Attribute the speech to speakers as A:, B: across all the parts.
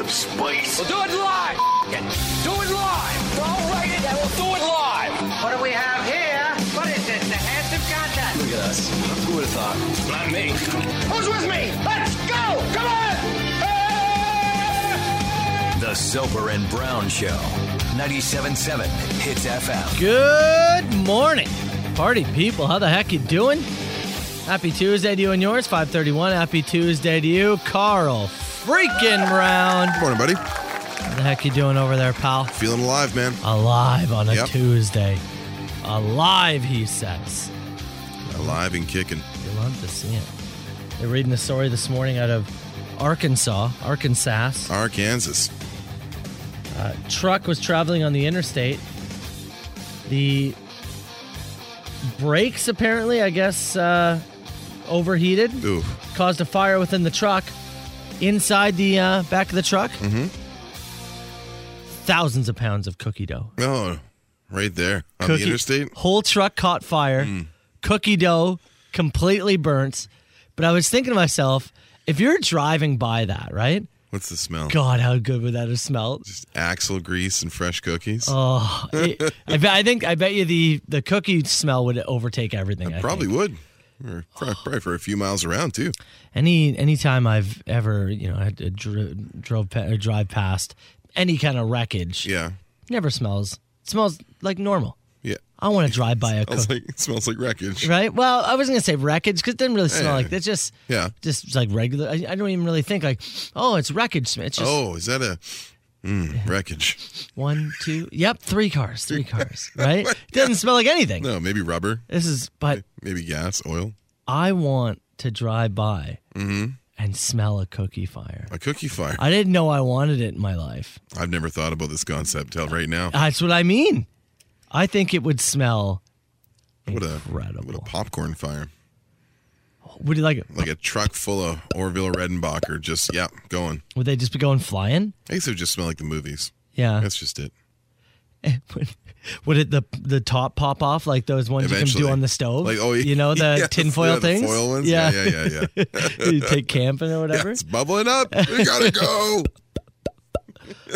A: of spice.
B: We'll do it live. Do it live. I'll write it and we'll do it live.
C: What do we have here? What is this? The handsome contest.
A: Look at us. Who would have thought? Not me.
B: Who's with me? Let's go. Come on. Hey!
A: The Soper and Brown Show. 97.7 Hits FM.
D: Good morning, party people. How the heck you doing? Happy Tuesday to you and yours. 531. Happy Tuesday to you, Carl. Freaking round.
E: Morning, buddy.
D: How the heck you doing over there, pal?
E: Feeling alive, man.
D: Alive on a
E: Yep.
D: Tuesday. Alive, he says.
E: Alive and kicking.
D: You love to see it. They're reading the story this morning out of Arkansas, Arkansas.
E: Arkansas.
D: truck was traveling on the interstate. The brakes, apparently, I guess, uh, overheated,
E: Ooh.
D: caused a fire within the truck, inside the uh, back of the truck. Mm-hmm. Thousands of pounds of cookie dough.
E: Oh, right there on
D: cookie,
E: the interstate. Mm.
D: Whole truck caught fire. Cookie dough completely burnt. But I was thinking to myself, if you're driving by that, right?
E: What's the smell?
D: God, how good would that have smelled?
E: Axle grease and fresh cookies.
D: Oh, it- I, bet, I think I bet you the the cookie smell would overtake everything. I
E: probably
D: think.
E: would. Or pro- probably for a few miles around too.
D: any any time I've ever you know had to dri- drove pa- or drive past any kind of wreckage,
E: Yeah.
D: never smells. It smells like normal.
E: Yeah.
D: I want to drive by a
E: I was
D: cookie.
E: like, it smells like wreckage.
D: Right. Well, I wasn't gonna say wreckage because it didn't really smell
E: Yeah.
D: like that. Just
E: Yeah.
D: just like regular. I, I don't even really think like, oh, it's wreckage. smell. It's just
E: Oh, is that a mm, wreckage?
D: one, two, yep, three cars, three cars. Right? Doesn't smell like anything.
E: No, maybe rubber,
D: This is, but
E: maybe gas, oil.
D: I want to drive by
E: Mm-hmm.
D: and smell a cookie fire.
E: A cookie fire.
D: I didn't know I wanted it in my life.
E: I've never thought about this concept till right now.
D: That's what I mean. I think it would smell
E: What a
D: incredible.
E: what a popcorn fire.
D: would you like it?
E: Like a truck full of Orville Redenbacher just yeah, going.
D: Would they just be going flying?
E: I guess it would just smell like the movies.
D: Yeah.
E: That's just it.
D: would, would it the the top pop off like those ones you can
E: Eventually.
D: do on the stove?
E: Like oh, yeah.
D: you know the
E: yes,
D: tinfoil
E: yeah,
D: things.
E: the foil ones. Yeah, yeah, yeah, yeah. yeah.
D: you take camping or whatever.
E: it's bubbling up. We gotta go.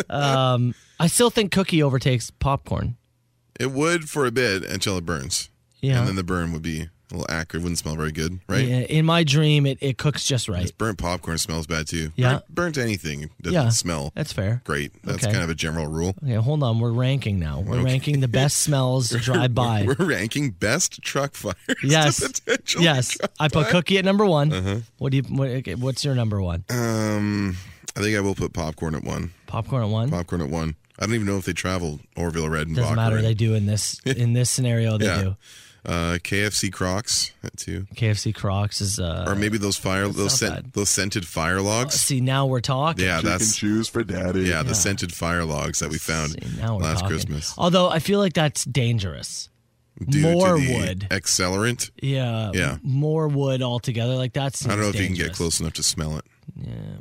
D: I still think cookie overtakes popcorn.
E: It would for a bit until it burns.
D: Yeah.
E: And then the burn would be a little acrid. Wouldn't smell very good, right?
D: Yeah, in my dream, it, it cooks just right.
E: Burnt popcorn smells bad too.
D: Yeah.
E: Burnt, burnt anything doesn't
D: Yeah.
E: smell
D: That's fair.
E: great. That's
D: Okay.
E: kind of a general rule.
D: Okay, hold on. We're ranking now. We're ranking the best smells drive by.
E: We're ranking best truck fires. to Uh-huh.
D: yes.
E: potentially
D: Yes.
E: drive
D: I put
E: by.
D: cookie at number one. What do you? What, okay, what's your number one?
E: Um, I think I will put popcorn at one.
D: Popcorn at one.
E: Popcorn at one. I don't even know if they travel Orville Redenbacher.
D: Doesn't matter. They do in this in this scenario. They
E: Yeah.
D: do.
E: Uh, KFC Crocs at two.
D: KFC Crocs is. Uh,
E: or maybe those fire those
D: not
E: scent,
D: bad. Oh,
E: those scented fire logs.
D: see, now we're talking.
E: yeah,
F: and
E: that's
F: choose for daddy.
E: yeah, the scented fire logs that we found
D: See, now we're
E: last
D: talking.
E: Christmas
D: Although I feel like that's dangerous.
E: due
D: More
E: to the
D: wood.
E: accelerant.
D: Yeah.
E: Yeah.
D: m- More wood altogether. Like that's.
E: I don't know if you can get close enough to smell it.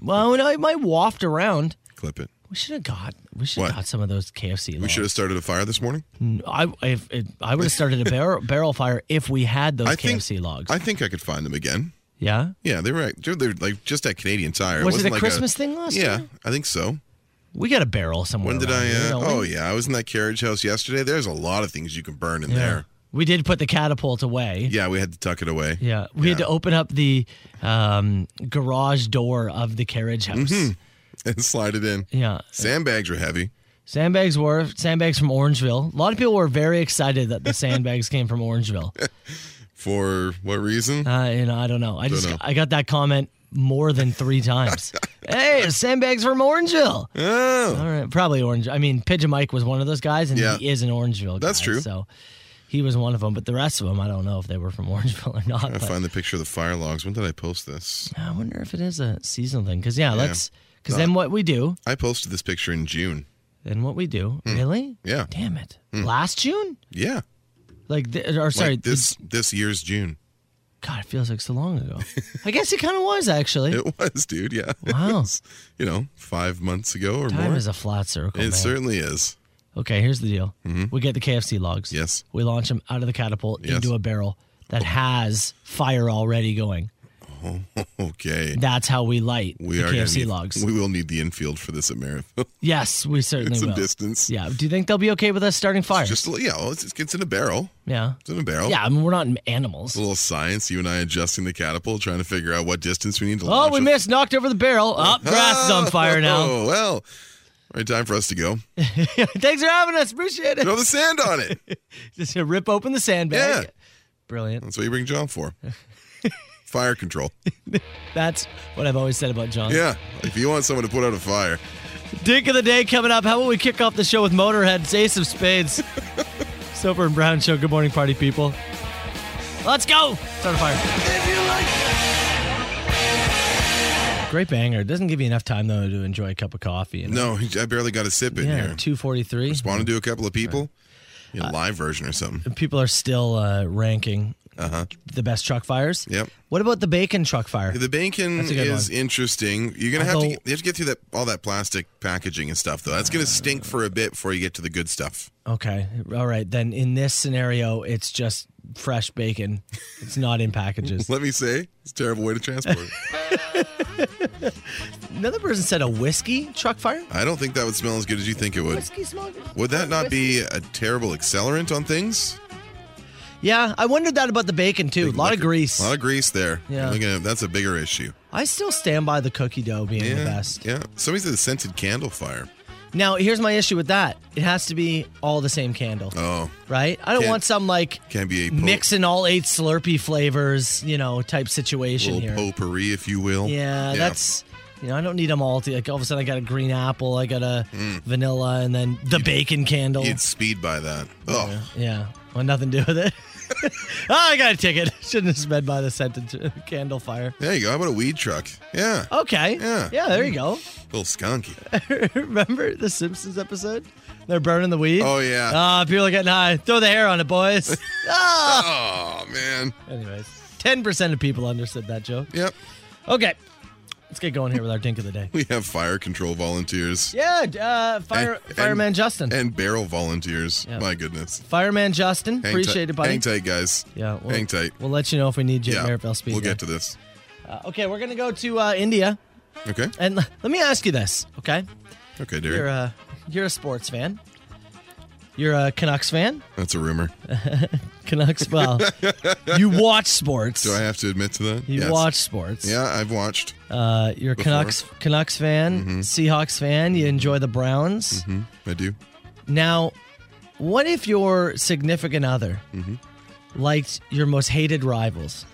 D: Well, no, it might waft around.
E: Clip it.
D: We should have got. We should have
E: What?
D: got some of those KFC.
E: We should have started a fire this morning.
D: I if it, I would have started a barrel barrel fire if we had those
E: I think
D: KFC logs.
E: I think I could find them again.
D: yeah.
E: Yeah, they were at- they're they're like just at Canadian Tire.
D: Was it
E: wasn't
D: a
E: like
D: Christmas thing last
E: Yeah,
D: year?
E: I think so.
D: We got a barrel somewhere.
E: When did
D: around
E: I?
D: here,
E: Uh,
D: don't we?
E: oh yeah, I was in that carriage house yesterday. There's a lot of things you can burn in
D: Yeah.
E: there.
D: We did put the catapult away.
E: Yeah, we had to tuck it away.
D: Yeah, we had to open up the um, garage door of the carriage house.
E: Mm-hmm. and slide it in.
D: Yeah,
E: Sandbags were heavy.
D: sandbags were sandbags from Orangeville. A lot of people were very excited that the sandbags came from Orangeville.
E: For what reason?
D: Uh, and I don't know. I just
E: know.
D: I got that comment more than three times. hey, sandbags from Orangeville.
E: oh,
D: All right, probably Orange. I mean, Pigeon Mike was one of those guys, and
E: Yeah.
D: he is an Orangeville. Guy,
E: That's true.
D: So he was one of them, but the rest of them, I don't know if they were from Orangeville or not.
E: I
D: but
E: find the picture of the fire logs. When did I post this?
D: I wonder if it is a seasonal thing. Because yeah, let's. Because then what we do,
E: I posted this picture in June.
D: then what we do, really?
E: Hmm. Yeah.
D: Damn it! Last June,
E: Yeah.
D: like, th- or sorry,
E: like this this year's June.
D: God, it feels like so long ago. I guess it kind of was actually.
E: It was, dude. Yeah.
D: Wow.
E: It's, you know, five months ago or
D: Time
E: more.
D: is a flat circle,
E: it
D: man.
E: certainly is.
D: okay, here's the deal. We get the KFC logs.
E: Yes.
D: We launch them out of the catapult
E: Yes.
D: into a barrel that has fire already going.
E: Okay.
D: That's how we light
E: We
D: the
E: are gonna
D: KFC
E: need-
D: logs.
E: We will need the infield for this at Maryville.
D: yes, we certainly
E: Some
D: will.
E: distance.
D: Yeah. Do you think they'll be okay with us starting fires?
E: Just Oh. a li- yeah, well, it's, it's in a barrel.
D: yeah.
E: It's in a barrel.
D: Yeah. I mean, we're not
E: It's
D: animals.
E: a little science. You and I adjusting the catapult, trying to figure out what distance we need to
D: Oh,
E: launch.
D: we
E: it.
D: missed. Knocked over the barrel. Up, grass is on fire now.
E: Oh well, right time for us to go.
D: Thanks for having us. Appreciate it.
E: Throw the sand on it.
D: Just to rip open the sandbag.
E: Yeah.
D: Brilliant.
E: That's what you bring John for. Fire control.
D: That's what I've always said about John.
E: Yeah, if you want someone to put out a fire,
D: Dink of the day coming up. How about we kick off the show with Motorhead's Ace of Spades? Soper and Brown Show. Good morning, party people. Let's go. Start a fire. Great banger. Doesn't give you enough time though to enjoy a cup of coffee. You know?
E: no, I barely got a sip in
D: Yeah.
E: here.
D: Two forty-three.
E: Responded to a couple of people. You know, live version or something.
D: People are still uh, ranking
E: Uh-huh.
D: the best truck fires.
E: Yep.
D: What about the bacon truck fire?
E: The bacon
D: That's a good
E: is
D: one.
E: interesting. You're gonna have to
D: Although-
E: get, you have to get through that all that plastic packaging and stuff though. That's gonna stink for a bit before you get to the good stuff.
D: Okay. All right. Then in this scenario, it's just fresh bacon. It's not in packages.
E: Let me say, it's a terrible way to transport. it.
D: Another person said a whiskey truck fire.
E: I don't think that would smell as good as you think it would.
D: Whiskey smoking.
E: Would that not be a terrible accelerant on things?
D: Yeah, I wondered that about the bacon too. A lot of grease.
E: A lot of grease there.
D: Yeah.
E: You're looking at- that's a bigger issue.
D: I still stand by the cookie dough being the
E: Yeah.
D: best.
E: Yeah. Somebody said a scented candle fire.
D: Now, here's my issue with that. It has to be all the same candle,
E: Oh,
D: right? I don't
E: Can't-
D: want some like
E: can be a po-
D: mixing all eight Slurpee flavors, you know, type situation
E: little
D: here.
E: potpourri, if you will.
D: Yeah, that's you know I don't need them all. To, like all of a sudden I got a green apple, I got a
E: Mm.
D: vanilla, and then the bacon candle.
E: You'd speed by that. Oh,
D: yeah, well, nothing to do with it. oh, I got a ticket. Shouldn't have sped by the scented t- candle fire.
E: there you go. How about a weed truck? Yeah,
D: Okay.
E: Yeah.
D: Yeah. There you go.
E: little skunky.
D: Remember the Simpsons episode? They're burning the weed.
E: Oh yeah.
D: Ah, people are getting high. Throw the hair on it, boys. ah.
E: oh man.
D: Anyways, ten percent of people understood that joke.
E: Yep.
D: Okay, let's get going here with our dink of the day.
E: We have fire control volunteers
D: Yeah, uh, fire,
E: And- and-
D: fireman Justin.
E: and barrel volunteers.
D: Yeah.
E: My goodness.
D: Fireman Justin,
E: Hang
D: appreciate
E: tight.
D: it, buddy.
E: Hang tight, guys.
D: Yeah, we'll,
E: Hang tight.
D: We'll let you know if we need you
E: yeah.
D: at Merivale Speed.
E: we'll
D: Day.
E: get to this.
D: Uh, okay, we're gonna go to uh, India,
E: Okay.
D: and l- let me ask you this. Okay,
E: Okay,
D: you're
E: Derek.
D: a you're a sports fan. You're a Canucks fan.
E: That's a rumor.
D: Canucks. Well, you watch sports.
E: Do I have to admit to that?
D: you
E: Yes.
D: watch sports.
E: Yeah, I've watched.
D: Uh, you're a
E: Before. Mm-hmm.
D: Canucks Canucks fan, Seahawks fan. You enjoy the Browns.
E: I do.
D: Now, what if your significant other
E: Mm-hmm.
D: liked your most hated rivals?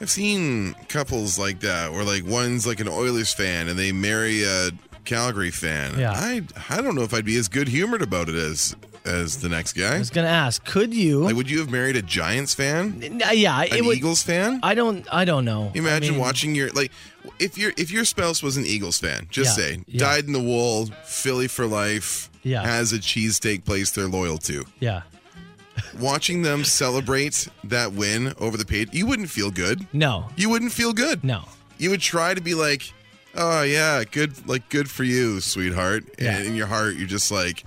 E: I've seen couples like that where like one's like an Oilers fan and they marry a Calgary fan.
D: Yeah.
E: I I don't know if I'd be as good humored about it as as the next
D: I
E: guy.
D: was gonna ask, could you?
E: Like would you have married a Giants fan?
D: N- uh, yeah, it
E: An
D: would.
E: Eagles fan?
D: I don't. I don't know. I
E: Imagine
D: mean,
E: watching your like if your if your spouse was an Eagles fan, just
D: Yeah,
E: say
D: yeah.
E: died in the wool, Philly for life,
D: Yeah.
E: has a cheesesteak place they're loyal to.
D: Yeah.
E: Watching them celebrate that win over the page, you wouldn't feel good.
D: No.
E: You wouldn't feel good.
D: No.
E: you would try to be like, "Oh yeah, good, like good for you, sweetheart." And
D: Yeah.
E: in your heart, you're just like,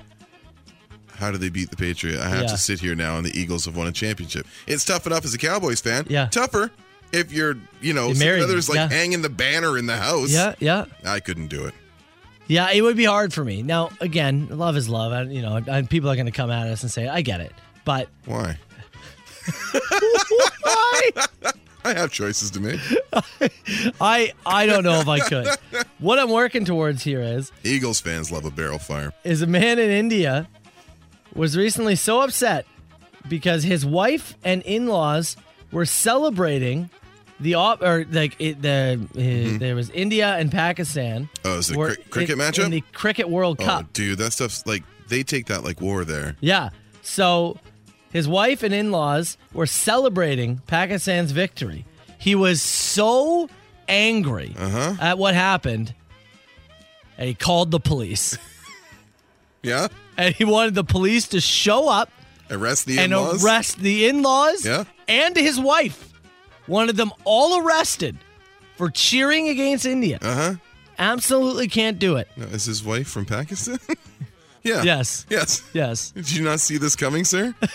E: "How do they beat the Patriot? I have
D: Yeah.
E: to sit here now, and the Eagles have won a championship." It's tough enough as a Cowboys fan.
D: Yeah.
E: tougher if you're, you know,
D: You're
E: some
D: married,
E: others like
D: yeah.
E: hanging the banner in the house.
D: Yeah. Yeah.
E: I couldn't do it.
D: Yeah. It would be hard for me. Now, again, love is love. I, you know, and people are gonna come at us and say, "I get it," but
E: Why?
D: why?
E: I have choices to make.
D: I I don't know if I could. What I'm working towards here is
E: Eagles fans love a barrel fire.
D: is a man in India was recently so upset because his wife and in-laws were celebrating the op or like it, the uh, there was India and Pakistan.
E: Oh, Mm-hmm. is it a
D: were
E: cri- cricket
D: in,
E: matchup?
D: in the cricket World
E: Oh,
D: Cup.
E: dude, that stuff's like they take that like war there.
D: Yeah. So his wife and in laws were celebrating Pakistan's victory. He was so angry
E: Uh-huh.
D: at what happened, and he called the police.
E: Yeah,
D: and he wanted the police to show up
E: arrest the
D: and
E: in-laws.
D: arrest the in laws
E: Yeah.
D: and his wife. Wanted them all arrested for cheering against India.
E: Uh huh.
D: Absolutely can't do it.
E: No, is his wife from Pakistan? yeah.
D: Yes.
E: Yes.
D: Yes.
E: Did you not see this coming, sir? it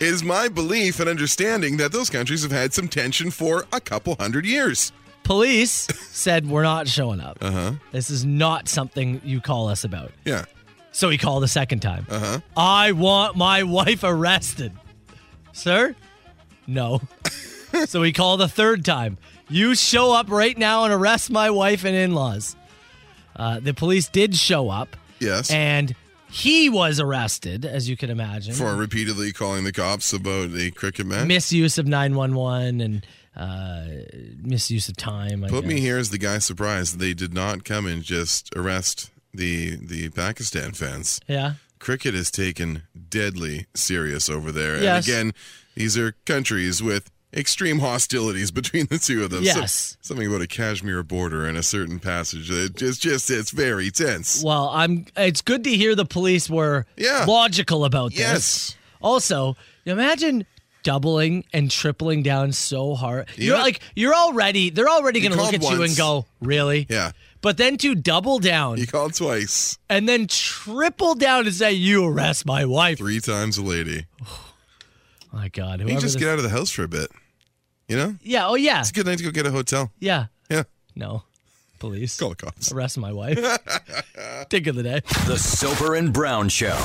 E: is my belief and understanding that those countries have had some tension for a couple hundred years.
D: Police said we're not showing up.
E: Uh-huh.
D: This is not something you call us about.
E: Yeah.
D: So he called a second time.
E: Uh-huh.
D: I want my wife arrested. Sir? No. so he called a third time. You show up right now and arrest my wife and in laws. Uh, the police did show up,
E: Yes.
D: and he was arrested, as you can imagine.
E: for repeatedly calling the cops about the cricket match.
D: misuse of 911 and uh, misuse of time. I
E: Put me
D: guess.
E: here as the guy surprised they did not come and just arrest the the Pakistan fans.
D: Yeah.
E: Cricket is taken deadly serious over there.
D: Yes.
E: And again, these are countries with extreme hostilities between the two of them. So-
D: Yes.
E: something about a Kashmir border and a certain passage. It just just it's very tense.
D: Well, I'm. It's good to hear the police were
E: Yeah.
D: logical about this.
E: Yes.
D: Also, imagine doubling and tripling down so hard. You're
E: Yeah.
D: like you're already. They're already going to look
E: called
D: at you
E: once.
D: and go, "Really?"
E: Yeah.
D: But then to double down
E: You called twice,
D: and then triple down and say, "You arrest my wife."
E: three times a lady.
D: My God,
E: You can
D: whoever.
E: just
D: this-
E: get out of the house for a bit. You know?
D: yeah. Oh yeah.
E: It's a good night to go get a hotel.
D: Yeah.
E: Yeah.
D: No. Police.
E: Call the cops.
D: Arrest my wife. Dick of the day.
A: The Soper and Brown Show.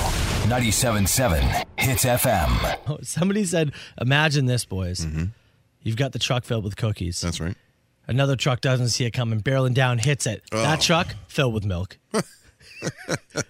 A: 97.7 Hits FM.
D: Somebody said, "Imagine this, boys.
E: Mm-hmm.
D: You've got the truck filled with cookies.
E: That's right.
D: Another truck doesn't see it coming, barreling down, hits it. That
E: Oh.
D: truck filled with milk.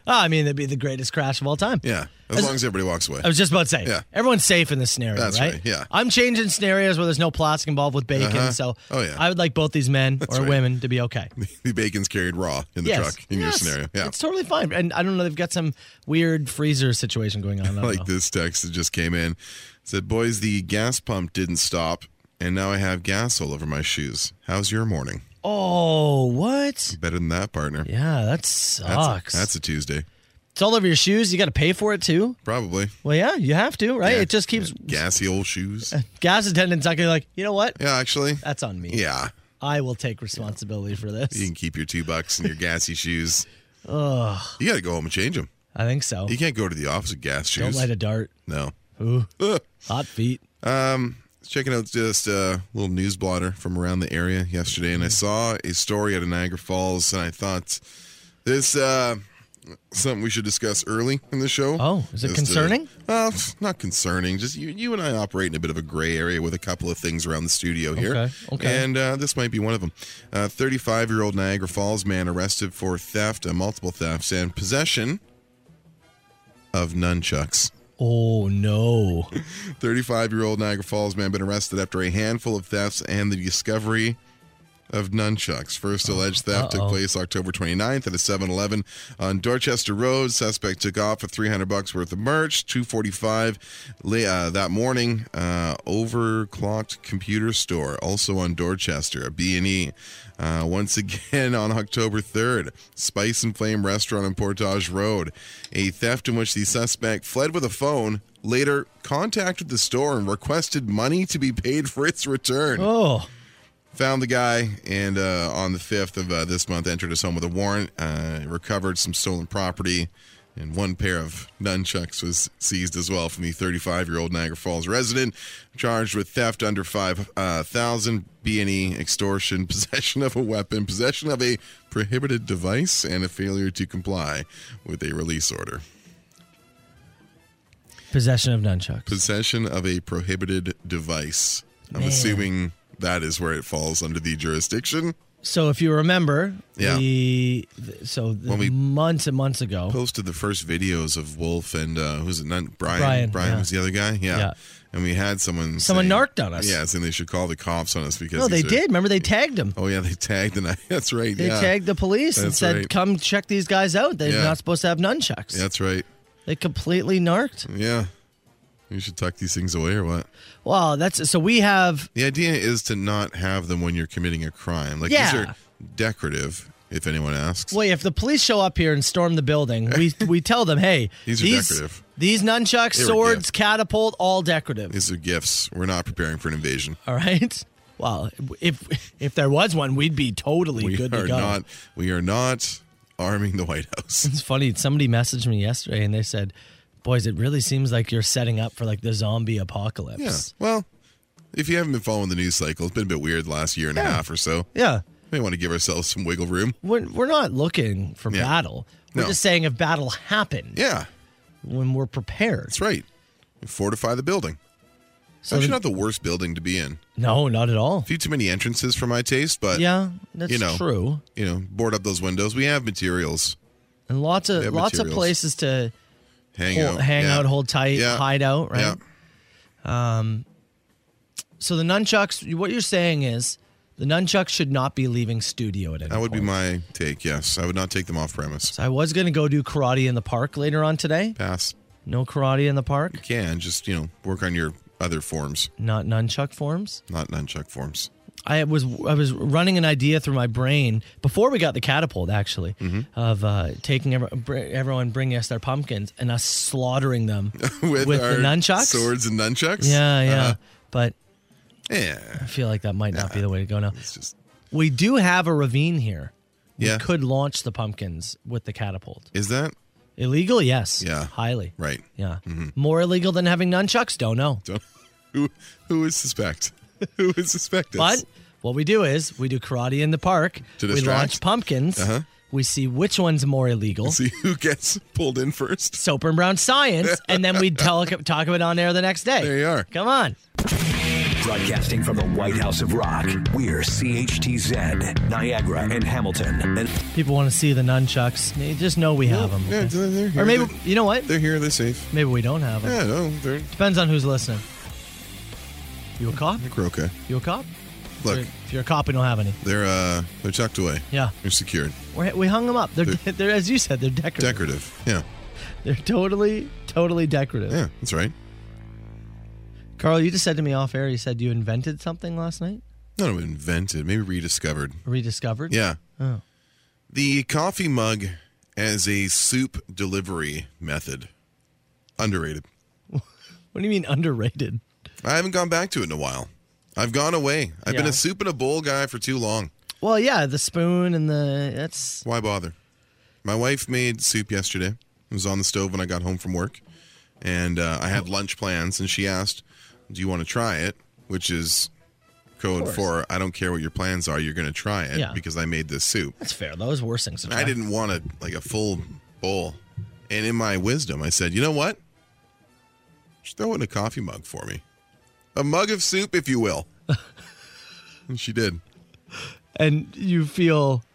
D: Ah, I mean, that'd be the greatest crash of all time.
E: Yeah. As, long as everybody walks away.
D: I was just about to say,
E: Yeah.
D: everyone's safe in this scenario,
E: That's
D: right?
E: right, yeah.
D: I'm changing scenarios where there's no plastic involved with bacon,
E: Uh-huh.
D: so
E: Oh, yeah.
D: I would like both these men or
E: right.
D: women to be okay.
E: the bacon's carried raw in the
D: yes.
E: truck in your
D: Yes.
E: scenario. Yeah.
D: It's totally fine. And I don't know, they've got some weird freezer situation going on. I don't
E: I like
D: know.
E: this text that just came in. It said, Boys, the gas pump didn't stop, and now I have gas all over my shoes. How's your morning?
D: Oh, what?
E: Better than that, partner.
D: Yeah, that
E: That's,
D: sucks.
E: A, that's a Tuesday.
D: it's all over your shoes. You got to pay for it too.
E: Probably.
D: Well, yeah, you have to, right?
E: Yeah.
D: It just keeps
E: Gassy old shoes.
D: gas attendant's not gonna be like, you know what?
E: Yeah, actually.
D: That's on me.
E: Yeah.
D: I will take responsibility for
E: You
D: this.
E: can keep your two bucks and your gassy shoes. You got to go home and change them.
D: I think so.
E: You can't go to the office with gas shoes.
D: Don't light a dart.
E: no.
D: Ooh, hot feet.
E: checking out just a little news blotter from around the area yesterday,
D: Mm-hmm.
E: and I saw a story out of Niagara Falls, and I thought this uh, something we should discuss early in the show.
D: Oh, is it
E: Just, uh,
D: concerning?
E: uh, not concerning. Just you, you and I operate in a bit of a gray area with a couple of things around the studio here.
D: Okay, okay.
E: And uh, this might be one of them. Uh, 35-year-old Niagara Falls man arrested for theft, uh, multiple thefts, and possession of nunchucks.
D: Oh no.
E: 35 year old Niagara Falls man been arrested after a handful of thefts and the discovery of nunchucks. First alleged theft
D: Uh-oh.
E: took place October 29th at a 7-Eleven on Dorchester Road. Suspect took off with 300 bucks worth of merch. 2:45 la- uh, that morning, uh, overclocked computer store also on Dorchester, a B&E. Uh, once again on October 3rd, Spice and Flame restaurant on Portage Road, a theft in which the suspect fled with a phone. Later, contacted the store and requested money to be paid for its return
D: Oh,
E: found the guy and uh, on the 5th of uh, this month entered his home with a warrant uh, recovered some stolen property and one pair of nunchucks was seized as well from the 35 year old niagara falls resident charged with theft under uh, 5000 b&e E extortion possession of a weapon possession of a prohibited device and a failure to comply with a release order
D: possession of nunchucks.
E: possession of a prohibited device i'm
D: Man.
E: assuming that is where it falls under the jurisdiction
D: so if you remember,
E: Yeah.
D: the, the- so the
E: When we-
D: months and months ago.
E: posted the first videos of Wolf and uh, who's it? Not Brian.
D: Brian,
E: Brian,
D: yeah.
E: was the other guy. Yeah.
D: Yeah.
E: And we had someone.
D: Someone
E: saying-
D: narked on us.
E: Yeah, saying they should call the cops on us because
D: no, they
E: these are-
D: did. Remember they tagged him.
E: Oh yeah, they tagged and I, that's right.
D: They
E: yeah.
D: tagged the police and
E: That's
D: said,
E: right.
D: "Come check these guys out. They're
E: Yeah.
D: not supposed to have nunchucks."
E: That's right.
D: They completely narked.
E: Yeah. You should tuck these things away or what?
D: Wow, that's so we have
E: The idea is to not have them when you're committing a crime. Like
D: Yeah.
E: these are decorative, if anyone asks.
D: Well, if the police show up here and storm the building, we we tell them, hey,
E: These are decorative.
D: These nunchucks,
E: They were
D: swords,
E: gift.
D: catapult, all decorative.
E: These are gifts. We're not preparing for an invasion.
D: all right. Well, if if there was one, we'd be totally
E: We
D: good
E: are
D: to go.
E: not we are not arming the White House.
D: It's funny. Somebody messaged me yesterday and they said, "Boys, it really seems like you're setting up for like the zombie apocalypse."
E: Yeah. Well, If you haven't been following the news cycle, it's been a bit weird the last year and a half or so.
D: Yeah.
E: We want to give ourselves some wiggle room.
D: We're, we're not looking for
E: Yeah.
D: battle. We're
E: No.
D: just saying if battle happened
E: Yeah,
D: when we're prepared.
E: that's right. Fortify the building. It's
D: So
E: actually
D: the-
E: not the worst building to be in.
D: no, not at all.
E: A few too many entrances for my taste, but
D: Yeah, that's
E: you know.
D: true.
E: you know, board up those windows. We have materials.
D: And lots
E: They
D: of
E: have
D: lots of
E: materials.
D: places to
E: Hang
D: hol-
E: out.
D: hang
E: yeah.
D: out, hold tight,
E: Yeah.
D: hide out,
E: Yeah.
D: right? So the nunchucks. What you're saying is the nunchucks should not be leaving studio at any
E: That would be
D: point.
E: my take, yes. I would not take them off premise.
D: So I was gonna go do karate in the park later on today.
E: Pass.
D: No karate in the park.
E: Can just, you know, work on your other forms,
D: Not nunchuck forms.
E: not nunchuck forms.
D: I was I was running an idea through my brain before we got the catapult actually
E: Mm-hmm.
D: of uh, taking every, br- everyone bringing us their pumpkins and us slaughtering them
E: With,
D: the
E: our
D: nunchucks.
E: Swords and nunchucks?
D: Yeah, yeah.
E: Uh,
D: but
E: yeah.
D: I feel like that might not be the way to go now.
E: It's just,
D: We do have a ravine here. We
E: Yeah.
D: could launch the pumpkins with the catapult.
E: is that
D: Illegal? Yes.
E: Yeah.
D: Highly.
E: right? Mm-hmm.
D: Yeah. More illegal than having nunchucks? Don't know.
E: Don't, who, who is suspect? Who is suspect?
D: But what we do is we do karate in the park.
E: To
D: we
E: distract?
D: launch pumpkins.
E: Uh-huh.
D: We see which one's more illegal.
E: See who gets pulled in first.
D: Soap and Brown Science, and then we tell, talk about it on air the next day.
E: There you are.
D: Come on.
A: Broadcasting from the White House of Rock, we're CHTZ, Niagara, and Hamilton. And
D: People want to see the nunchucks. You Just know we have them.
E: Yeah, they're, they're here.
D: Or maybe,
E: they're,
D: you know what?
E: they're here. They're safe.
D: Maybe we don't have them.
E: Yeah, no, they're,
D: Depends on who's listening. You a cop?
E: they're okay.
D: You a cop?
E: Look,
D: If you're- if you're a cop, we don't have any.
E: they're uh, they're tucked away.
D: Yeah.
E: They're secured.
D: We're, we hung them up. They're, they're, as you said, they're decorative.
E: Decorative. Yeah,
D: They're totally, totally decorative.
E: yeah, that's right.
D: Carl, you just said to me off air, you said you invented something last night,
E: No, no, invented, maybe rediscovered.
D: rediscovered.
E: Yeah.
D: Oh.
E: The coffee mug as a soup delivery method. Underrated.
D: What do you mean underrated?
E: I haven't gone back to it in a while. I've gone away. I've been
D: Yeah.
E: a soup and a bowl guy for too long.
D: Well, yeah, the spoon and the that's
E: Why bother? My wife made soup yesterday. It was on the stove when I got home from work. And uh, I had lunch plans, and she asked, Do you want to try it? Which is code for I don't care what your plans are, you're going to try it
D: Yeah.
E: because I made this soup.
D: that's fair. That was worse things to try.
E: I didn't want a like a full bowl. And in my wisdom, I said, you know what? Just throw it in a coffee mug for me. A mug of soup, if you will. and she did.
D: And you feel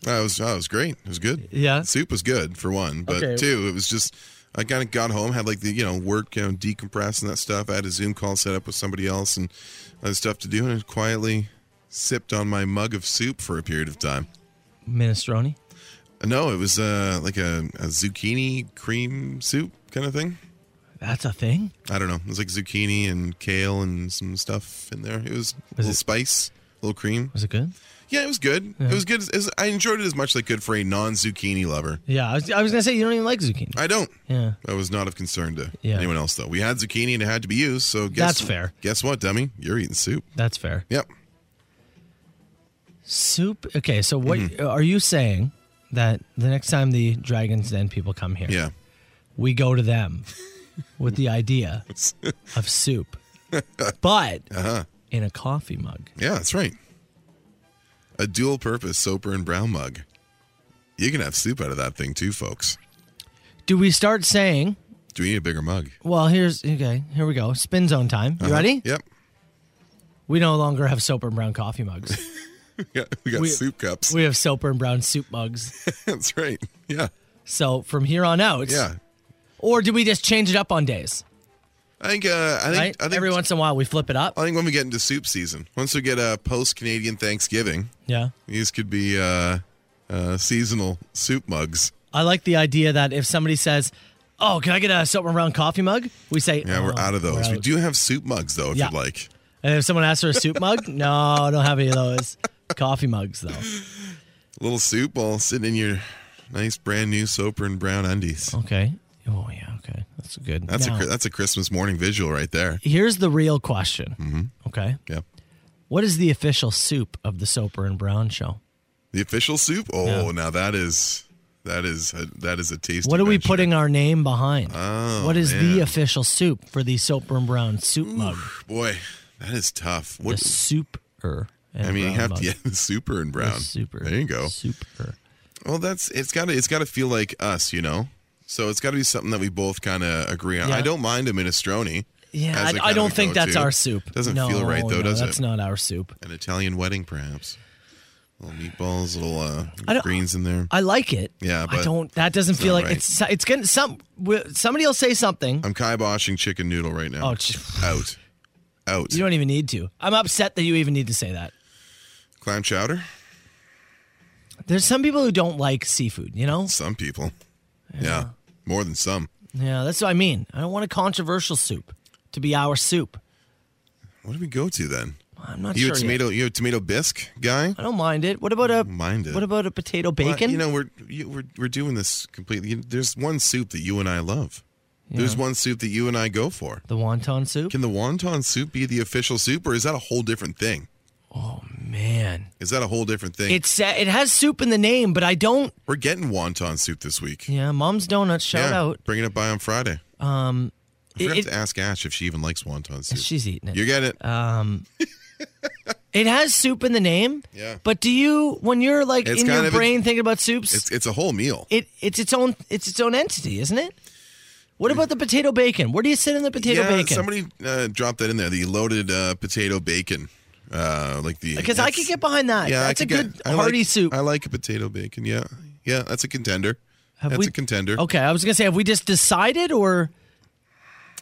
E: That was that was great. It was good.
D: Yeah.
E: Soup was good for one. But
D: Okay.
E: two, it was just I kind of got home, had like the you know, work, you know, decompress and that stuff. I had a Zoom call set up with somebody else and other stuff to do, and I quietly sipped on my mug of soup for a period of time.
D: minestrone.
E: No, it was uh, like a, a zucchini cream soup kind of thing.
D: That's a thing.
E: I don't know. It was like zucchini and kale and some stuff in there. It was a little
D: it-
E: spice, a little cream.
D: Was it good?
E: Yeah, it was good. It was good. As, as- I enjoyed it as much as I could for a non zucchini lover.
D: Yeah, I was, I was gonna say you don't even like zucchini.
E: I don't.
D: yeah,
E: I was not of concern to
D: Yeah.
E: anyone else, though. We had zucchini and it had to be used, so guess
D: That's fair.
E: Guess what, dummy? You're eating soup.
D: that's fair.
E: Yep.
D: Soup. Okay, so what
E: Mm-hmm.
D: are you saying that the next time the Dragons Den people come here,
E: Yeah.
D: we go to them with the idea of soup, but
E: Uh-huh.
D: in a coffee mug?
E: Yeah, that's right. A dual purpose soaper and brown mug. You can have soup out of that thing, too, folks.
D: Do we start saying?
E: Do we need a bigger mug?
D: Well, here's okay. Here we go. Spin zone time. You
E: Uh-huh.
D: ready?
E: Yep.
D: We no longer have soap and brown coffee mugs.
E: Yeah, we got
D: We-
E: soup cups.
D: we have soap and brown soup mugs.
E: That's right. Yeah,
D: So from here on out,
E: yeah.
D: Or do we just change it up on days?
E: I think. Uh, I think.
D: Right?
E: I think. Uh,
D: Every once in a while, we flip it up.
E: I think when we get into soup season, once we get a post-Canadian Thanksgiving,
D: Yeah,
E: these could be uh, uh, seasonal soup mugs.
D: I like the idea that if somebody says, "Oh, can I get a soap and brown coffee mug?" We say,
E: Yeah, we're
D: "Oh,
E: out of those.
D: we're
E: We
D: out."
E: do have soup mugs though, if
D: Yeah.
E: you'd like.
D: And if someone asks for a soup mug, no, I don't have any of those coffee mugs though.
E: A little soup while sitting in your nice brand new soaper and brown undies.
D: Okay. Oh yeah. Okay. That's good.
E: That's
D: Now,
E: a a that's a Christmas morning visual right there.
D: Here's the real question.
E: Mm-hmm.
D: Okay.
E: Yeah.
D: What is the official soup of the Soper and Brown show?
E: The official soup. Oh,
D: Yeah.
E: now that is that is a, that is a tasty.
D: What are we
E: venture.
D: putting our name behind?
E: Oh,
D: what is the
E: man.
D: official soup for the Soper and Brown soup mug?
E: Boy, That is tough.
F: The
E: What
F: super. and
E: I mean, you
F: brown
E: have
F: bug.
E: to yeah, super and
F: The
E: brown.
F: super.
E: There you go.
F: Super.
E: Well, that's it's got to it's got to feel like us, you know. So it's got to be something that we both kind of agree on.
D: Yeah.
E: I don't mind a minestrone. as
D: Yeah,
E: a
D: I, I
E: kind
D: don't
E: of a
D: think that's
E: go-to.
D: our soup.
E: Doesn't
D: No,
E: feel right though,
D: no,
E: does
D: that's
E: it?
D: not our soup.
E: An Italian wedding, perhaps. Little meatballs, little
D: I
E: uh,
D: don't-
E: greens in there.
D: I like it.
E: Yeah,
D: I
E: but
D: don't. That doesn't feel
E: not
D: like
E: right.
D: it's. It's gonna some. wi- Somebody will say something.
E: I'm kiboshing chicken noodle right now.
D: Oh, ch-
E: out, out.
D: you don't even need to. I'm upset that you even need to say that.
E: Clam chowder.
D: There's some people who don't like seafood. You know.
E: Some people. yeah, more than some.
D: Yeah, that's what I mean. I don't want a controversial soup to be our soup.
E: What do we go to then?
D: I'm not
E: you
D: sure.
E: a
D: yet.
E: tomato? You a tomato bisque guy?
D: I don't mind it. What about a
E: Mind it.
D: What about a potato
E: Well,
D: bacon?
E: you know, we're you, we're we're doing this completely. you- There's one soup that you and I love. There's one soup that you and I go for.
D: the wonton soup.
E: Can the wonton soup be the official soup, or is that a whole different thing?
D: Man,
E: Is that a whole different thing?
D: it's uh, it has soup in the name, but I don't.
E: we're getting wonton soup this week.
D: Yeah, Mom's Donuts. Shout
E: Yeah,
D: out.
E: Bringing it by on Friday. Um, I forgot
D: it- Uh,
E: to ask Ash if she even likes wonton soup.
D: She's eating it.
E: you get it.
D: It has soup in the name.
E: Yeah.
D: But do you, when you're like
E: It's
D: in
E: kind
D: your
E: of a-
D: brain thinking about soups,
E: it's it's a whole meal.
D: it it's its own it's its own entity, isn't it? What about the potato bacon? Where do you sit in the potato
E: yeah,
D: bacon?
E: somebody uh, dropped that in there. The loaded uh, potato bacon, uh, like the
D: Because I could
E: that's-
D: get behind that.
E: Yeah, I
D: that's a
E: could get- I
D: good hearty
E: like,
D: soup.
E: I like a potato bacon. Yeah, yeah, that's a contender.
D: Have
E: that's
D: we- Oh.
E: a contender.
D: okay, I was gonna say, have we just decided or?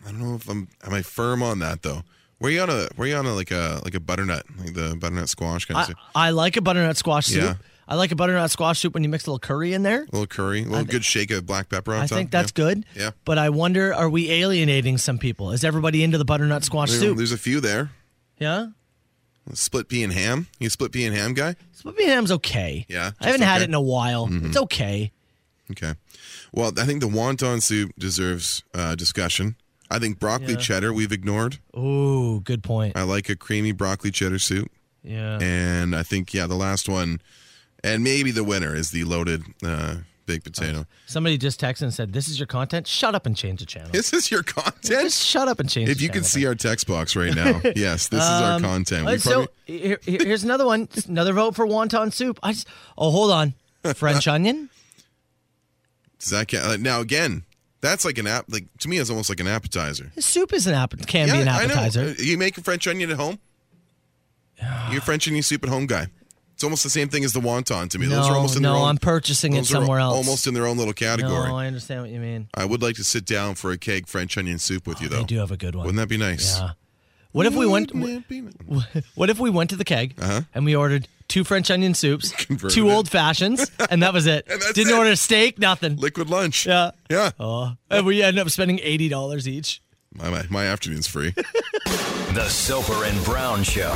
E: I don't know if I'm am I firm on that though. Were you on a were you on a like a like a butternut like the butternut squash kind of
D: I,
E: soup?
D: I like a butternut squash soup.
E: Yeah.
D: I like a butternut squash soup when you mix a little curry in there.
E: A little curry, a little good shake of black pepper on
D: I
E: top.
D: think that's good.
E: Yeah.
D: But I wonder, are we alienating some people? Is everybody into the butternut squash
E: There-
D: soup?
E: There's a few there.
D: Yeah.
E: Split pea and ham. You a split pea and ham guy?
D: Split pea and ham's okay.
E: Yeah,
D: I haven't had
E: okay. Mm-hmm.
D: it in a while. It's okay.
E: Okay. Well, I think the wonton soup deserves uh, discussion. I think broccoli
D: Yeah. Oh.
E: cheddar we've ignored.
D: Ooh, good point.
E: I like a creamy broccoli cheddar soup.
D: Yeah.
E: And I think, yeah, the last one, and maybe the winner is the loaded uh, baked potato.
D: Somebody just texted and said, "This is your content. Shut up and change the channel.
E: This is your
D: Just
E: content.
D: shut up and change."
E: If
D: the
E: you can
D: channel.
E: see our text box right now, yes, this is our content.
D: All
E: We
D: right,
E: probably,
D: so here, here- here's another one. Another vote for wonton soup. I just. Oh, hold on. French onion.
E: does that count? Like, uh, now again, that's like an app. Like to me, it's almost like an appetizer.
D: Soup is an app- can be an
E: Yeah, I know. Uh,
D: appetizer.
E: You make a French onion at home. You're a French onion soup at home guy. It's almost the same thing as the wonton to me.
D: No,
E: those are almost in
D: no,
E: their own,
D: I'm purchasing it
E: those are
D: somewhere else.
E: Almost in their own little category.
D: No, I understand what you mean.
E: I would like to sit down for a keg French onion soup with you, though.
D: Oh, They do have a good one.
E: Oh. Wouldn't that be nice?
D: Yeah. What if we went?
E: Wouldn't that be nice?
D: What if we went to the keg and we ordered two French onion soups,
E: Uh-huh. Converted
D: two
E: it.
D: old fashions, and that was it?
E: that's
D: Didn't
E: it.
D: order steak, nothing.
E: Liquid lunch.
D: yeah.
E: Yeah.
D: Oh, and we ended up spending eighty dollars each.
E: My, my, my afternoon's free.
A: The Soper and Brown Show.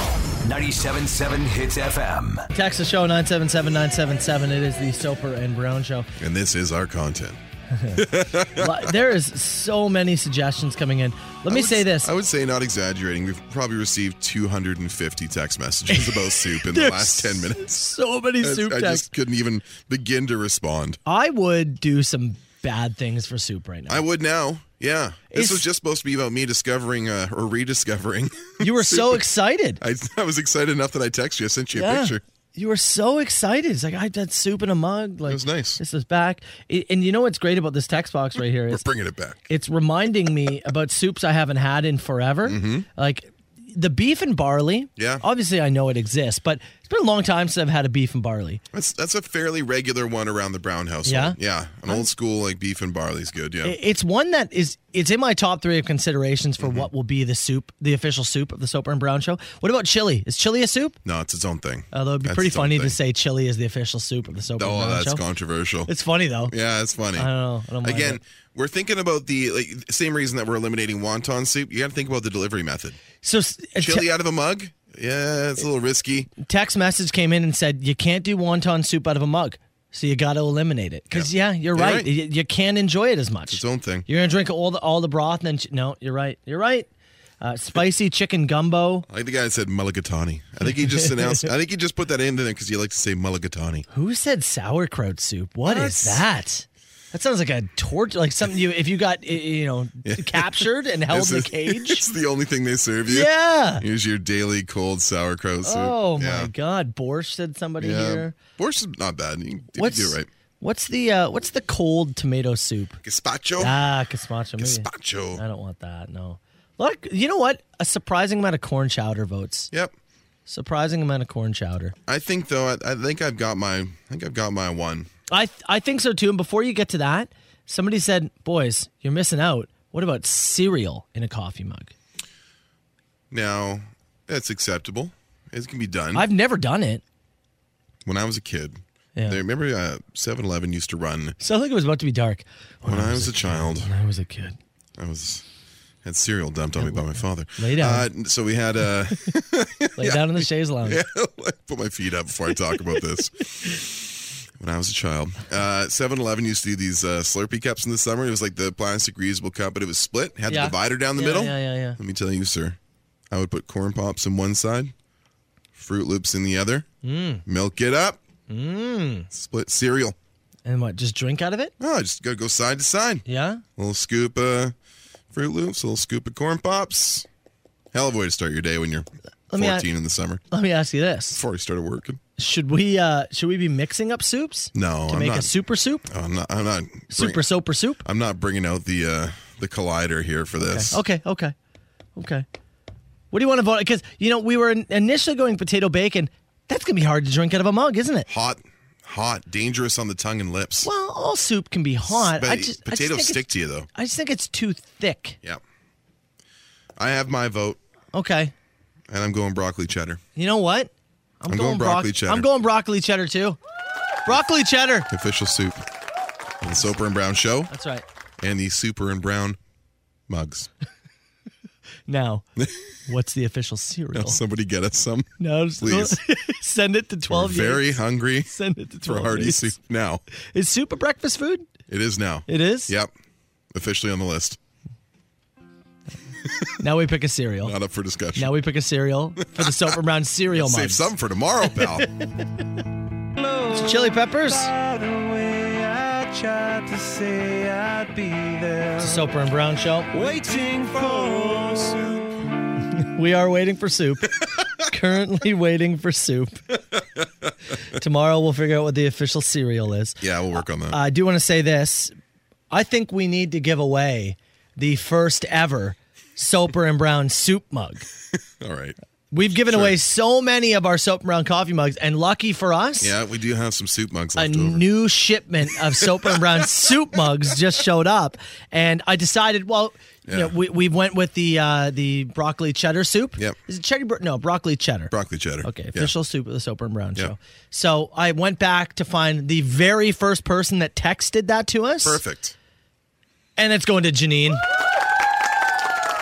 A: 97.7 Hits FM.
D: Text the show nine seven seven nine seven seven. It is the Soper and Brown Show.
E: and this is our content.
D: Li- there is so many suggestions coming in. Let me say this.
E: I would say, not exaggerating, we've probably received 250 text messages about soup in the
D: There's
E: last 10 minutes.
D: So many
E: I,
D: soup
E: I
D: texts.
E: just couldn't even begin to respond.
D: I would do some bad things for soup right now.
E: I would now. Yeah. This
D: It's-
E: was just supposed to be about me discovering uh, or rediscovering.
D: you were so
E: soup.
D: excited.
E: I, I was excited enough that I texted you. I sent you a picture.
D: You were so excited. It's like I had soup in a mug. Like
E: was nice.
D: This is back. I- and you know what's great about this text box right here
E: We're
D: is
E: bringing it back.
D: it's reminding me about soups I haven't had in forever. Like the beef and barley.
E: Mm-hmm. Yeah.
D: Obviously, I know it exists, but it's been a long time since I've had a beef and barley.
E: That's that's a fairly regular one around the Brown household.
D: Yeah?
E: yeah, an old school like beef and barley's good. Yeah,
D: I- It's one that is it's in my top three of considerations
E: Mm-hmm.
D: for what will be the soup, the official soup of the Soper and Brown Show. What about chili? Is chili a soup?
E: no, it's its own thing.
D: Although Uh, it'd be
E: That's
D: pretty
E: its own
D: funny
E: thing.
D: to say chili is the official soup of the Soper and
E: Oh,
D: Brown
E: that's
D: Show.
E: controversial.
D: It's funny though.
E: yeah, it's funny.
D: I don't know. I don't mind
E: Again,
D: it.
E: we're thinking about the like same reason that we're eliminating wonton soup. You got to think about the delivery method.
D: So s-
E: Chili out of a mug. Yeah, it's a little risky.
D: text message came in and said you can't do wonton soup out of a mug, so you got to eliminate it. Because yeah. you're
E: You're
D: right.
E: right.
D: Y- You, can't enjoy it as much.
E: Its own thing.
D: You're gonna drink all the all the broth, and then ch- no, you're right. You're right. Uh, spicy chicken gumbo.
E: I think the guy that said mulligatawny. I think he just announced. I think he just put that in there because you like to say mulligatawny.
D: Who said sauerkraut soup? what is
E: What?
D: that? That sounds like a torture, like something you if you got i- you know captured and held
E: This
D: in a
E: is-
D: cage.
E: It's the only thing they serve you.
D: yeah.
E: Here's your daily cold sauerkraut soup.
D: Oh
E: Yeah.
D: my God, Borscht said somebody
E: Yeah.
D: here.
E: Borscht is not bad. You, if you
D: What's
E: do it right.
D: what's the uh, what's the cold tomato soup?
E: Gazpacho.
D: Ah, gazpacho. Maybe-
E: Gazpacho.
D: I don't want that. No. Look, you know what? A surprising amount of corn chowder votes.
E: Yep.
D: Surprising amount of corn chowder.
E: I think though. I, I think I've got my. I think I've got my one.
D: I th- I think so too. And before you get to that, somebody said, "Boys, you're missing out. What about cereal in a coffee mug?"
E: Now that's acceptable. It can be done.
D: I've never done it.
E: when I was a kid,
D: Yeah.
E: they remember uh, 7-Eleven used to run.
D: Sounds like it was about to be dark.
E: When I was a child,
D: When I was a kid.
E: I was had cereal dumped on me by my father.
D: Lay down.
E: Uh, so we had uh,
D: Lay down in the chaise lounge.
E: put my feet up before I talk about this. When I was a child, uh, 7-Eleven used to do these uh, Slurpee cups in the summer. It was like the plastic reusable cup, but it was split. Had
D: Yeah.
E: the divider down the
D: Yeah,
E: middle.
D: yeah, yeah, yeah.
E: Let me tell you, sir, I would put corn pops in one side, Fruit Loops in the other.
D: Mm.
E: Milk it up. Split cereal.
D: And what? Just drink out of it?
E: Oh, I just gotta go side to side.
D: Yeah.
E: little scoop of Fruit Loops, a little scoop of Corn Pops. Hell of a way to start your day when you're
D: Let
E: 14
D: me ask-
E: in the summer
D: Let me ask you this:
E: before you started working.
D: Should we uh should we be mixing up soups?
E: No,
D: To
E: I'm
D: make a
E: not-
D: super soup,
E: Oh, I'm not. I'm not. bring-
D: super soaper soup.
E: I'm not bringing out the uh, the collider here for this.
D: Okay, okay, okay. What do you want to vote? Because you know we were in- initially going potato bacon. That's gonna be hard to drink out of a mug, isn't it?
E: Hot, hot, dangerous on the tongue and lips.
D: Well, all soup can be hot.
E: But
D: I just, I just
E: potatoes
D: think
E: stick
D: it's-
E: to you though.
D: I just think it's too thick.
E: Yeah. I have my vote,
D: Okay.
E: and I'm going broccoli cheddar.
D: You know what?
E: I'm going
D: broc-
E: broccoli cheddar.
D: I'm going broccoli cheddar too. Broccoli cheddar.
E: Official soup. On the Soper and Brown show,
D: That's right.
E: and the Super and Brown mugs.
D: Now, what's the official cereal?
E: Somebody get us some.
D: No,
E: please.
D: send it to
E: We're
D: twelve.
E: very
D: Yates.
E: hungry.
D: Send it to
E: for
D: twelve.
E: hearty
D: Yates.
E: soup now.
D: Is soup a breakfast food?
E: It is now.
D: It is.
E: Yep. Officially on the list.
D: Now we pick a cereal.
E: Not up for discussion.
D: Now we pick a cereal for the soap and brown cereal
E: Save
D: mugs.
E: something for tomorrow, pal.
D: It's Chili Peppers. It's a Soper and Brown show.
B: Waiting for
D: We are waiting for soup. Currently waiting for soup. Tomorrow we'll figure out what the official cereal is.
E: yeah, we'll work on that.
D: I do want to say this. I think we need to give away the first ever Soper and Brown soup mug.
E: All right.
D: We've given
E: Sure.
D: away so many of our Soap and Brown coffee mugs, and lucky for us,
E: Yeah, we do have some soup mugs
D: a
E: left over.
D: new shipment of soap and brown soup mugs just showed up and i decided well you know,
E: Yeah.
D: we, we went with the uh, the broccoli cheddar soup
E: Yep.
D: is it cheddar bro- no broccoli cheddar
E: Broccoli cheddar.
D: okay
E: Yeah.
D: official soup of the soap and brown
E: Yeah.
D: show so i went back to find the very first person that texted that to us
E: Perfect.
D: and it's going to janine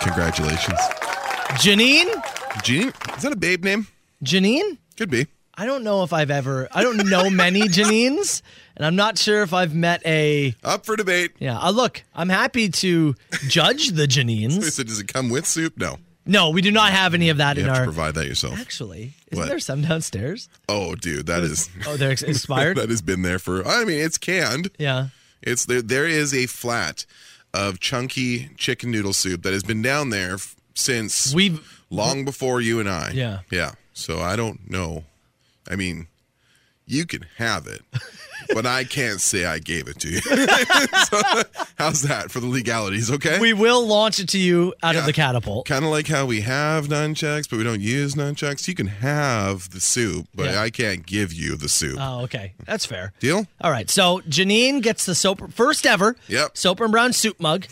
E: Congratulations.
D: janine
E: Jeannie, is that a babe name?
D: janine
E: Could be.
D: i don't know if i've ever i don't know many janines and i'm not sure if i've met a
E: Up for debate.
D: yeah uh, look i'm happy to judge the janines
E: I said, does it come with soup? No.
D: No, we do not have any of that
E: You
D: in
E: have to
D: our.
E: provide that yourself.
D: Actually, isn't
E: What?
D: there some downstairs?
E: Oh, dude, that is
D: Oh, they're ex- expired.
E: that has been there for. I mean, it's canned.
D: yeah,
E: It's there. There is a flat of chunky chicken noodle soup that has been down there f- since
D: we've
E: long before you and I.
D: Yeah.
E: Yeah. So I don't know. I mean, you can have it, but I can't say I gave it to you. So, how's that for the legalities? Okay.
D: we will launch it to you out of
E: Yeah.
D: the catapult.
E: kind of like how we have nunchucks, but we don't use nunchucks. You can have the soup, but
D: Yeah.
E: I can't give you the soup.
D: Oh, okay, that's fair.
E: Deal?
D: All right, so Janine gets the soap first ever.
E: Yep.
D: Soap and brown soup mug,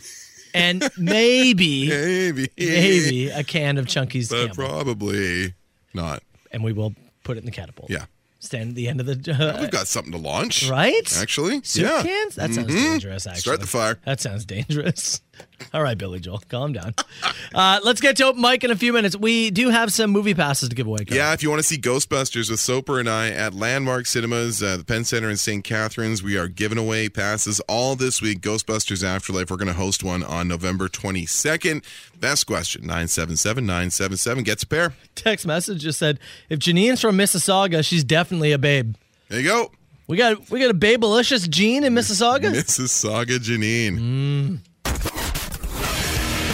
D: and maybe
E: Maybe.
D: maybe a can of Chunky's
E: But
D: Campbell,
E: probably not.
D: and we will put it in the catapult.
E: Yeah.
D: stand at the end of the
E: We've got something to launch.
D: right.
E: Actually,
D: Soup
E: yeah. Mm-hmm.
D: cans? That sounds dangerous, actually.
E: Start the fire.
D: That sounds dangerous. All right, Billy Joel, calm down. Uh, let's get to open mic in a few minutes. We do have some movie passes to give away. Kyle.
E: Yeah, if you want to see Ghostbusters with Soper and I at Landmark Cinemas, uh, the Penn Center in St. Catharines, we are giving away passes all this week. Ghostbusters Afterlife, we're going to host one on November 22nd. Best question 977 977 gets a pair.
D: Text message just said, if Janine's from Mississauga, she's definitely a babe.
E: There you go.
D: We got we got a babelicious Gene in Mississauga.
E: Mississauga Janine.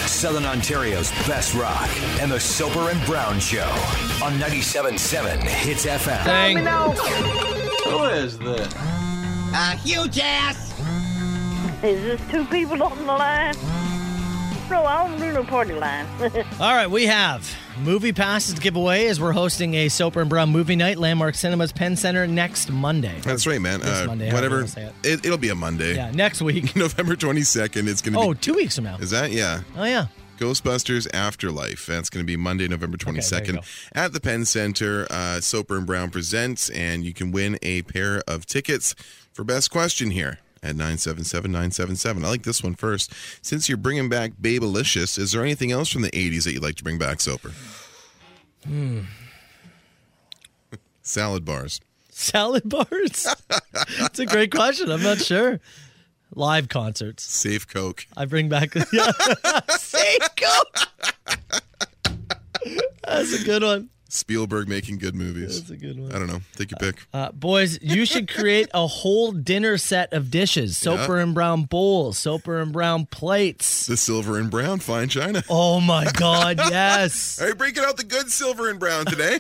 A: Southern Ontario's best rock and the Soper and Brown Show on 97.7 Hits FM.
D: Dang.
G: Is this two people on the line? No, I don't do no party line.
D: All right, we have movie passes to give away as we're hosting a Soper and Brown movie night, Landmark Cinemas Penn Center next Monday.
E: That's right, man. Uh,
D: Monday, however you
E: whatever.
D: wanna say
E: It. It, will be a Monday.
D: Yeah, next week.
E: November 22nd. It's going to
D: Oh,
E: be.
D: two weeks from now.
E: Is that? Yeah.
D: Oh yeah.
E: Ghostbusters Afterlife. That's going to be Monday, November 22nd
D: go.
E: at the Penn Center. Uh, Soper and Brown presents, and you can win a pair of tickets for best question here at 977-977. I like this one first. Since you're bringing back Babelicious, is there anything else from the 80s that you'd like to bring back, Soper?
D: Hmm.
E: Salad bars.
D: Salad bars. It's a great question. I'm not sure. Live concerts.
E: Safe Coke.
D: I bring back. Yeah. Seiko. That's a good one.
E: Spielberg making good movies.
D: That's a good
E: I
D: one.
E: don't know. Take your pick.
D: Uh, boys, you should create a whole dinner set of dishes: Soper and Brown bowls, Soper and Brown plates.
E: the silver and brown fine china.
D: Oh my God! Yes.
E: Are you breaking out the good silver and brown today?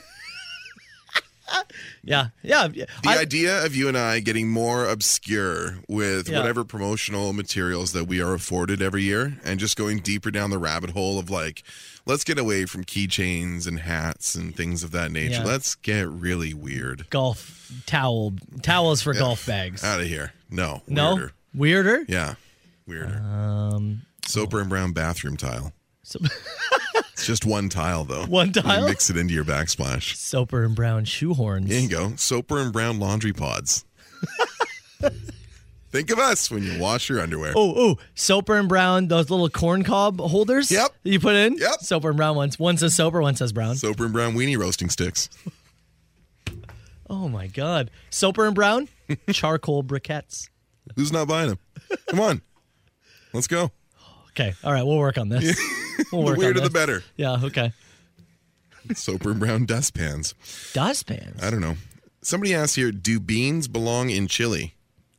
D: Yeah. Yeah. yeah.
E: The
D: I-
E: idea of you and I getting more obscure with
D: Yeah.
E: whatever promotional materials that we are afforded every year and just going deeper down the rabbit hole of like, let's get away from keychains and hats and things of that nature.
D: Yeah.
E: Let's get really weird
D: golf towel towels for golf bags.
E: out of here. No.
D: no.
E: Uh, Weirder.
D: Weirder?
E: Yeah. Weirder. Um, Soper and brown bathroom tile.
D: So-
E: It's just one tile though.
D: One
E: You
D: tile?
E: mix it into your backsplash.
D: Soper and Brown shoehorns.
E: There you go. Soper and brown laundry pods. Think of us when you wash your underwear.
D: Oh, oh, Soper and Brown, those little corn cob holders.
E: Yep.
D: that you put in.
E: Yep.
D: Soper and Brown ones. One says Soper, one says Brown.
E: Soper and brown weenie roasting sticks.
D: oh my God. Soper and Brown, charcoal briquettes.
E: Who's not buying them? Come on. Let's go.
D: Okay. All right. We'll work on this. We'll
E: The
D: work
E: weirder
D: on
E: the
D: this.
E: better.
D: Yeah. Okay.
E: Soper and brown dustpans.
D: Dustpans.
E: I don't know. Somebody asked here, do beans belong in chili?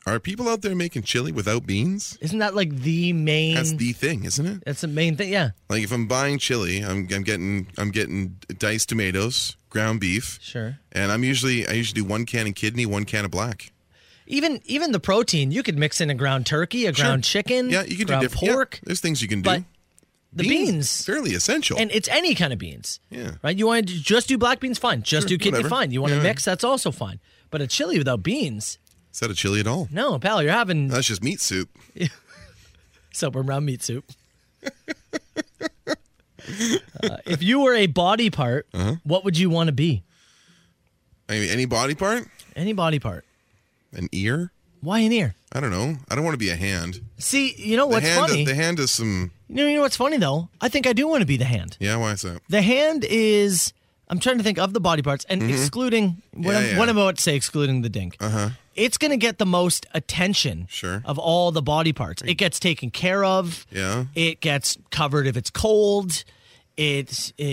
E: Are people out there making chili without beans?
D: Isn't that like the main?
E: That's the thing, isn't it?
D: that's the main thing. Yeah.
E: Like if I'm buying chili, I'm, I'm getting I'm getting diced tomatoes, ground beef,
D: Sure.
E: and I'm usually I usually do one can of kidney, one can of black.
D: Even even the protein, you could mix in a ground turkey, a ground chicken.
E: Yeah, you can do
D: Mm. ground
E: different yeah,
D: pork.
E: there's things you can do.
D: But the beans.
E: fairly essential.
D: And it's any kind of beans.
E: Yeah.
D: Right? You want to just do black beans, fine.
E: Sure,
D: Just do kidney,
E: whatever.
D: fine. You want to
E: Yeah.
D: mix, that's also fine. But a chili without beans,
E: Is that a chili at all?
D: no, pal, you're having
E: That's just meat soup.
D: soap and brown meat soup. Uh, if you were a body part,
E: Uh-huh.
D: what would you want to be?
E: I mean, any body part?
D: Any body part.
E: An ear?
D: Why an ear?
E: I don't know. I don't want to be a hand.
D: See, you know
E: The
D: what's
E: hand.
D: funny?
E: The hand is some.
D: you, know, you know what's funny though? I think I do want to be the hand.
E: Yeah, why is that?
D: The hand is. I'm trying to think of the body parts and excluding what,
E: Mm-hmm. Yeah,
D: I'm,
E: yeah.
D: what I'm about to say, excluding the dink. Uh-huh. It's going to get the most attention
E: Sure.
D: of all the body parts. It gets taken care of.
E: Yeah.
D: It gets covered if it's cold. It's. uh,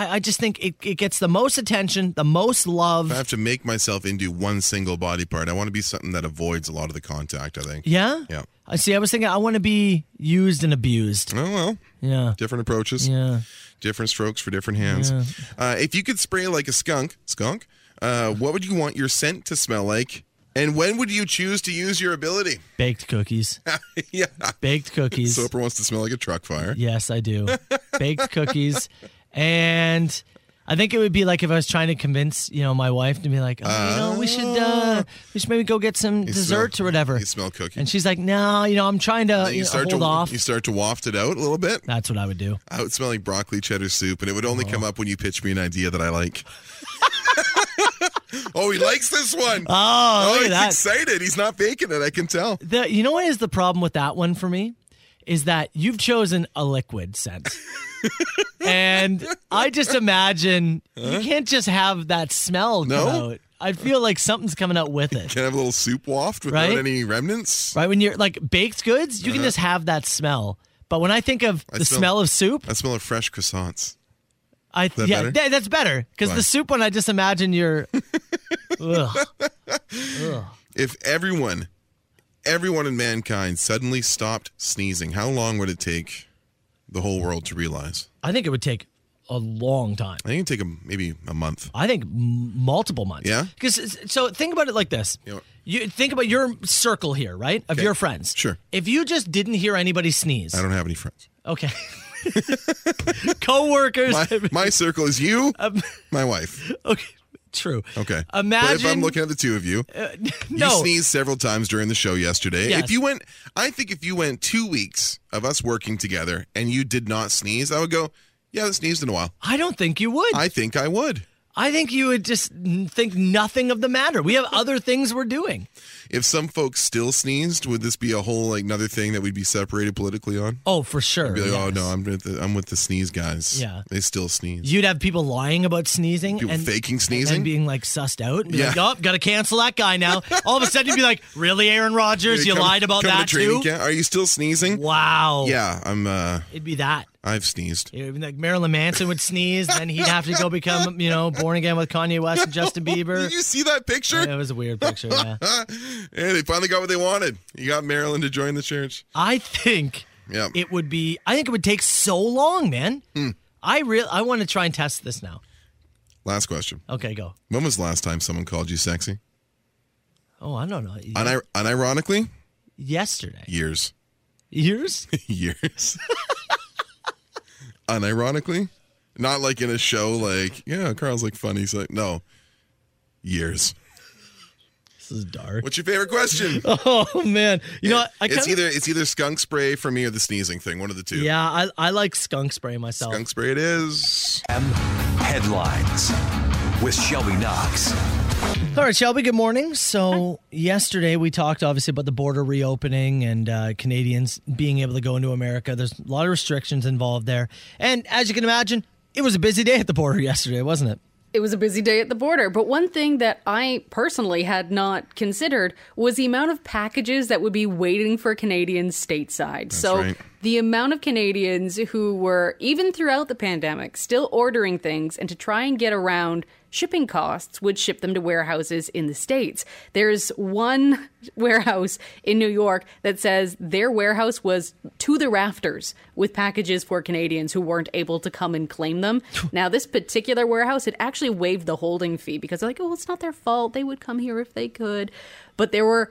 D: I, I just think it, it gets the most attention, the most love.
E: If I have to make myself into one single body part, I want to be something that avoids a lot of the contact. I think.
D: yeah?
E: Yeah.
D: I see. I was thinking I want to be used and abused.
E: Oh well,
D: Yeah.
E: different approaches,
D: Yeah.
E: different strokes for different hands. Uh, if you could spray like a skunk, skunk, uh, what would you want your scent to smell like? And when would you choose to use your ability?
D: Baked cookies.
E: yeah.
D: Baked cookies.
E: Soper wants to smell like a truck fire.
D: Yes, I do. Baked cookies. And I think it would be like if I was trying to convince, you know, my wife to be like, oh, you know, we should uh
E: Ah.
D: we should maybe go get some
E: You
D: dessert
E: smell-
D: or whatever.
E: You smell cookie.
D: And she's like, No, you know, I'm trying to
E: Then
D: you
E: you
D: know,
E: start
D: hold
E: to
D: off.
E: you start to waft it out a little bit.
D: That's what I would do.
E: I would smell like broccoli cheddar soup, and it would only come
D: Oh.
E: up when you pitch me an idea that I like. oh, he likes this one.
D: Oh,
E: oh,
D: look
E: he's
D: at that.
E: excited. He's not faking it. I can tell.
D: The, you know what is the problem with that one for me? Is that you've chosen a liquid scent. and I just imagine you can't just have that smell come
E: No?
D: out. I feel like something's coming out with it.
E: Can I have a little soup waft without
D: Right?
E: any remnants?
D: Right when you're like baked goods, you can just have that smell. But when I think of
E: Uh-huh. I
D: the
E: smell-
D: smell of soup,
E: I smell of fresh croissants.
D: I
E: that
D: yeah,
E: better?
D: tha- that's better because
E: Why?
D: the soup one I just imagine you're. Ugh.
E: If everyone, everyone in mankind suddenly stopped sneezing, how long would it take the whole world to realize?
D: I think it would take a long time.
E: I think it'd take a, maybe a month.
D: I think m- multiple months.
E: Yeah?
D: Because so think about it like this.
E: Yeah.
D: You think about your circle here, right? Of
E: Okay.
D: your friends.
E: Sure.
D: If you just didn't hear anybody sneeze.
E: I don't have any friends.
D: Okay. Coworkers.
E: My, my circle is you,
D: Um,
E: my wife.
D: okay. True.
E: Okay. But if
D: Imagine- Uh,
E: I'm looking at the two of you,
D: No.
E: You sneezed several times during the show yesterday.
D: Yes.
E: If you went, I think if you went two weeks of us working together and you did not sneeze, I would go, yeah, I haven't sneezed in a while.
D: I don't think you would. I,
E: I think I would.
D: think you would just n- think nothing of the matter. We have other things we're doing.
E: If some folks still sneezed, would this be a whole like another thing that we'd be separated politically on?
D: Oh, for sure.
E: Be like, oh
D: yes.
E: no, I'm with the, I'm with the sneeze guys.
D: Yeah.
E: they still sneeze.
D: You'd have people lying about sneezing
E: People
D: and
E: faking
D: and
E: sneezing.
D: being like sussed out. And be
E: Yeah.
D: like, oh, got to cancel that guy now. All of a sudden, you'd be like, really, Aaron Rodgers?
E: They
D: You
E: come-
D: lied about
E: come to
D: that
E: training
D: too?
E: camp. Are you still sneezing?
D: Wow.
E: Yeah, I'm. uh
D: It'd be that.
E: I've sneezed.
D: It would be like Marilyn Manson would sneeze, then he'd have to go become, you know, born again with Kanye West and Justin Bieber.
E: Did you see that picture?
D: It was a weird picture. Yeah.
E: Yeah, they finally got what they wanted. You got Marilyn to join the church.
D: I think
E: Yeah.
D: it would be. I think it would take so long, man.
E: Hmm.
D: I real. I want to try and test this now.
E: Last question.
D: Okay, go.
E: When was the last time someone called you sexy?
D: Oh, I don't know.
E: Unir- unironically,
D: Yesterday,
E: years.
D: years.
E: years. unironically, not like in a show like, yeah, Carl's like funny. So no, years.
D: this is dark.
E: What's your favorite question?
D: Oh man, you know what? I
E: it's
D: kinda,
E: either it's either skunk spray for me or the sneezing thing. One of the two.
D: Yeah, I, I like skunk spray myself.
E: Skunk spray it is.
A: Headlines with Shelby Knox.
D: All right, Shelby. Good morning. So yesterday we talked obviously about the border reopening and uh, Canadians being able to go into America. There's a lot of restrictions involved there, and as you can imagine, it was a busy day at the border yesterday, wasn't it?
H: It was a busy day at the border, but one thing that I personally had not considered was the amount of packages that would be waiting for Canadians stateside. so
E: right.
H: the amount of Canadians who were even throughout the pandemic still ordering things and to try and get around shipping costs would ship them to warehouses in the states. There's one warehouse in New York that says their warehouse was to the rafters with packages for Canadians who weren't able to come and claim them. now this particular warehouse it actually waived the holding fee because they're like oh it's not their fault they would come here if they could. But there were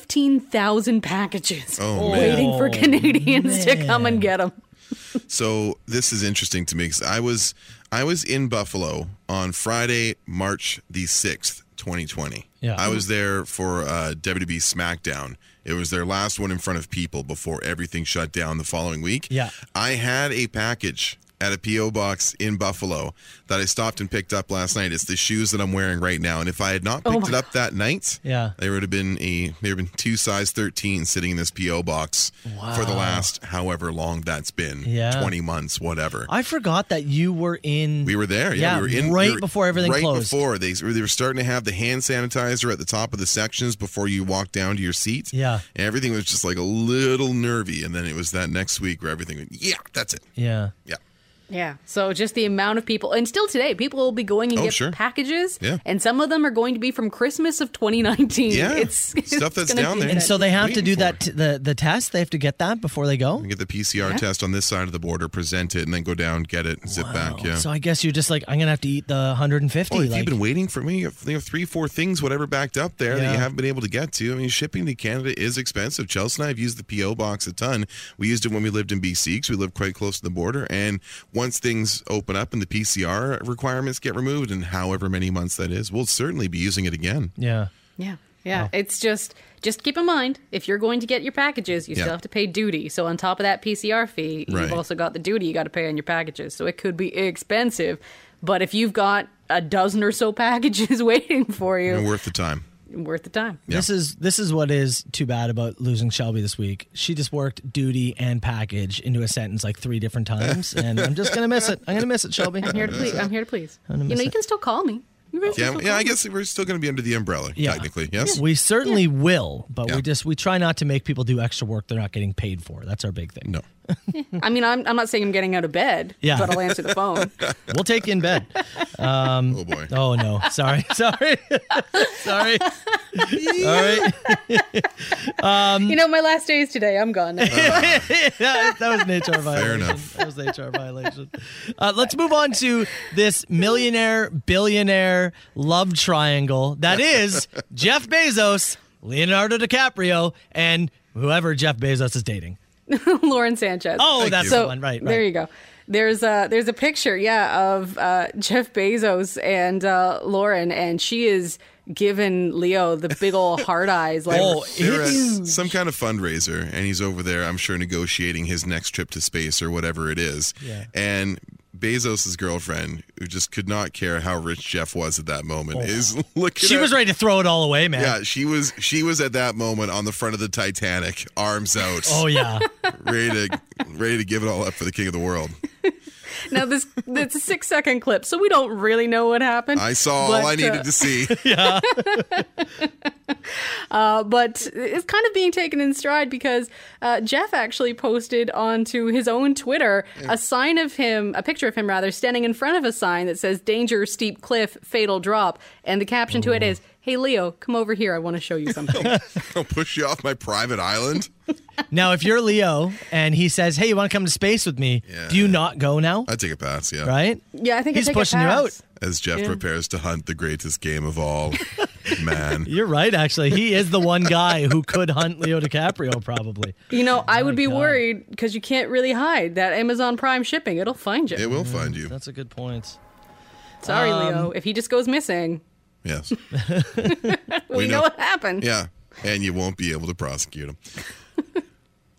H: 15,000 packages
E: Oh, man.
H: waiting for Canadians to come and get them.
E: So this is interesting to me 'cause I was I was in Buffalo on Friday, March the sixth, 2020.
D: Yeah.
E: I was there for uh, WWE SmackDown. It was their last one in front of people before everything shut down the following week.
D: Yeah.
E: I had a package at a PO box in Buffalo that I stopped and picked up last night. It's the shoes that I'm wearing right now, and if I had not picked it up that night,
D: Yeah.
E: there would have been a there would have been two size 13 sitting in this PO box for the last however long that's been
D: Yeah.
E: 20 months, whatever.
D: I forgot that you were in.
E: we were there. Yeah,
D: Yeah,
E: we were in
D: right
E: we were-
D: before everything
E: right
D: closed.
E: before they they were starting to have the hand sanitizer at the top of the sections before you walk down to your seat.
D: Yeah.
E: and everything was just like a little nervy, and then it was that next week where everything. went, Yeah, that's it.
D: Yeah.
E: Yeah,
H: Yeah. So just the amount of people, and still today, people will be going and
E: Oh,
H: get
E: sure.
H: packages.
E: Yeah.
H: And some of them are going to be from Christmas of 2019.
E: Yeah.
H: It's
E: Stuff
H: it's
E: that's
H: gonna
E: down
H: be
E: there.
D: And
H: that.
D: so they have to
E: Waiting
D: do
E: for
D: that t- the the test. They have to get that before they go.
E: and get the PCR test on this side of the border, present it, and then go down, get it, and zip back. Yeah.
D: So I guess you're just like I'm gonna have to eat the 150.
E: Oh, if
D: like,
E: you've been waiting for me, you have, you have three, four things, whatever, backed up there that
D: Yeah.
E: you haven't been able to get to. I mean, shipping to Canada is expensive. Chelsea and I have used the PO box a ton. We used it when we lived in BC because we lived quite close to the border. And once things open up and the PCR requirements get removed, and however many months that is, we'll certainly be using it again.
D: yeah.
H: Yeah. Yeah. It's just, just keep in mind, if you're going to get your packages, you
E: Yeah.
H: still have to pay duty. So on top of that PCR fee,
E: Right.
H: you've also got the duty you got to pay on your packages. So it could be expensive. But if you've got a dozen or so packages waiting for you,
E: And worth the time.
H: worth the time.
D: This is this is what is too bad about losing Shelby this week. She just worked duty and package into a sentence like three different times, and I'm just gonna miss it. I'm gonna miss it, Shelby.
H: I'm here to please. I'm here to please. You know,
D: miss
H: you
D: it.
H: can still call me. You guys are
E: Yeah,
H: so
E: yeah. I
H: kind.
E: guess we're still going to be under the umbrella
D: Yeah.
E: technically. Yes.
D: We certainly will, but
E: Yeah.
D: we just we try not to make people do extra work they're not getting paid for. That's our big thing.
E: No.
H: I mean, I'm, I'm not saying I'm getting out of bed,
D: Yeah.
H: but I'll answer the phone.
D: We'll take you in bed.
E: Oh boy.
D: Oh no, sorry, sorry, sorry. All right, Um,
H: you know, my last day is today. I'm gone. now.
D: yeah, that was an HR violation.
E: enough.
D: That was an HR violation. Uh, let's move on to this millionaire billionaire love triangle. That is Jeff Bezos, Leonardo DiCaprio, and whoever Jeff Bezos is dating.
H: Lauren Sanchez.
D: Oh,
E: Thank
D: that's
E: you.
D: the one. Right, right.
H: There you go. There's a there's a picture, yeah, of uh, Jeff Bezos and uh, Lauren, and she is giving Leo the big old hard eyes. Like,
D: Oh,
E: They're at
D: it's
E: some kind of fundraiser, and he's over there. I'm sure negotiating his next trip to space or whatever it is.
D: Yeah.
E: And Bezos' girlfriend, who just could not care how rich Jeff was at that moment, is looking.
D: she
E: at-
D: was ready to throw it all away, man.
E: Yeah, she was. She was at that moment on the front of the Titanic, arms out,
D: Oh yeah.
E: ready to ready to give it all up for the king of the world.
H: now this it's a six second clip, so we don't really know what happened.
E: I saw all
H: But,
E: I needed
H: uh,
E: to see.
H: but it's kind of being taken in stride because uh, Jeff actually posted onto his own Twitter a sign of him, a picture of him rather, standing in front of a sign that says "Danger, steep cliff, fatal drop," and the caption to it
D: Mm.
H: is, "Hey Leo, come over here. I want to show you something."
E: I'll push you off my private island.
D: Now, if you're Leo and he says, "Hey, you want to come to space with me?"
E: Yeah.
D: Do you not go now?
E: I take a pass. Yeah.
D: Right?
H: yeah, I think I
D: He's
H: take a
D: pushing you
H: pass.
D: out.
E: As Jeff prepares to hunt the greatest game of all, man.
D: You're right. Actually, he is the one guy who could hunt Leo DiCaprio. Probably.
H: You know, I would be
D: Oh God.
H: worried because you can't really hide that Amazon Prime shipping. It'll find you.
E: It will find you.
D: That's a good point.
H: Sorry,
D: um,
H: Leo. If he just goes missing,
E: Yes.
H: we, know.
E: know.
H: what happened.
E: Yeah. And you won't be able to prosecute him.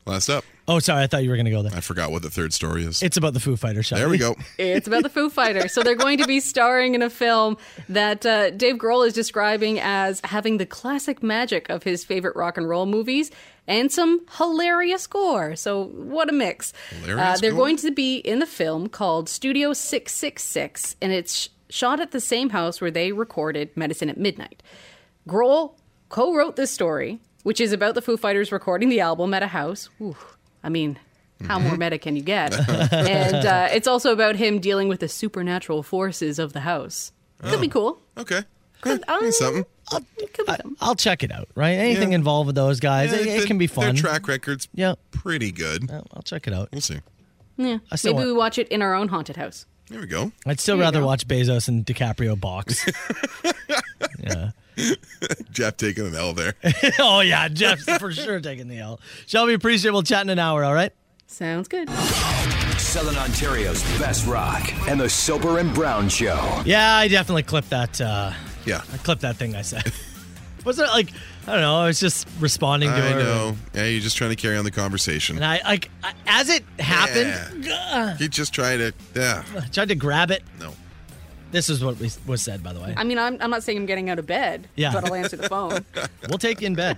E: Last up,
D: Oh, sorry. I thought you were going to go there.
E: I forgot what the third story is.
D: It's about the Foo Fighter shot.
E: There we go.
H: It's about the Foo Fighters. So they're going to be starring in a film that uh, Dave Grohl is describing as having the classic magic of his favorite rock and roll movies and some hilarious gore. So what a mix. Uh,
E: Hilarious
H: they're
E: gore?
H: going to be in the film called Studio 666, and it's sh- shot at the same house where they recorded Medicine at Midnight. Grohl co wrote this story, which is about the Foo Fighters recording the album at a house. Ooh, I mean, how more meta can you get? and uh, it's also about him dealing with the supernatural forces of the house. Could
D: Oh.
H: be cool.
E: Okay.
H: Could, um,
E: Need something.
H: could be something.
D: I'll check it out. Right? Anything involved with those guys, it, it
E: Their-
D: can be fun.
E: Their track record's
D: Yeah.
E: pretty good.
D: I'll I'll check it out.
E: We'll see.
D: I still
H: Maybe
D: want-
H: we watch it in our own haunted house.
E: There we go.
D: I'd still rather watch Bezos and DiCaprio box.
E: Jeff taking an L there.
D: oh yeah, Jeff's for sure taking the L. Shelby, appreciate. it. We'll chat in an hour. All right.
H: Sounds good.
A: Southern Ontario's best rock and the Soper and Brown Show.
D: Yeah, I definitely clipped that. Uh,
E: Yeah.
D: I clipped that thing I said. was it like I don't know? I was just responding to
E: I
D: her.
E: know. Yeah, you're just trying to carry on the conversation.
D: And I like I- as it happened,
E: You just try to. Yeah.
D: I tried to grab it.
E: No.
D: This is what was was said, by the way.
H: I mean, I'm, I'm not saying I'm getting out of bed,
D: Yeah.
H: but I'll answer the phone.
D: We'll take you in bed.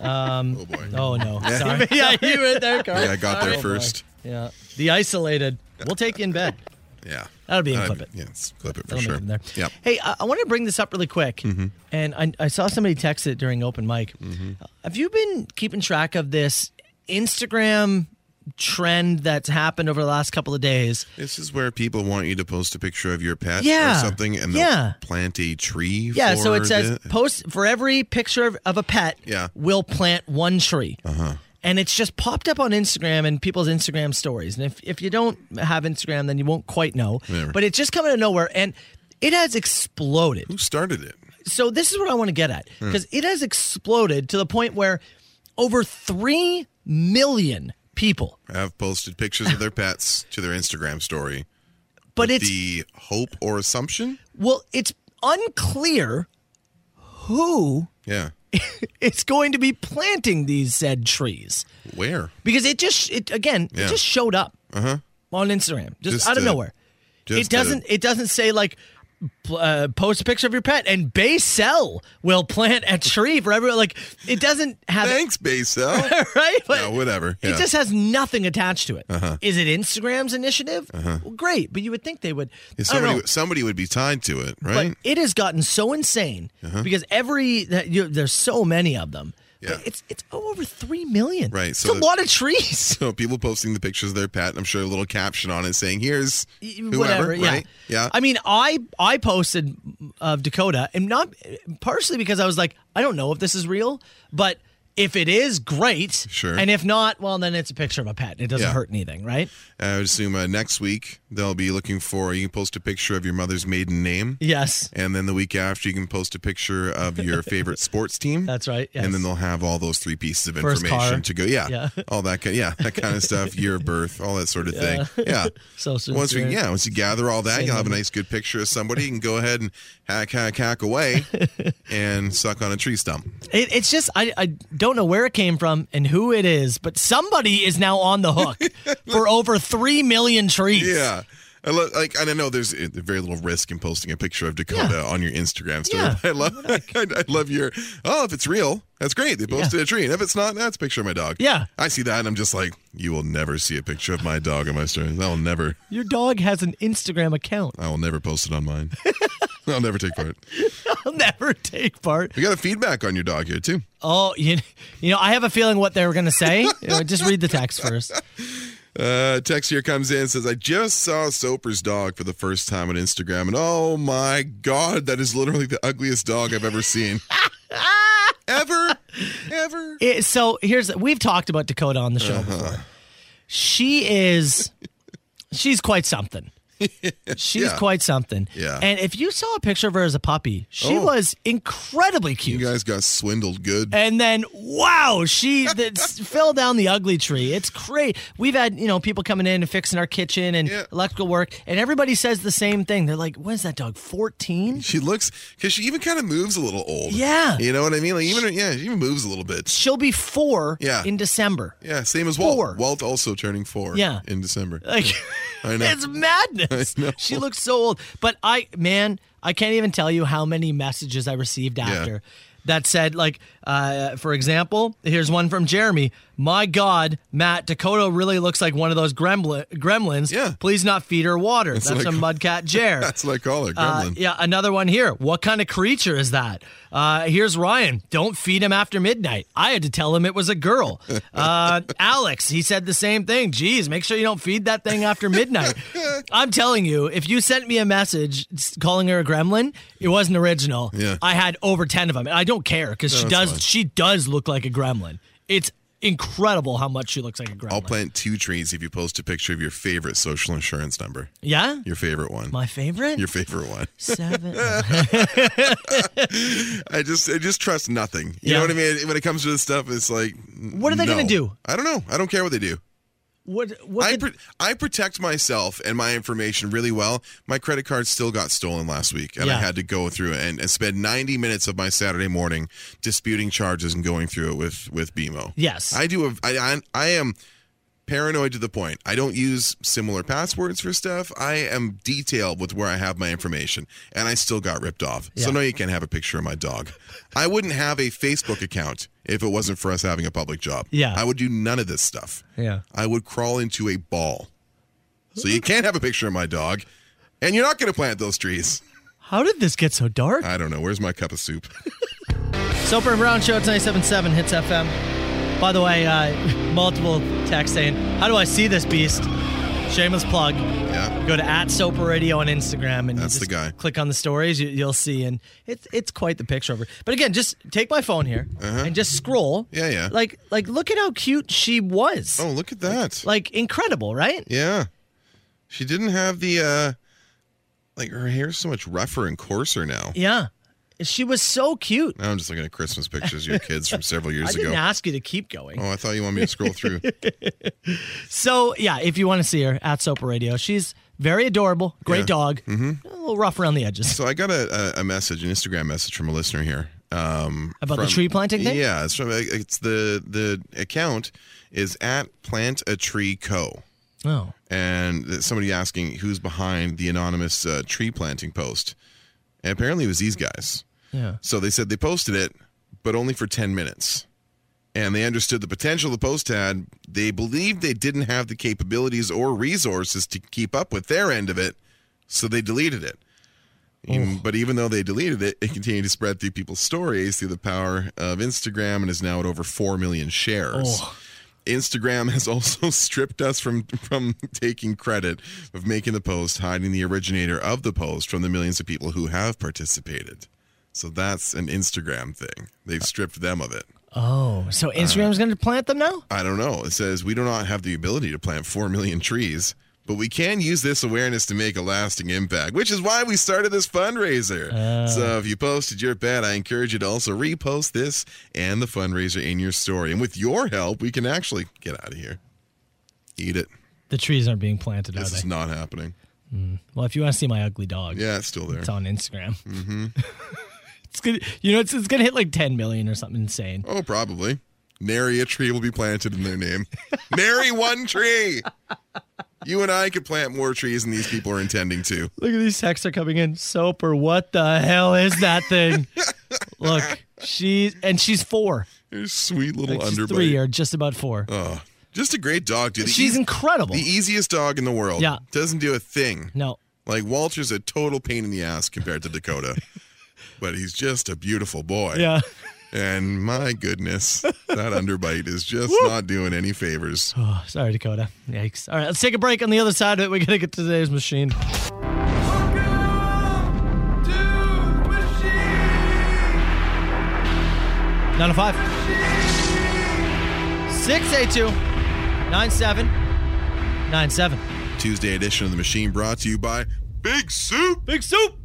E: Oh boy.
D: Oh no, sorry. yeah, you were there, Carl.
E: Yeah, I got there
D: Sorry.
E: first.
D: Yeah, the isolated. We'll take you in bed.
E: Yeah.
D: That'll be in
E: Uh,
D: clip it.
E: Yeah, it's clip it for
D: That'll
E: sure.
D: make them there.
E: Yep.
D: Hey, I, I want to bring this up really quick, and I, I saw somebody text it during open mic. Have you been keeping track of this Instagram trend that's happened over the last couple of days?
E: This is where people want you to post a picture of your pet
D: Yeah.
E: or something and they'll
D: Yeah.
E: plant a tree.
D: Yeah,
E: for
D: so it says
E: the-
D: post for every picture of, of a pet.
E: Yeah. Uh-huh.
D: we'll plant one tree. And it's just popped up on Instagram and people's Instagram stories. And if, if you don't have Instagram, then you won't quite know.
E: Never.
D: But it's just coming out of nowhere, and it has exploded.
E: Who started it?
D: So this is what I want to get at
E: Hmm.
D: because it has exploded to the point where over three million people.
E: Have posted pictures of their pets to their Instagram story.
D: But
E: with
D: it's
E: the hope or assumption.
D: well, it's unclear who
E: Yeah.
D: is going to be planting these said trees.
E: Where?
D: because it just it again
E: Yeah. Uh-huh.
D: it just showed up on Instagram just,
E: Just
D: out of
E: a-
D: nowhere.
E: just
D: it doesn't it doesn't say like pl- uh, post a picture of your pet, and Baysel will plant a tree for everyone. Like it doesn't have
E: Thanks, Basel.
D: right? But
E: Yeah, whatever.
D: It
E: Yeah. Uh-huh.
D: just has nothing attached to it. Is it Instagram's initiative? Well, great, but you would think they would.
E: Yeah,
D: I don't
E: Uh-huh. somebody,
D: know.
E: somebody would be tied to it,
D: but
E: right? Uh-huh.
D: it has gotten so insane because every that you, there's so many of them.
E: Yeah.
D: It's it's over three million.
E: Right,
D: It's
E: so
D: a
E: the-
D: lot of trees.
E: so people posting the pictures of their pet. I'm sure a little caption on it saying, "Here's whoever."
D: Whatever. Yeah.
E: right? Yeah.
D: I mean, I I posted of Dakota, and not partially because I was like, I don't know if this is real, but if it is, great.
E: Sure.
D: And if not, well, then it's a picture of a pet. It doesn't
E: Yeah.
D: hurt anything, right?
E: I would assume uh, next week they'll be looking for. You can post a picture of your mother's maiden name.
D: Yes.
E: And then the week after, you can post a picture of your favorite sports team.
D: That's right, yes.
E: And then they'll have all those three pieces of
D: First
E: information
D: car.
E: to go. Yeah,
D: Yeah.
E: all that kind. Yeah, that kind of stuff. Year of birth, all that sort of thing. Yeah.
D: Social
E: once we
D: security.
E: yeah, once you gather all that,
D: Same
E: you'll have a
D: number.
E: nice good picture of somebody. You can go ahead and hack, hack, hack away, and suck on a tree stump.
D: It, it's just I, I don't know where it came from and who it is, but somebody is now on the hook for over three million trees.
E: Yeah. I lo- like I don't know. There's uh, very little risk in posting a picture of Dakota on your Instagram story.
D: Yeah.
E: I love. I, I love your. Oh, if it's real, that's great. They posted a tree, and if it's not, that's a picture of my dog.
D: Yeah.
E: I see that, and I'm just like, you will never see a picture of my dog on my story. I will never.
D: Your dog has an Instagram account.
E: I will never post it on mine. I'll never take part.
D: I'll never take part.
E: We got a feedback on your dog here too.
D: Oh, you, you know, I have a feeling what they were going to say. just read the text first.
E: Uh, text here comes in and says, I just saw Soper's dog for the first time on Instagram, and oh my God, that is literally the ugliest dog I've ever seen. ever, ever.
D: It- so here's we've talked about Dakota on the show
E: Uh-huh.
D: before. She is she's quite something. She's
E: Yeah.
D: quite something.
E: Yeah.
D: And if you saw a picture of her as a puppy, she
E: Oh.
D: was incredibly cute.
E: You guys got swindled good.
D: And then, wow, she that s- fell down the ugly tree. It's great. We've had you know people coming in and fixing our kitchen and
E: Yeah.
D: electrical work, and everybody says the same thing. They're like, "What is that dog? 14?
E: She looks, because she even kind of moves a little old.
D: Yeah.
E: You know what I mean? Like, even, yeah, she even moves a little bit.
D: She'll be four
E: Yeah.
D: in December."
E: Yeah, same as Walt.
D: Four.
E: Walt also turning four
D: Yeah.
E: in December.
D: Like,
E: I know.
D: it's madness.
E: I know.
D: She looks so old. But I, man, I can't even tell you how many messages I received after that said, like, uh, for example, here's one from Jeremy. My God, Matt, Dakota really looks like one of those gremlin, gremlins.
E: Yeah.
D: Please not feed her water. That's,
E: like-
D: a mudcat Jer.
E: That's what I call her,
D: Uh,
E: Gremlin.
D: yeah, another one here. What kind of creature is that? Uh, here's Ryan. Don't feed him after midnight. I had to tell him it was a girl. Uh, Alex, he said the same thing. Geez, make sure you don't feed that thing after midnight. I'm telling you, if you sent me a message s- calling her a gremlin, it wasn't original.
E: Yeah.
D: I had over ten of them. And I don't care because she
E: that's
D: does.
E: fine.
D: She does look like a gremlin. It's incredible how much she looks like a gremlin.
E: I'll plant two trees if you post a picture of your favorite social insurance number.
D: yeah,
E: Your favorite one.
D: my favorite.
E: your favorite one.
D: Seven.
E: I just I just trust nothing. You know
D: Yeah.
E: what I mean? When it comes to this stuff, it's like
D: What are they gonna
E: no.
D: do?
E: I don't know. I don't care what they do.
D: what? What?
E: I
D: did-
E: pro- I protect myself and my information really well. My credit card still got stolen last week, and I
D: Yeah.
E: had to go through and, and spend 90 minutes of my Saturday morning disputing charges and going through it with with BMO.
D: Yes.
E: I do. A, I, I I am paranoid to the point. I don't use similar passwords for stuff. I am detailed with where I have my information, and I still got ripped off. So
D: Yeah.
E: no, you can't have a picture of my dog. I wouldn't have a Facebook account if it wasn't for us having a public job.
D: Yeah.
E: I would do none of this stuff.
D: Yeah.
E: I would crawl into a ball. So you can't have a picture of my dog, and you're not going to plant those trees.
D: how did this get so dark?
E: I don't know. Where's my cup of soup?
D: Soper and Brown Show, it's 97.7 Hits FM. By the way, uh, multiple texts saying, How do I see this beast? Shameless plug.
E: Yeah.
D: Go to at Soper Radio on Instagram and you
E: That's the
D: just
E: guy.
D: click on the stories, you, you'll see. And it's it's quite the picture of her. But again, just take my phone here and just scroll.
E: Uh-huh. Yeah, yeah.
D: Like, like look at how cute she was.
E: Oh, look at that.
D: Like, incredible, right?
E: Yeah. She didn't have the uh like her hair's so much rougher and coarser now.
D: Yeah. She was so cute.
E: Now I'm just looking at Christmas pictures of your kids from several
D: I
E: years
D: didn't
E: ago.
D: ask you to keep going.
E: Oh, I thought you wanted me to scroll through.
D: So yeah, if you want to see her at Soper Radio, she's very adorable, great dog, a little rough around the edges.
E: So I got a, a, a message, an Instagram message from a listener here. Um
D: About the
E: from-
D: tree planting thing?
E: Yeah, it's from it's the the account is at plant a tree co.
D: Oh,
E: and th- somebody asking who's behind the anonymous uh, tree planting post. And apparently it was these guys.
D: Yeah.
E: So they said they posted it, but only for 10 minutes. And they understood the potential the post had. They believed they didn't have the capabilities or resources to keep up with their end of it, so they deleted it. Even- but even though they deleted it, it continued to spread through people's stories through the power of Instagram and is now at over 4 million shares. Instagram has also stripped us from from taking credit of making the post, hiding the originator of the post from the millions of people who have participated. So that's an Instagram thing. They've stripped them of it.
D: Oh, so Instagram's going to plant them now?
E: I don't know. It says we do not have the ability to plant 4 million trees, but we can use this awareness to make a lasting impact, which is why we started this fundraiser. so if you posted your bet, I encourage you to also repost this and the fundraiser in your story. And with your help, we can actually get out of here. Eat it.
D: The trees aren't being planted, are
E: This is
D: they?
E: not happening.
D: Well, if you want to see my ugly dog,
E: Yeah, it's still there.
D: it's on Instagram. it's gonna, you know, it's, it's gonna hit like 10 million or something insane.
E: Oh, probably. Nary a tree will be planted in their name. Nary one tree. You and I could plant more trees than these people are intending to.
D: Look at these texts are coming in. Soap or what the hell is that thing? Look, she's and she's four.
E: Your sweet little
D: Like, she's
E: underbite.
D: three or just about four.
E: Just a great dog, dude. The
D: she's
E: eas-
D: incredible.
E: the easiest dog in the world.
D: Yeah.
E: Doesn't do a thing.
D: no,
E: Like Walter's a total pain in the ass compared to Dakota. but he's just a beautiful boy.
D: yeah.
E: And my goodness, that underbite is just not doing any favors.
D: Oh, sorry, Dakota. Yikes. All right, let's take a break. On the other side of it, we gotta get to today's machine. Nine oh five. Six eight two. Nine seven. Nine seven.
E: Tuesday edition of The Machine brought to you by Big Soup.
D: Big soup.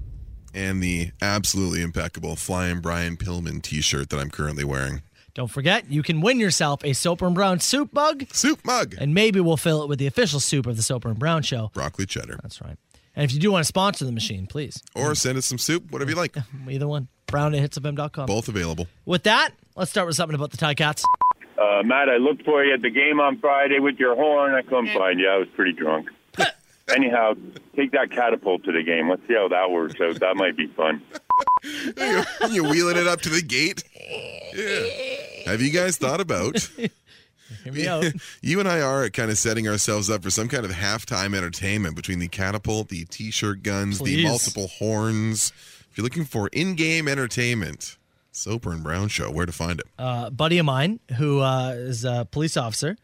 E: and the absolutely impeccable Flying Brian Pillman t shirt that I'm currently wearing.
D: Don't forget, you can win yourself a Soper and Brown soup mug,
E: Soup mug,
D: and maybe we'll fill it with the official soup of the Soper and Brown show.
E: broccoli cheddar,
D: That's right. And if you do want to sponsor the machine, please.
E: or send us some soup, whatever you like.
D: Either one. Brown at hitsofm.com.
E: Both available.
D: With that, let's start with something about the Tie Cats.
I: Uh, Matt, I looked for you at the game on Friday with your horn. I couldn't find you. I was pretty drunk. Anyhow, take that catapult to the game. Let's see how that works out. That might be fun.
E: You're, you're wheeling it up to the gate. Yeah. Have you guys thought about?
D: Hear me out.
E: you and I are kind of setting ourselves up for some kind of halftime entertainment between the catapult, the t-shirt guns, the
D: Please.
E: multiple horns. If you're looking for in-game entertainment, Soper and Brown Show, where to find it?
D: A buddy of mine who uh, is a police officer.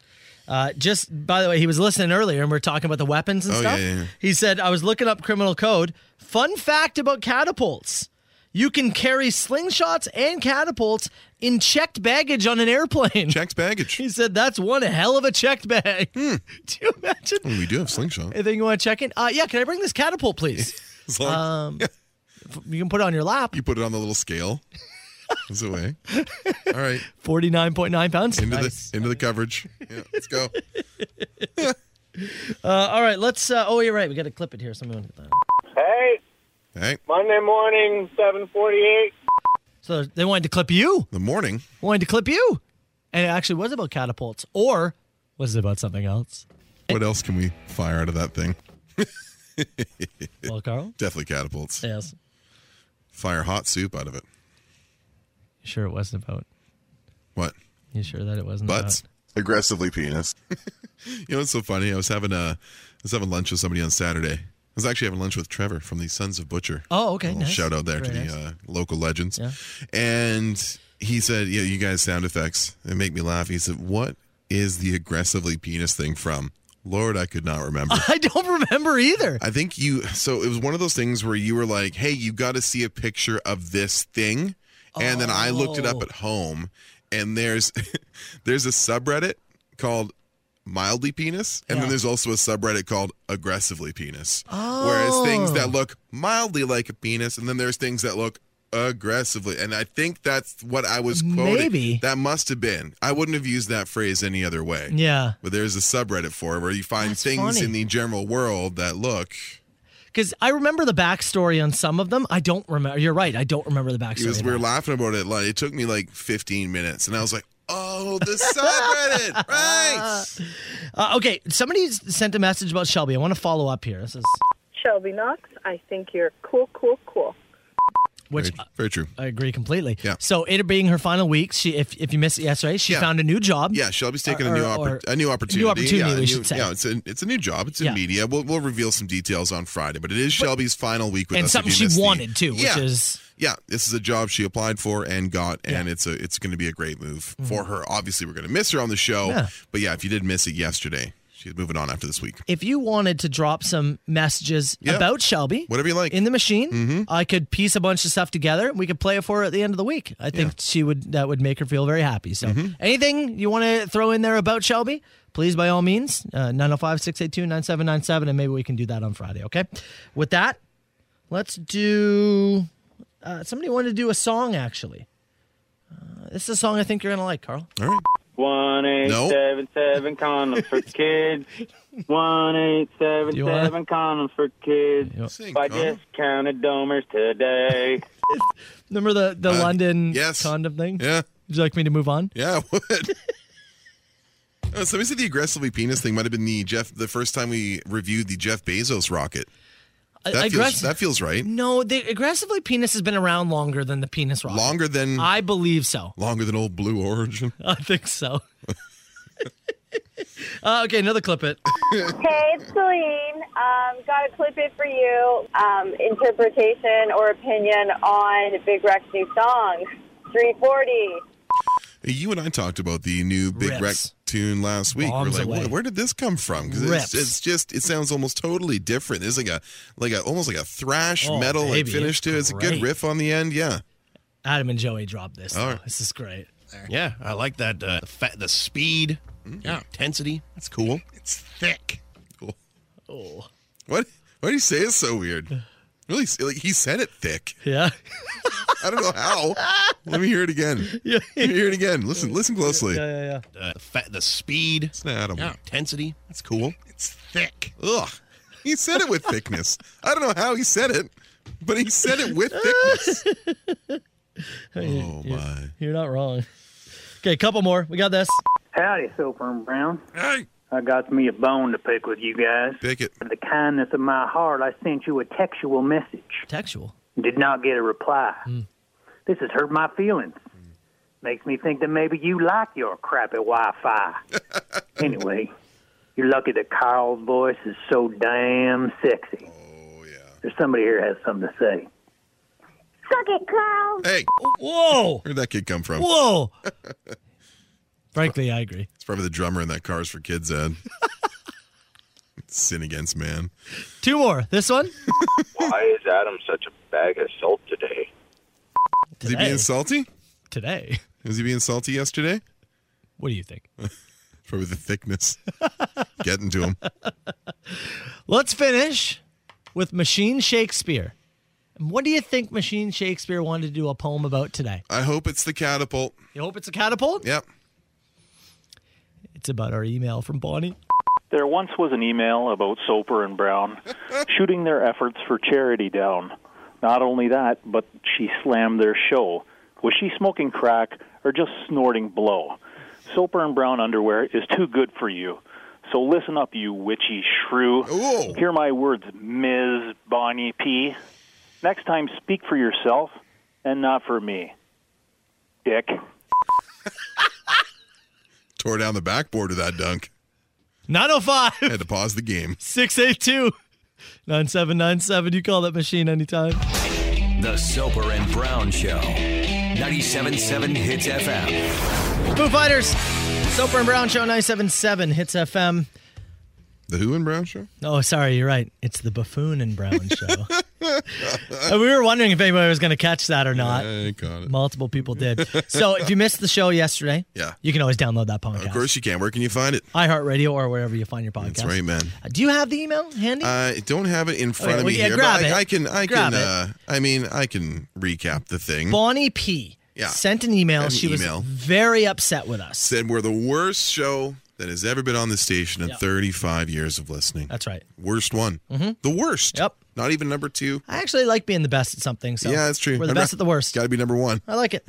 D: Uh, just by the way, he was listening earlier and we are talking about the weapons and
E: Oh,
D: stuff.
E: yeah, yeah, yeah.
D: He said, I was looking up criminal code. Fun fact about catapults you can carry slingshots and catapults in checked baggage on an airplane.
E: Checked baggage.
D: He said, That's one hell of a checked bag.
E: Hmm.
D: Do you imagine?
E: We do have slingshot.
D: Anything you want to check in? Uh, yeah, can I bring this catapult, please?
E: As
D: uh,
E: long-
D: You can put it on your lap.
E: You put it on the little scale. It's away. All right,
D: 49.9 pounds.
E: into
D: Nice.
E: the into the coverage. Yeah, let's go.
D: Uh, all right, let's. Uh, oh, you're right. We got to clip it here. Someone get that.
I: Hey,
E: Hey,
I: Monday morning, 748.
D: So they wanted to clip you.
E: the morning.
D: Wanted to clip you. And it actually was about catapults. Or was it about something else?
E: What else can we fire out of that thing?
D: Well, Carl?
E: Definitely catapults.
D: Yes.
E: Fire hot soup out of it.
D: You sure it wasn't about?
E: What?
D: You sure that it wasn't
E: Butts.
D: about?
E: Aggressively penis. you know what's so funny? I was having a I was having lunch with somebody on Saturday. I was actually having lunch with Trevor from the Sons of Butcher.
D: Oh, okay.
E: Little
D: nice.
E: Shout out there to
D: Very
E: the
D: nice.
E: uh, local legends.
D: Yeah.
E: And he said, "Yeah, you guys sound effects. They make me laugh." He said, "What is the aggressively penis thing from?" Lord, I could not remember.
D: I don't remember either.
E: I think you. So it was one of those things where you were like, "Hey, you got to see a picture of this thing," and then I looked it up
D: Oh.
E: at home, and there's there's a subreddit called mildly penis and
D: Yeah.
E: then there's also a subreddit called aggressively penis whereas things
D: Oh.
E: that look mildly like a penis and then there's things that look aggressively and i think that's what i was quoting
D: Maybe.
E: that must have been i wouldn't have used that phrase any other way
D: Yeah.
E: but there's a subreddit for it where you find
D: That's
E: things
D: funny.
E: in the general world that look
D: Because I remember the backstory on some of them. I don't remember. You're right. I don't remember the backstory.
E: because
D: at
E: we were
D: all.
E: laughing about it like it took me like 15 minutes and i was like oh the subreddit right
D: Uh, okay. Somebody s- sent a message about Shelby. I want to follow up here. This is.
G: Shelby Knox, I think you're cool, cool, cool.
D: Which uh,
E: Very, very true.
D: I agree completely.
E: Yeah.
D: So it being her final week, she if, if you missed it yesterday, she
E: Yeah.
D: found a new job.
E: Yeah, Shelby's taking
D: uh, Or-
E: a new
D: or-
E: oppor-
D: or-
E: a new opportunity.
D: opportunity,
E: yeah, a
D: we
E: new-
D: should say.
E: Yeah, it's a it's a new job. It's in
D: Yeah.
E: media. We'll we'll reveal some details on Friday, but it is Shelby's final week with
D: And
E: us. if
D: something
E: you
D: she
E: missed the-
D: wanted too, which
E: Yeah.
D: is
E: yeah, this is a job she applied for and got, and it's a it's going to be a great move for her. Obviously, we're going to miss her on the show,
D: Mm-hmm. Yeah.
E: but yeah, if you did miss it yesterday, she's moving on after this week.
D: if you wanted to drop some messages
E: Yeah.
D: about Shelby,
E: Whatever you like. Mm-hmm.
D: in the machine, I could piece a bunch of stuff together. and We could play it for her at the end of the week. I think she would that would make her feel very happy. So,
E: Mm-hmm.
D: anything you want to throw in there about Shelby, please by all means, uh, 905 682 9797, and maybe we can do that on Friday, okay? With that, let's do. Uh, somebody wanted to do a song, actually. Uh, this is a song I think you're going to like, Carl.
E: All right,
J: One eight
E: No.
J: seven seven condoms for kids. One eight seven
D: Do you wanna-
J: seven condoms for kids.
E: Sing,
J: I
E: Connor.
J: just counted domers today.
D: Remember the, the
E: Uh,
D: London
E: yes.
D: condom thing?
E: yeah,
D: Would you like me to move on?
E: yeah, I would. Oh, Somebody said the aggressively penis thing might have been the Jeff the first time we reviewed the Jeff Bezos rocket. That
D: I- I
E: feels
D: guess-
E: that feels right.
D: No, the aggressively penis has been around longer than the penis rock.
E: Longer than
D: I believe so.
E: longer than old Blue Origin.
D: I think so. uh, okay, another clip it.
G: Hey, it's Celine. Um, got a clip it for you. Um, interpretation or opinion on Big Rec's new song, 340.
E: You and I talked about the new Big
D: Rips.
E: Rex tune last week.
D: Bombs
E: We're like,
D: away.
E: "Where- where did this come from? Because it's,
D: Rips.
E: it's just it sounds almost totally different. It's like a like a almost like a thrash
D: Oh,
E: metal like
D: baby,
E: finish
D: it's
E: to it. It's a good
D: great.
E: riff on the end. Yeah,
D: Adam and Joey dropped this.
E: All
D: though.
E: right.
D: This is great.
K: Yeah, I like that. Uh, the, fa- the speed, yeah, intensity.
E: that's cool.
K: It's thick.
E: Cool.
D: Oh.
E: What why do you say it's so weird? Really, like he said it thick.
D: Yeah.
E: I don't know how. Let me hear it again.
D: yeah,
E: Let
D: yeah,
E: me hear it again. Listen, listen closely.
D: yeah.
K: Uh, the, fa- the speed,
E: It's not Adam.
K: yeah, intensity.
E: That's cool.
K: It's thick.
E: Ugh. He said it with thickness. I don't know how he said it, but he said it with thickness. Oh my.
D: You're not wrong. Okay, couple more. We got this.
J: Howdy, Silver and Brown. I got me a bone to pick with you guys.
E: Pick it.
J: Out of the kindness of my heart, I sent you a textual message.
D: Textual.
J: Did not get a reply. This has hurt my feelings. Makes me think that maybe you like your crappy Wi Fi. anyway, you're lucky that Carl's voice is so damn sexy.
E: Oh yeah.
J: There's somebody here has something to say.
G: Suck it, Carl.
E: Hey,
D: Whoa.
E: where'd that kid come from?
D: Whoa. Frankly, I agree.
E: It's probably the drummer in that Cars for Kids ad. Sin against man.
D: Two more. This one.
I: Why is Adam such a bag of salt today?
E: Is he
D: Today.
E: being salty?
D: Today.
E: Is he being salty yesterday?
D: What do you think?
E: Probably the thickness getting to him.
D: Let's finish with Machine Shakespeare. And what do you think Machine Shakespeare wanted to do a poem about today?
E: I hope it's the catapult.
D: You hope it's a catapult?
E: Yep.
D: It's about our email from Bonnie.
J: There once was an email about Soper and Brown shooting their efforts for charity down. Not only that, but she slammed their show. Was she smoking crack or just snorting blow? Soper and Brown underwear is too good for you. So listen up, you witchy shrew.
E: Ooh.
J: Hear my words, Ms. Bonnie P. Next time, speak for yourself and not for me. Dick.
E: Tore down the backboard of that dunk.
D: 905
E: Had to pause the game.
D: 682 9797. You call that machine anytime.
A: The Soper and Brown Show. 97.7 Hits FM.
D: Foo Fighters, Soper and Brown Show 977 hits FM.
E: The Who and Brown show?
D: Oh, sorry, you're right. It's the Buffoon and Brown Show. And we were wondering if anybody was going to catch that or not.
E: I caught it.
D: Multiple people did. So if you missed the show yesterday,
E: Yeah.
D: you can always download that podcast.
E: Of course you can. Where can you find it?
D: iHeartRadio or wherever you find your podcast.
E: That's right, Um, man.
D: Uh, Do you have the email handy?
E: I don't have it in front
D: Okay,
E: of
D: well,
E: me
D: yeah,
E: here,
D: grab
E: but
D: it.
E: I, I can, I
D: Grab
E: can.
D: it.
E: Uh, I mean, I can recap the thing.
D: Bonnie P.
E: Yeah.
D: Sent an email.
E: An
D: she
E: email.
D: was very upset with us.
E: said we're the worst show that has ever been on the station in
D: Yeah.
E: 35 years of listening.
D: That's right.
E: worst one. The worst.
D: Mm-hmm. Yep.
E: Not even number two.
D: I actually like being the best at something. So
E: yeah, that's true.
D: We're the best at the worst.
E: Got to be number one.
D: I like it.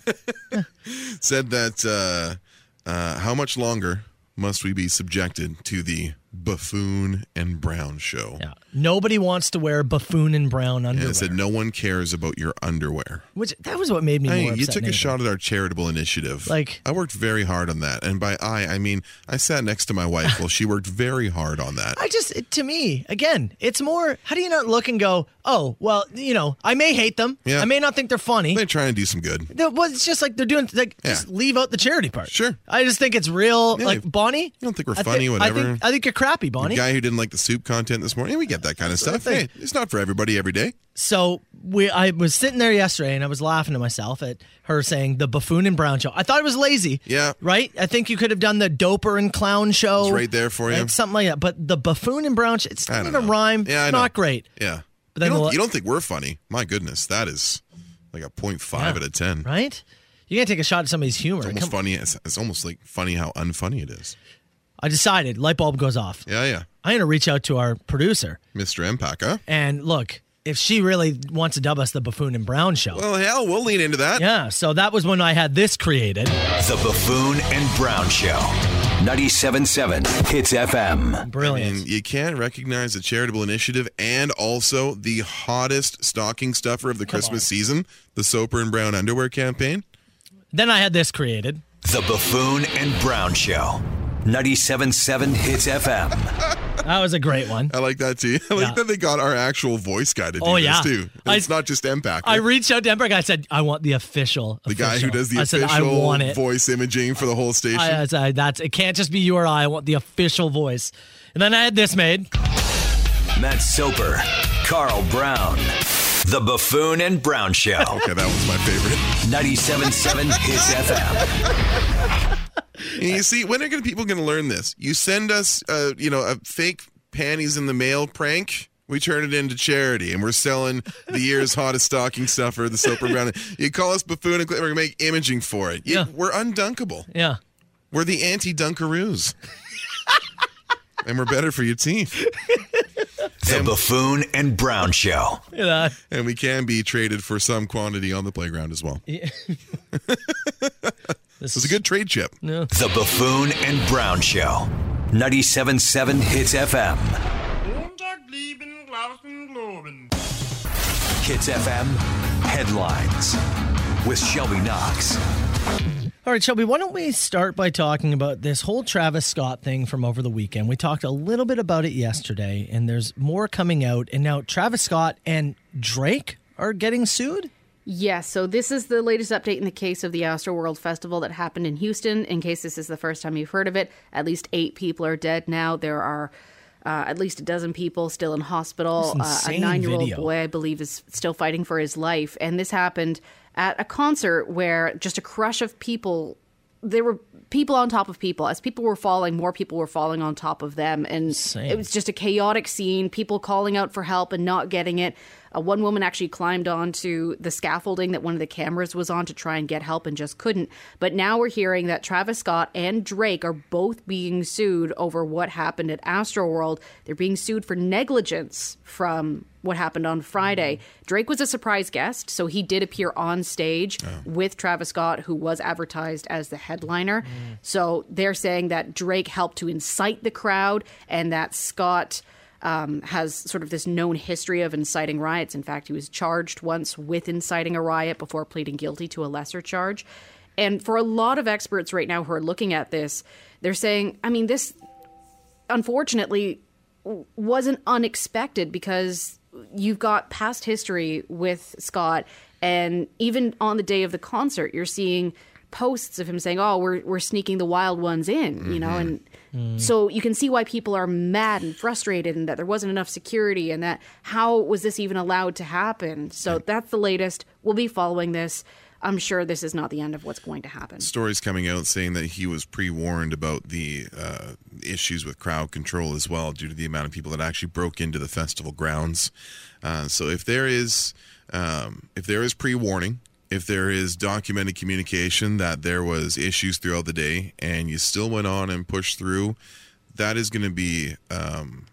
E: Said that. Uh, uh, how much longer must we be subjected to the Buffoon and Brown show. Yeah.
D: Nobody wants to wear buffoon and brown underwear.
E: And it said, no one cares about your underwear.
D: which that was what made me.
E: Hey,
D: more
E: you
D: upset
E: took
D: than
E: a
D: anything.
E: shot at our charitable initiative.
D: Like-
E: I worked very hard on that, and by I, I mean I sat next to my wife while she worked very hard on that.
D: I just, to me, again, it's more. How do you not look and go, oh, well, you know, I may hate them.
E: Yeah.
D: I may not think they're funny.
E: They try and do some good.
D: No, well, it's just like they're doing like
E: Yeah.
D: just leave out the charity part.
E: Sure.
D: I just think it's real.
E: Yeah.
D: like Bonnie, you
E: don't think we're
D: I thi-
E: funny,
D: I
E: whatever.
D: think, I think you're crappy,
E: The
D: Bonnie.
E: guy who didn't like the soup content this morning, we get that kind of stuff.
D: the
E: Hey,
D: thing.
E: it's not for everybody every day.
D: so we, I was sitting there yesterday and I was laughing to myself at her saying the buffoon and brown show. I thought it was lazy.
E: Yeah.
D: Right. I think you could have done the doper and clown show.
E: It's right there for you.
D: Like, something like that. But the buffoon and brown show. It's
E: I
D: not
E: don't
D: a
E: know.
D: rhyme.
E: Yeah, I
D: It's
E: know.
D: not great.
E: Yeah.
D: But then
E: you,
D: we'll-
E: don't, you don't think we're funny? My goodness, that is like a 0.5 out of ten.
D: Right. You gotta take a shot at somebody's humor.
E: It's almost
D: Come-
E: funny. It's, it's almost like funny how unfunny it is.
D: I decided. Light bulb goes off.
E: Yeah, yeah.
D: I'm gonna reach out to our producer.
E: Mr. Impact, huh?
D: And look, if she really wants to dub us the Buffoon and Brown show.
E: Well, hell, we'll lean into that.
D: yeah, so that was when I had this created.
A: The Buffoon and Brown Show. 97.7 Hits FM.
D: Brilliant.
E: And you can't recognize the charitable initiative and also the hottest stocking stuffer of the Christmas season, the Soper and Brown underwear campaign.
D: Then I had this created.
A: The Buffoon and Brown Show. 97.7 Hits FM.
D: That was a great one.
E: I like that too. I like
D: Yeah.
E: that they got our actual voice guy to do
D: Oh,
E: this
D: yeah.
E: too.
D: I-
E: It's not just Impact.
D: I reached out to Ember. I said, I want the official.
E: the guy who does the
D: I said,
E: official
D: I want it.
E: voice imaging for the whole station.
D: I, uh, I said, that's it. Can't just be you or I. I want the official voice. And then I had this made.
A: Matt Soper. Carl Brown. The Buffoon and Brown Show.
E: okay, that was my favorite.
A: 97.7 Hits FM.
E: And you see, when are gonna people going to learn this? You send us, uh, you know, a fake panties in the mail prank. We turn it into charity, and we're selling the year's hottest stocking stuffer, the soap around it. You call us buffoon, and we're going to make imaging for it. You-
D: Yeah.
E: We're undunkable.
D: Yeah.
E: We're the anti-dunkaroos. and we're better for your team.
A: The Buffoon and Brown Show.
D: Look at that.
E: And we can be traded for some quantity on the playground as well.
D: Yeah. this
E: It's a good trade chip.
A: The Buffoon and Brown Show. 97.7 Hits FM. Hits FM headlines with Shelby Knox.
D: All right, Shelby, why don't we start by talking about this whole Travis Scott thing from over the weekend? We talked a little bit about it yesterday, and there's more coming out. And now Travis Scott and Drake are getting sued?
H: Yeah, so this is the latest update in the case of the Astroworld Festival that happened in Houston. In case this is the first time you've heard of it, at least eight people are dead now. There are uh, at least a dozen people still in hospital.
D: This
H: Uh, a
D: insane
H: nine year old
D: video.
H: boy, I believe, is still fighting for his life. And this happened at a concert where just a crush of people. There were people on top of people. As people were falling, more people were falling on top of them. And it was just a chaotic scene, people calling out for help and not getting it. Uh, one woman actually climbed onto the scaffolding that one of the cameras was on to try and get help and just couldn't. But now we're hearing that Travis Scott and Drake are both being sued over what happened at Astroworld. They're being sued for negligence from what happened on Friday. Drake was a surprise guest, so he did appear on stage with Travis Scott, who was advertised as the headliner. So they're saying that Drake helped to incite the crowd and that Scott. Um, has sort of this known history of inciting riots. In fact, he was charged once with inciting a riot before pleading guilty to a lesser charge. And for a lot of experts right now who are looking at this, they're saying, I mean, this unfortunately wasn't unexpected because you've got past history with Scott, and even on the day of the concert, you're seeing posts of him saying, "Oh, we're we're sneaking the wild ones in," you know, and so you can see why people are mad and frustrated, and that there wasn't enough security, and that how was this even allowed to happen? So that's the latest. We'll be following this. I'm sure this is not the end of what's going to happen.
E: stories coming out saying that he was pre-warned about the uh, issues with crowd control as well due to the amount of people that actually broke into the festival grounds uh, so if there is um, if there is pre-warning if there is documented communication that there was issues throughout the day and you still went on and pushed through that is going to be um,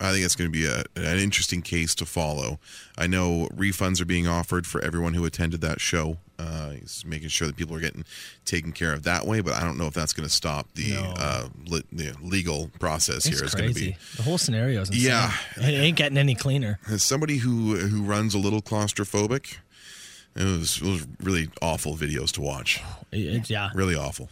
E: I think it's going to be a, an interesting case to follow. I know refunds are being offered for everyone who attended that show. Uh, he's making sure that people are getting taken care of that way, but I don't know if that's going to stop the uh, le- the legal process
D: It's
E: here. It's going to
D: crazy.
E: be
D: The whole scenario is insane.
E: Yeah.
D: It ain't getting any cleaner.
E: as somebody who who runs a little claustrophobic. It was, it was really awful videos to watch.
D: It- yeah.
E: Really awful.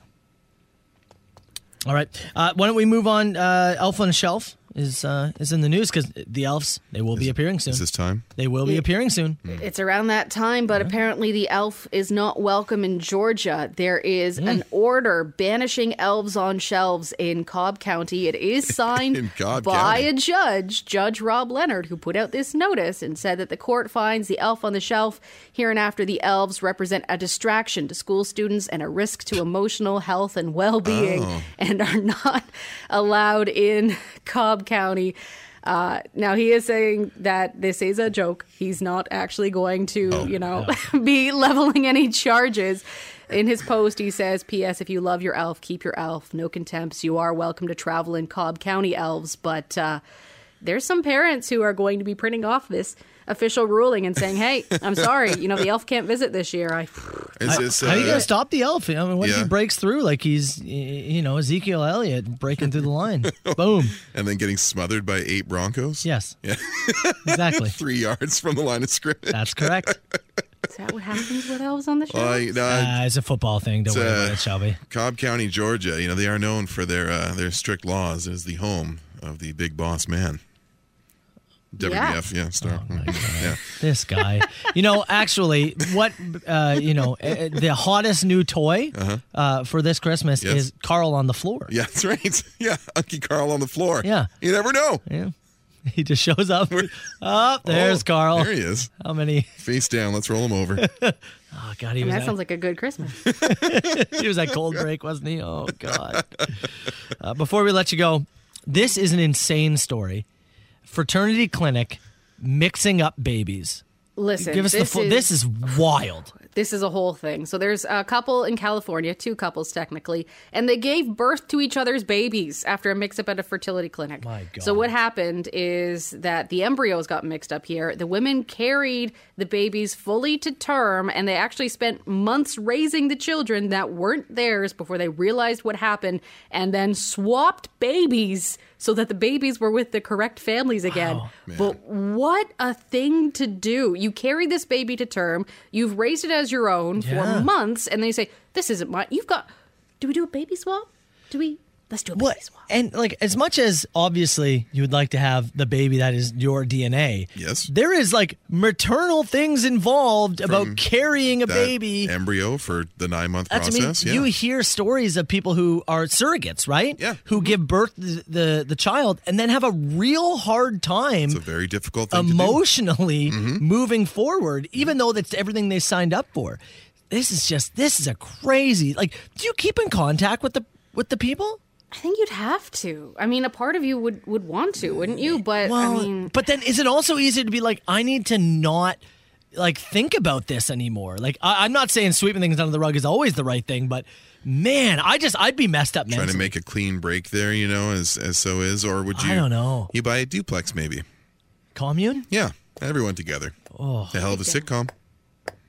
D: All right. Uh, why don't we move on? Uh, Elf on a Shelf is uh, is in the news because the elves they will be appearing soon.
E: Is this Mm. time?
D: They will be appearing soon.
H: It's around that time, but apparently the elf is not welcome in Georgia. There is
E: Hmm.
H: an order banishing elves on shelves in Cobb County. It is
E: In
H: signed
E: Cobb
H: by
E: County.
H: a judge, Judge Rob Leonard, who put out this notice and said that the court finds the elf on the shelf hereinafter the elves represent a distraction to school students and a risk to emotional health and well being
L: Oh.
H: and are not allowed in Cobb County. Uh, now he is saying that this is a joke. He's not actually going to,
E: Oh,
H: you know, be leveling any charges. In his post, he says, "P.S. If you love your elf, keep your elf. No contempts. You are welcome to travel in Cobb County elves, but uh, there's some parents who are going to be printing off this official ruling and saying, "Hey, I'm sorry. You know, the elf can't visit this year." I
E: Is this,
D: How are you
E: uh,
D: gonna stop the elf? I mean, what if
E: Yeah.
D: he breaks through like he's y- you know Ezekiel Elliott breaking through the line? Boom.
E: And then getting smothered by eight Broncos?
D: Yes.
E: Yeah.
D: Exactly.
E: Three yards from the line of scrimmage.
D: That's correct.
H: is that what happens with elves on the show?
E: Well, you know,
D: Uh, it's a football thing. Don't
E: it's,
D: worry
E: uh,
D: about it, Shelby.
E: Cobb County, Georgia, you know, they are known for their uh, their strict laws and is the home of the big boss man. WBF, yeah, star. yeah.
D: Oh This guy. you know, actually, what uh, you know, uh, the hottest new toy uh for this Christmas
E: Uh-huh. Yes.
D: is Carl on the floor.
E: Yeah, that's right. Yeah, Unky Carl on the floor.
D: Yeah.
E: You never know.
D: Yeah. He just shows up. Oh, there's
E: Oh,
D: Carl.
E: There he is.
D: How many?
E: Face down. Let's roll him over.
D: Oh God, he
H: I mean,
D: was.
H: that
D: at-
H: sounds like a good Christmas.
D: he was at cold break, wasn't he? Oh God. Uh, before we let you go, this is an insane story. Fraternity clinic mixing up babies.
H: Listen,
D: Give us
H: this
D: the. Full,
H: is-
D: this is wild.
H: This is a whole thing. So there's a couple in California, two couples technically, and they gave birth to each other's babies after a mix up at a fertility clinic. My
D: God.
H: So what happened is that the embryos got mixed up here. The women carried the babies fully to term and they actually spent months raising the children that weren't theirs before they realized what happened and then swapped babies so that the babies were with the correct families again. But what a thing to do. You carry this baby to term, you've raised it as your own
D: Yeah.
H: for months, and then you say, This isn't mine. You've got. Do we do a baby swap? Do we? Let's do a baby
D: What? And like, as much as obviously you would like to have the baby that is your DNA,
E: Yes.
D: there is like maternal things involved about carrying a
E: That
D: baby.
E: Embryo for the nine month
D: That's what I mean.
E: process. yeah.
D: You hear stories of people who are surrogates, right? Yeah. Who
E: Mm-hmm.
D: give birth the, the the child and then have a real hard time
E: it's a very difficult thing to do. Mm-hmm.
D: emotionally moving forward, even though that's everything they signed up for. This is just this is a crazy. Like, do you keep in contact with the with the people?
H: I think you'd have to. I mean, a part of you would would want to, wouldn't you? But I mean,
D: but then is it also easy to be like, I need to not like think about this anymore? Like, I, I'm not saying sweeping things under the rug is always the right thing, but man, I just I'd be messed up,
E: Trying
D: man.
E: to make a clean break there, you know, as, as so is. Or would
D: I
E: you?
D: don't know.
E: You buy a duplex, maybe.
D: Commune?
E: Yeah. Everyone together.
D: Oh,
E: The hell of a sitcom.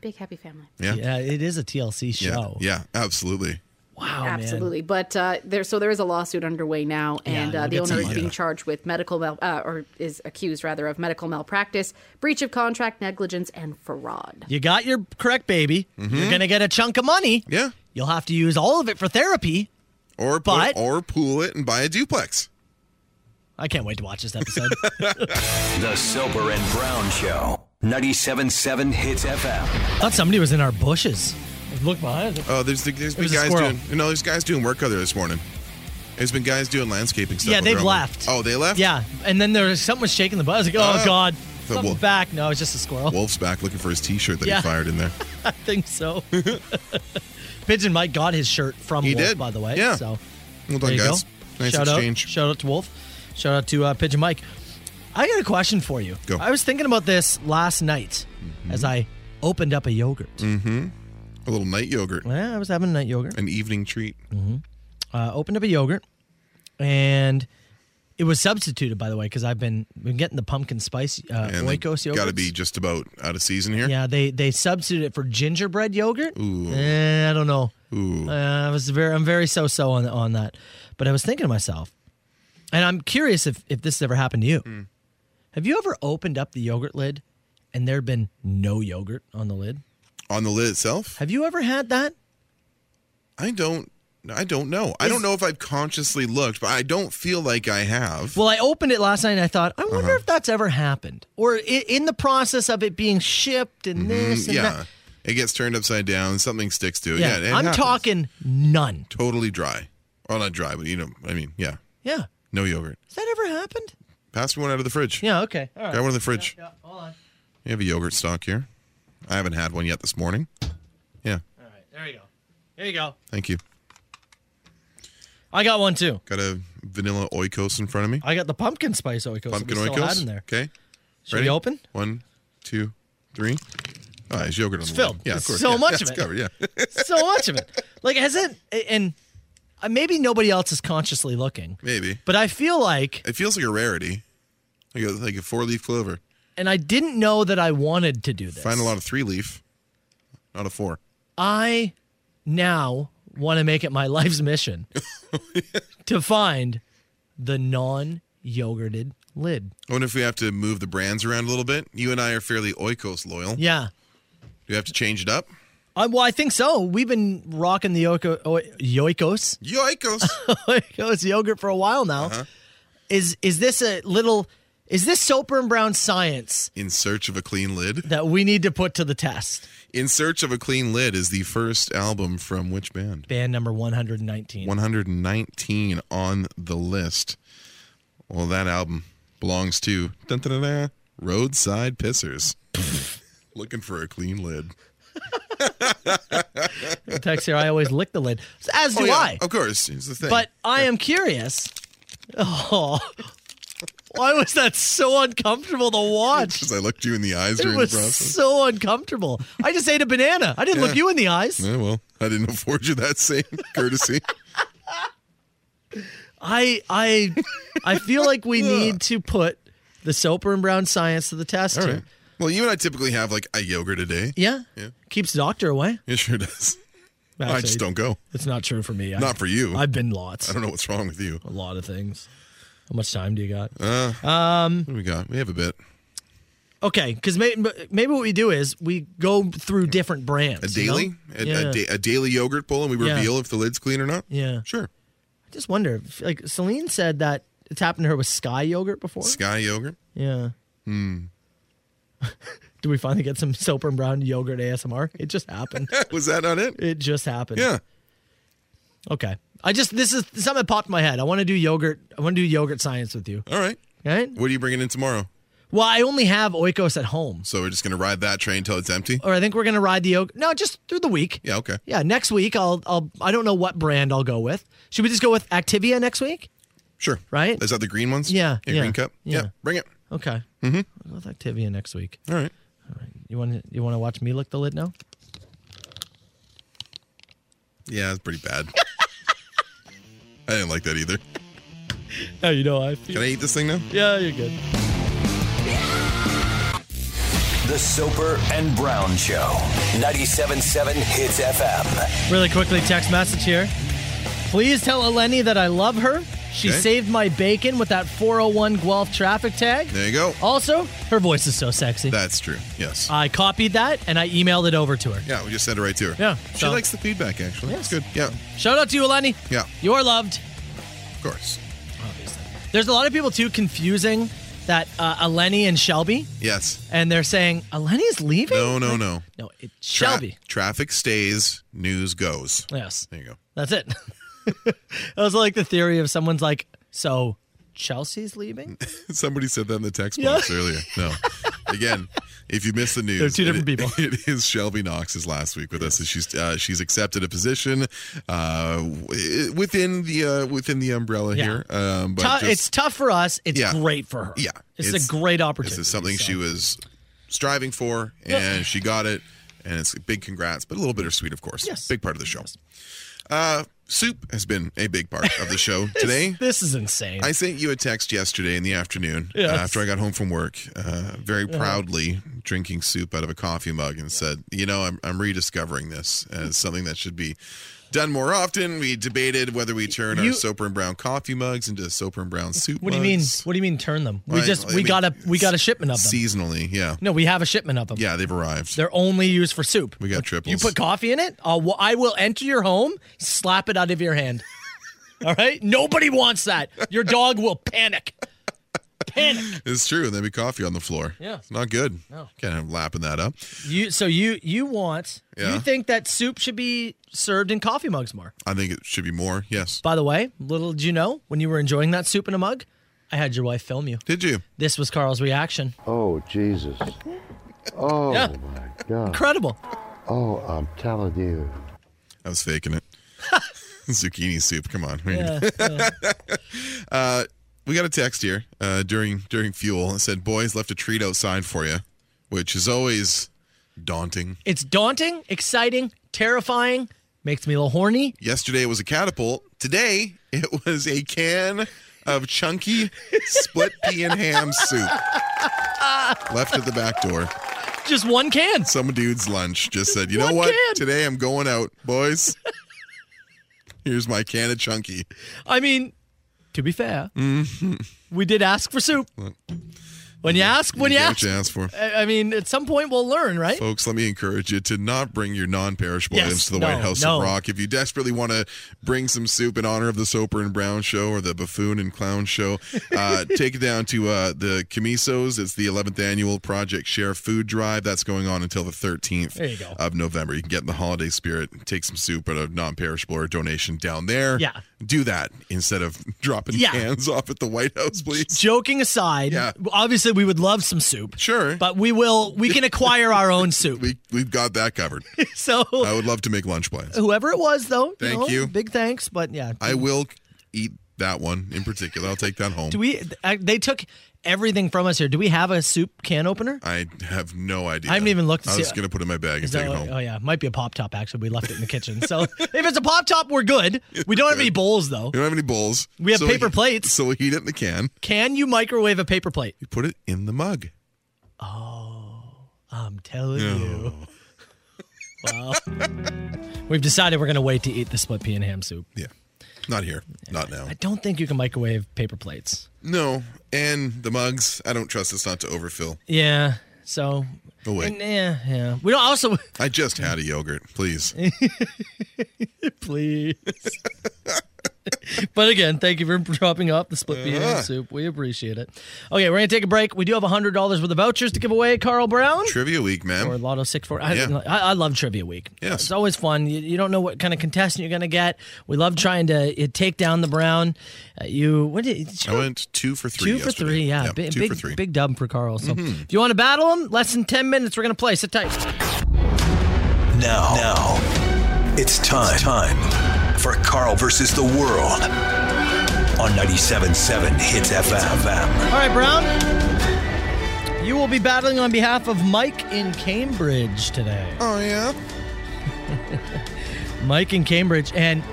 H: big happy family.
E: Yeah.
D: yeah, it is a TLC
E: Yeah.
D: show.
E: Yeah. Absolutely.
D: Wow, Oh, man.
H: Absolutely, but uh, there so there is a lawsuit underway now, and
D: Yeah,
H: uh,
D: we'll get
H: the
D: to
H: owner is
D: that.
H: being charged with medical mal- uh, or is accused rather of medical malpractice, breach of contract, negligence, and fraud.
D: You got your correct baby. You're gonna get a chunk of money.
E: Mm-hmm. Yeah.
D: You'll have to use all of it for therapy.
E: Or
D: But-
E: or pool it and buy a duplex.
D: I can't wait to watch this episode.
A: The Soper and Brown Show. 97.7 Hits FM.
D: Thought somebody was in our bushes. Look behind us.
E: Oh, there's the, there's been
D: was a
E: guys
D: squirrel.
E: doing you know there's guys doing work out there this morning. There's been guys doing landscaping stuff.
D: Yeah,
E: out
D: they've
E: there all morning.
D: left.
E: Oh, they left.
D: Yeah, and then there was something was shaking the buzz. Like, oh
E: Oh.
D: god,
E: The
D: something's
E: wolf.
D: back. No, it's just a squirrel.
E: Wolf's back looking for his T-shirt that
D: Yeah.
E: he fired in there.
D: I think so. Pigeon Mike got his shirt from
E: He
D: Wolf,
E: did.
D: by the way.
E: Yeah.
D: So,
E: Well done,
D: there you
E: guys.
D: Go.
E: Nice
D: shout
E: exchange.
D: Out, shout out to Wolf. Shout out to uh, Pigeon Mike. I got a question for you.
E: Go.
D: I was thinking about this last night as I opened up a yogurt.
E: Mm-hmm. A little night yogurt,
D: Yeah, I was having a night yogurt.
E: an evening treat.
D: uh, opened up a yogurt and It was substituted, by the way, because I've been been getting the pumpkin spice uh,
E: And they
D: Oikos yogurt.
E: got to be just about out of season here.
D: Yeah, they they substituted it for gingerbread yogurt.
E: Ooh.
D: Eh, I don't know.
E: Ooh.
D: Uh, I was very I'm very so so on on that, but I was thinking to myself, and I'm curious if if this has ever happened to you. Have you ever opened up the yogurt lid and there'd been no yogurt on the lid?
E: On the lid itself?
D: Have you ever had that?
E: I don't. I don't know. I don't know if I've consciously looked, but I don't feel like I have.
D: Well, I opened it last night and I thought, I wonder
E: Uh-huh.
D: if that's ever happened, or i in the process of it being shipped and this and
E: Mm-hmm. yeah.
D: that.
E: It gets turned upside down. Something sticks to it. Yeah.
D: Yeah,
E: it
D: I'm
E: happens.
D: talking none.
E: Totally dry. Well, not dry, but you know, I mean, yeah.
D: Yeah,
E: No yogurt.
D: has that ever happened?
E: Pass me one out of the fridge.
D: Yeah, okay, all right.
E: Grab one in the fridge.
D: Yeah, yeah, hold on.
E: You have a yogurt stock here. I haven't had one yet this morning. Yeah.
D: All right, there you go. Here you go.
E: Thank you.
D: I got one too.
E: Got a vanilla oikos in front of me.
D: I got the pumpkin spice oikos.
E: Pumpkin
D: that we still had
E: oikos.
D: in there.
E: Okay.
D: Should we open?
E: One, two, three. Oh, there's yogurt
D: It's
E: on the lid.
D: filled.
E: Yeah,
D: There's
E: of course.
D: so
E: yeah,
D: much
E: yeah,
D: of
E: it's
D: it.
E: covered, yeah.
D: so much of it. Like, has it? And uh, maybe nobody else is consciously looking,
E: Maybe.
D: but I feel like,
E: It feels like a rarity. Like a, like a four leaf clover.
D: and I didn't know that I wanted to do this.
E: Find a lot of three leaf, not a four.
D: I now want to make it my life's mission to find the non-yogurted lid.
E: I wonder if we have to move the brands around a little bit. You and I are fairly oikos loyal.
D: Yeah.
E: Do we have to change it up?
D: I, well, I think so. We've been rocking the Yoiko, o- Yoikos.
E: Yoikos.
D: Yoikos yogurt for a while now.
E: Uh-huh.
D: Is is this a little? Is this Soper and Brown science
E: In search of a clean lid.
D: that we need to put to the test?
E: In search of a clean lid is the first album from which band?
D: Band number one hundred and nineteen.
E: 119 on the list. Well, that album belongs to dun, dun, dun, dun, Roadside Pissers. Looking for a clean lid.
D: Text here. I always lick the lid, as do
E: Oh, yeah,
D: I.
E: Of course, it's the thing.
D: But I am curious. Oh, why was that so uncomfortable to watch?
E: because I looked you in the eyes
D: It
E: during
D: was
E: the process.
D: so uncomfortable. I just ate a banana. I didn't
E: Yeah.
D: look you in the eyes.
E: Yeah, well, I didn't afford you that same courtesy.
D: I I I feel like we need to put the Soper and Brown science to the test
E: All
D: here.
E: right. Well, you and I typically have like a yogurt a day.
D: Yeah.
E: Yeah.
D: Keeps the doctor away.
E: It sure does. I just
D: Actually,
E: don't go.
D: It's not true for me. I-
E: Not for you.
D: I've been lots.
E: I don't know what's wrong with you.
D: A lot of things. How much time do you got?
E: Uh,
D: Um.
E: what do we got? We have a bit.
D: Okay. Because maybe maybe what we do is we go through different brands.
E: A
D: you know?
E: daily, a,
D: yeah.
E: a, da- a daily yogurt bowl, and we
D: Yeah.
E: reveal if the lid's clean or not.
D: Yeah.
E: Sure.
D: I just wonder. if- Like Celine said that it's happened to her with Sky yogurt before.
E: Sky Hmm. yogurt.
D: Yeah. Do we finally get some soap and brown yogurt ASMR? It just happened.
E: Was that not it?
D: it just happened.
E: Yeah.
D: Okay. I just this is something that popped in my head. I want to do yogurt. I want to do yogurt science with you.
E: All right.
D: Right?
E: What are you bringing in tomorrow?
D: Well, I only have oikos at home,
E: So we're just gonna ride that train till it's empty.
D: or I think we're gonna ride the yogurt. No, just through the week.
E: Yeah. Okay.
D: Yeah, next week I'll I'll I don't know what brand I'll go with. Should we just go with Activia next week?
E: Sure.
D: Right?
E: Is that the green ones?
D: Yeah, yeah,
E: Green cup.
D: yeah.
E: Bring it.
D: Okay. Mm-hmm. I'll go with Activia next week.
E: All right.
D: You want to you want to watch me lick the lid now?
E: Yeah, it's pretty bad. I didn't like that either.
D: Oh, you know I
E: Can
D: feel.
E: I eat this thing now?
D: Yeah, you're good.
A: The Soper and Brown Show. 97.7 Hits FM.
D: Really quickly, text message here. Please tell Eleni that I love her. She
E: Okay.
D: saved my bacon with that 401 Guelph traffic tag.
E: There you go.
D: Also, her voice is so sexy.
E: That's true. Yes.
D: I copied that and I emailed it over to her.
E: yeah, we just sent it right to her.
D: Yeah,
E: She
D: so-
E: likes the feedback actually. That's
D: Yes.
E: good. Yeah.
D: Shout out to you, Eleni.
E: Yeah.
D: You're loved.
E: Of course.
D: There's a lot of people too confusing that uh, Eleni and Shelby,
E: Yes.
D: and they're saying Eleni's leaving.
E: No, no, no.
D: no, it's
E: Tra-
D: Shelby.
E: Traffic stays, news goes.
D: Yes.
E: There you go.
D: That's it. that was like the theory of someone's like, so Chelsea's leaving?
E: Somebody said that in the text
D: Yeah.
E: box earlier. No. Again, if you missed the news,
D: They're two different
E: it-
D: people.
E: It is Shelby Knox's last week with us. and She's uh, she's accepted a position uh, w- within the uh, within the umbrella
D: Yeah.
E: here. Um, but
D: Tou-
E: just-
D: it's tough for us. It's
E: Yeah.
D: great for her.
E: Yeah.
D: It's,
E: It's-
D: a great
E: this
D: opportunity.
E: is something she
D: so.
E: was striving for, and she got it. And it's a big congrats, but a little bittersweet, of course.
D: Yes.
E: Big part of the show. Uh, soup has been a big part of the show today.
D: This is insane.
E: I sent you a text yesterday in the afternoon uh,
D: Yes.
E: after I got home from work, uh, very
D: Uh-huh.
E: proudly drinking soup out of a coffee mug, and said, "You know, I'm, I'm rediscovering this as something that should be." Done more often. We debated whether we turn our
D: You-
E: Soper and Brown coffee mugs into Soper and Brown soup.
D: What do you
E: mugs.
D: mean? What do you mean? Turn them? We
E: Like,
D: just
E: I
D: we
E: mean,
D: got a we got a shipment of them.
E: Seasonally, yeah.
D: No, we have a shipment of them.
E: Yeah, they've arrived.
D: They're only used for soup.
E: We got triples.
D: You put coffee in it. I'll, wa- I will enter your home, slap it out of your hand. All right. Nobody wants that. Your dog will panic. Panic.
E: It's true. And there'd be coffee on the floor.
D: Yeah.
E: It's not good.
D: No.
E: Kind of lapping that up.
D: You so you you want
E: Yeah.
D: you think that soup should be served in coffee mugs more.
E: I think it should be more. Yes.
D: By the way, little did you know when you were enjoying that soup in a mug, I had your wife film you.
E: Did you?
D: This was Carl's reaction.
L: Oh, Jesus. Oh,
D: Yeah.
L: my God.
D: Incredible.
L: Oh, I'm telling you.
E: I was faking it. Zucchini soup. Come on.
L: Yeah,
E: uh, we got a text here uh, during during fuel. It said, "Boys left a treat outside for you," which is always daunting.
D: It's daunting, exciting, terrifying, makes me a little horny.
E: Yesterday it was a catapult. Today it was a can of chunky split pea and ham soup left at the back door.
D: Just one can.
E: Some dude's lunch just said, "You know
D: One
E: what?
D: can.
E: Today I'm going out, boys. Here's my can of chunky."
D: I mean, to be fair,
E: Mm-hmm.
D: we did ask for soup. When you ask, when you,
E: get
D: ask,
E: what you ask for.
D: I I mean, at some point we'll learn, right?
E: Folks, let me encourage you to not bring your non-perishable
D: Yes,
E: items to the
D: no,
E: White House
D: no.
E: of Rock. If you desperately want to bring some soup in honor of the Soper and Brown show or the Buffoon and Clown show, uh, take it down to uh, the Camisos. It's the 11th annual Project Share Food Drive. That's going on until the 13th
D: There you go.
E: of November. You can get in the holiday spirit, take some soup at a non-perishable or a donation down there.
D: Yeah.
E: Do that instead of dropping
D: Yeah.
E: cans off at the White House, please.
D: Joking aside, obviously we would love some soup.
E: Sure.
D: But we will we can acquire our own soup.
E: We, we've got that covered.
D: so
E: I would love to make lunch plans.
D: whoever it was though,
E: Thank
D: know,
E: you.
D: Big thanks, but yeah.
E: I will eat that one in particular. I'll take that home.
D: Do we I, they took everything from us here. Do we have a soup can opener?
E: I have no idea.
D: I haven't even looked to
E: I
D: see-
E: was going to put it in my bag and
D: Is
E: take
D: that
E: it
D: what-
E: home.
D: oh yeah, might be a pop top actually. We left it in the kitchen. So if it's a pop top, we're good. We don't have any bowls though.
E: We don't have any bowls.
D: We have
E: so
D: paper plates.
E: So we heat it in the can.
D: Can you microwave a paper plate?
E: You put it in the mug.
D: I'm telling you. Wow. We've decided we're going to wait to eat the split pea and ham soup.
E: Yeah. Not here. Not now.
D: I don't think you can microwave paper plates.
E: No. And the mugs. I don't trust this not to overfill.
D: Yeah. So,
E: Oh wait.
D: and, yeah, yeah. We don't also,
E: I just had a yogurt. Please.
D: please. but again, thank you for dropping off the split pea and
E: Uh-huh.
D: ham soup. We appreciate it. Okay, we're going to take a break. We do have $100 worth of vouchers to give away, Carl Brown.
E: Trivia week,
D: Or
E: man.
D: Lotto 64. I,
E: Yeah.
D: I, I love Trivia Week.
E: Yes.
D: It's always fun. You, you don't know what kind of contestant you're going to get. We love trying to uh, take down the Brown. Uh, you, what did
E: I went two for three.
D: Two for
E: yesterday.
D: three, yeah. Big,
E: two
D: big,
E: for three. Mm-hmm.
D: big dub for Carl. So if you want to battle him, less than 10 minutes, we're going to play. Sit tight.
A: Now, now, it's time, time for Carl versus the world on 97.7 Hits FM.
D: All right, Brown. You will be battling on behalf of Mike in Cambridge today.
E: Oh yeah.
D: Mike in Cambridge, and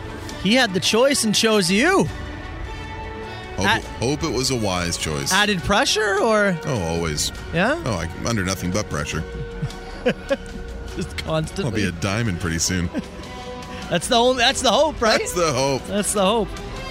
D: he had the choice and chose you.
E: Hope, hope it was a wise choice.
D: Added pressure or
E: oh, always.
D: Yeah?
E: Oh, I'm under nothing but pressure.
D: just
E: I'll be
D: constantly?
E: a diamond pretty soon.
D: that's the only, that's the hope, right?
E: That's the hope.
D: That's the hope.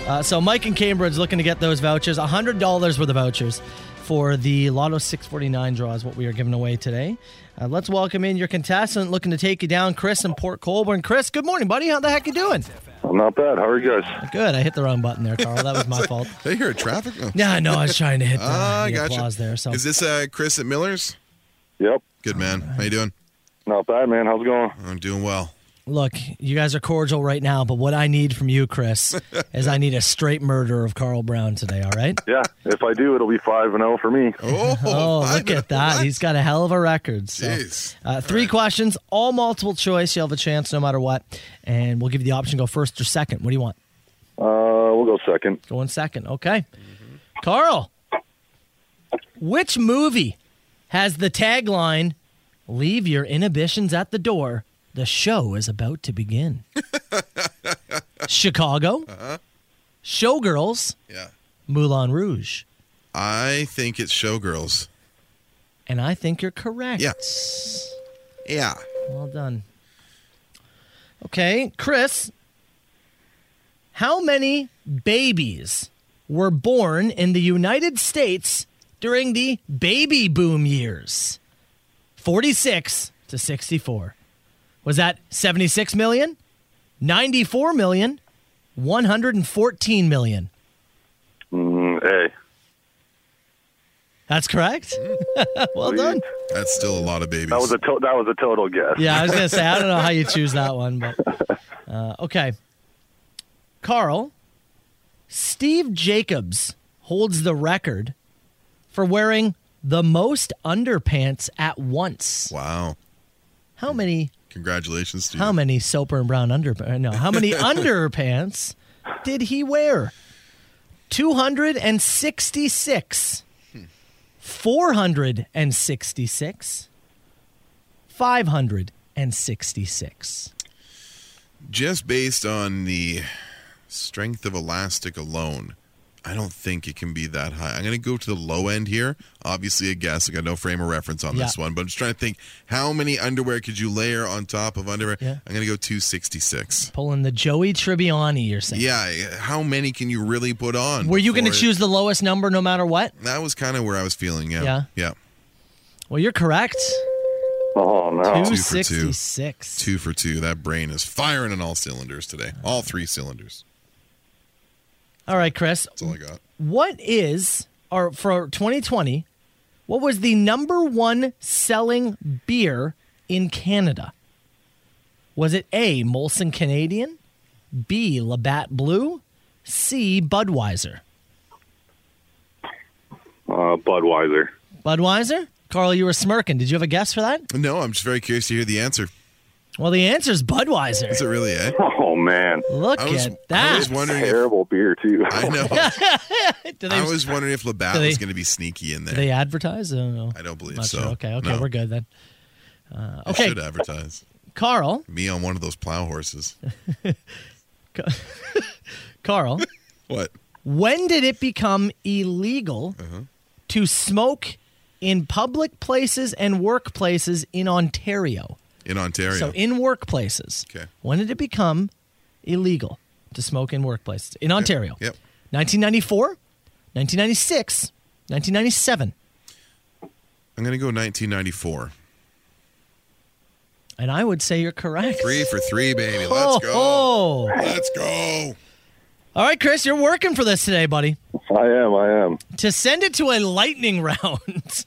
D: Uh, so Mike in Cambridge looking to get those vouchers. hundred dollars worth of vouchers for the Lotto 649 draw is what we are giving away today. Uh, let's welcome in your contestant looking to take you down, Chris in Port Colborne. Chris, good morning, buddy. How the heck you doing?
I: I'm not bad. How are you guys?
D: Good. I hit the wrong button there, Carl. That was my fault.
E: They hear traffic. Oh.
D: Yeah, I know. I was trying to hit the,
E: Ah,
D: the
E: gotcha.
D: applause there. So
E: Is this uh, Chris at Miller's?
I: Yep.
E: Good man. How you doing?
I: Not bad, man. How's it going?
E: I'm doing well.
D: look, you guys are cordial right now, but what I need from you, Chris, is I need a straight murder of Carl Brown today. All right.
I: Yeah. If I do, it'll be five and zero for me.
E: Oh,
D: Oh,
E: I
D: look
E: know.
D: at that. He's got a hell of a record. So,
E: Jeez.
D: uh, three questions, all multiple choice. You'll have a chance no matter what. And we'll give you the option to go first or second. What do you want?
I: Uh, we'll go second.
D: Go in second. Okay.
E: Mm-hmm.
D: Carl, which movie has the tagline, Leave your inhibitions at the door? The show is about to begin. Chicago,
E: Uh-huh.
D: Showgirls,
E: Yeah.
D: Moulin Rouge.
E: I think it's Showgirls.
D: And I think you're correct.
E: Yes. Yeah.
D: Well done. Okay, Chris, how many babies were born in the United States during the baby boom years? 46 to 64. Was that 76 million, 94 million, 114 million?
I: Mm, hey,
D: That's correct. well done.
E: That's still a lot of babies.
I: that was a to- that was a total guess.
D: Yeah, I was gonna say I don't know how you choose that one, but uh, okay. Carl, Steve Jacobs holds the record for wearing the most underpants at once.
E: Wow.
D: How many?
E: Congratulations, Steve.
D: How many Soper and Brown underpants? No, how many underpants did he wear? Two hundred and sixty-six. 466 566
E: Just based on the strength of elastic alone, I don't think it can be that high. I'm going to go to the low end here. Obviously, a guess. I got no frame of reference on this
D: Yeah.
E: one, but I'm just trying to think how many underwear could you layer on top of underwear?
D: Yeah.
E: I'm going to go 266.
D: Pulling the Joey Tribbiani, you're saying.
E: Yeah. How many can you really put on?
D: Were you going to
E: before-
D: choose the lowest number no matter what?
E: That was kind of where I was feeling. Yeah.
D: Yeah.
E: Yeah.
D: Well, you're correct.
I: Oh no.
E: Two for two.
D: 266.
E: Two for two. That brain is firing on all cylinders today. All three cylinders.
D: All right, Chris.
E: That's all I got.
D: What is, or for 2020, what was the number one selling beer in Canada? Was it A, Molson Canadian, B, Labatt Blue, C, Budweiser?
I: Uh, Budweiser.
D: Budweiser? Carl, you were smirking. Did you have a guess for that?
E: No, I'm just very curious to hear the answer.
D: Well, the answer is Budweiser.
E: Is it really, eh?
I: Oh man,
D: Look
E: I was,
D: at that.
E: I was wondering if
I: terrible beer too.
E: I know.
D: Do they-
E: I was wondering if Labatt
D: Do they-
E: was going to be sneaky in there.
D: Do they advertise? I don't know.
E: I don't believe
D: Not
E: so.
D: sure. Okay, okay,
E: No.
D: we're good then. Uh,
E: They
D: okay,
E: should advertise
D: Carl,
E: me on one of those plow horses.
D: Carl,
E: What?
D: when did it become illegal
E: Uh-huh.
D: to smoke in public places and workplaces in Ontario?
E: In Ontario?
D: So in workplaces.
E: Okay.
D: When did it become illegal to smoke in workplaces in Ontario?
E: yep.
D: 1994, 1996, 1997.
E: I'm going to go 1994.
D: And I would say you're correct.
E: Three for three, baby. Let's
D: Oh,
E: go.
D: oh.
E: Let's go.
D: All right, Chris, you're working for this today, buddy.
I: I am. I am.
D: to send it to a lightning round,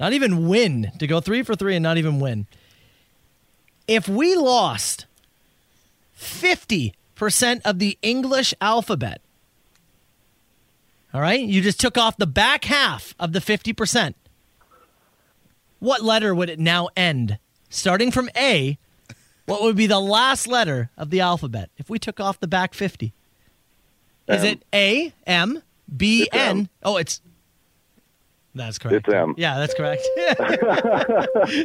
D: not even win, to go three for three and not even win. If we lost 50% of the English alphabet, all right, you just took off the back half of the 50%. What letter would it now end? Starting from A, what would be the last letter of the alphabet if we took off the back 50? Is it A M B N? Oh, Um, it's that's correct.
I: It's M.
D: Yeah, that's correct.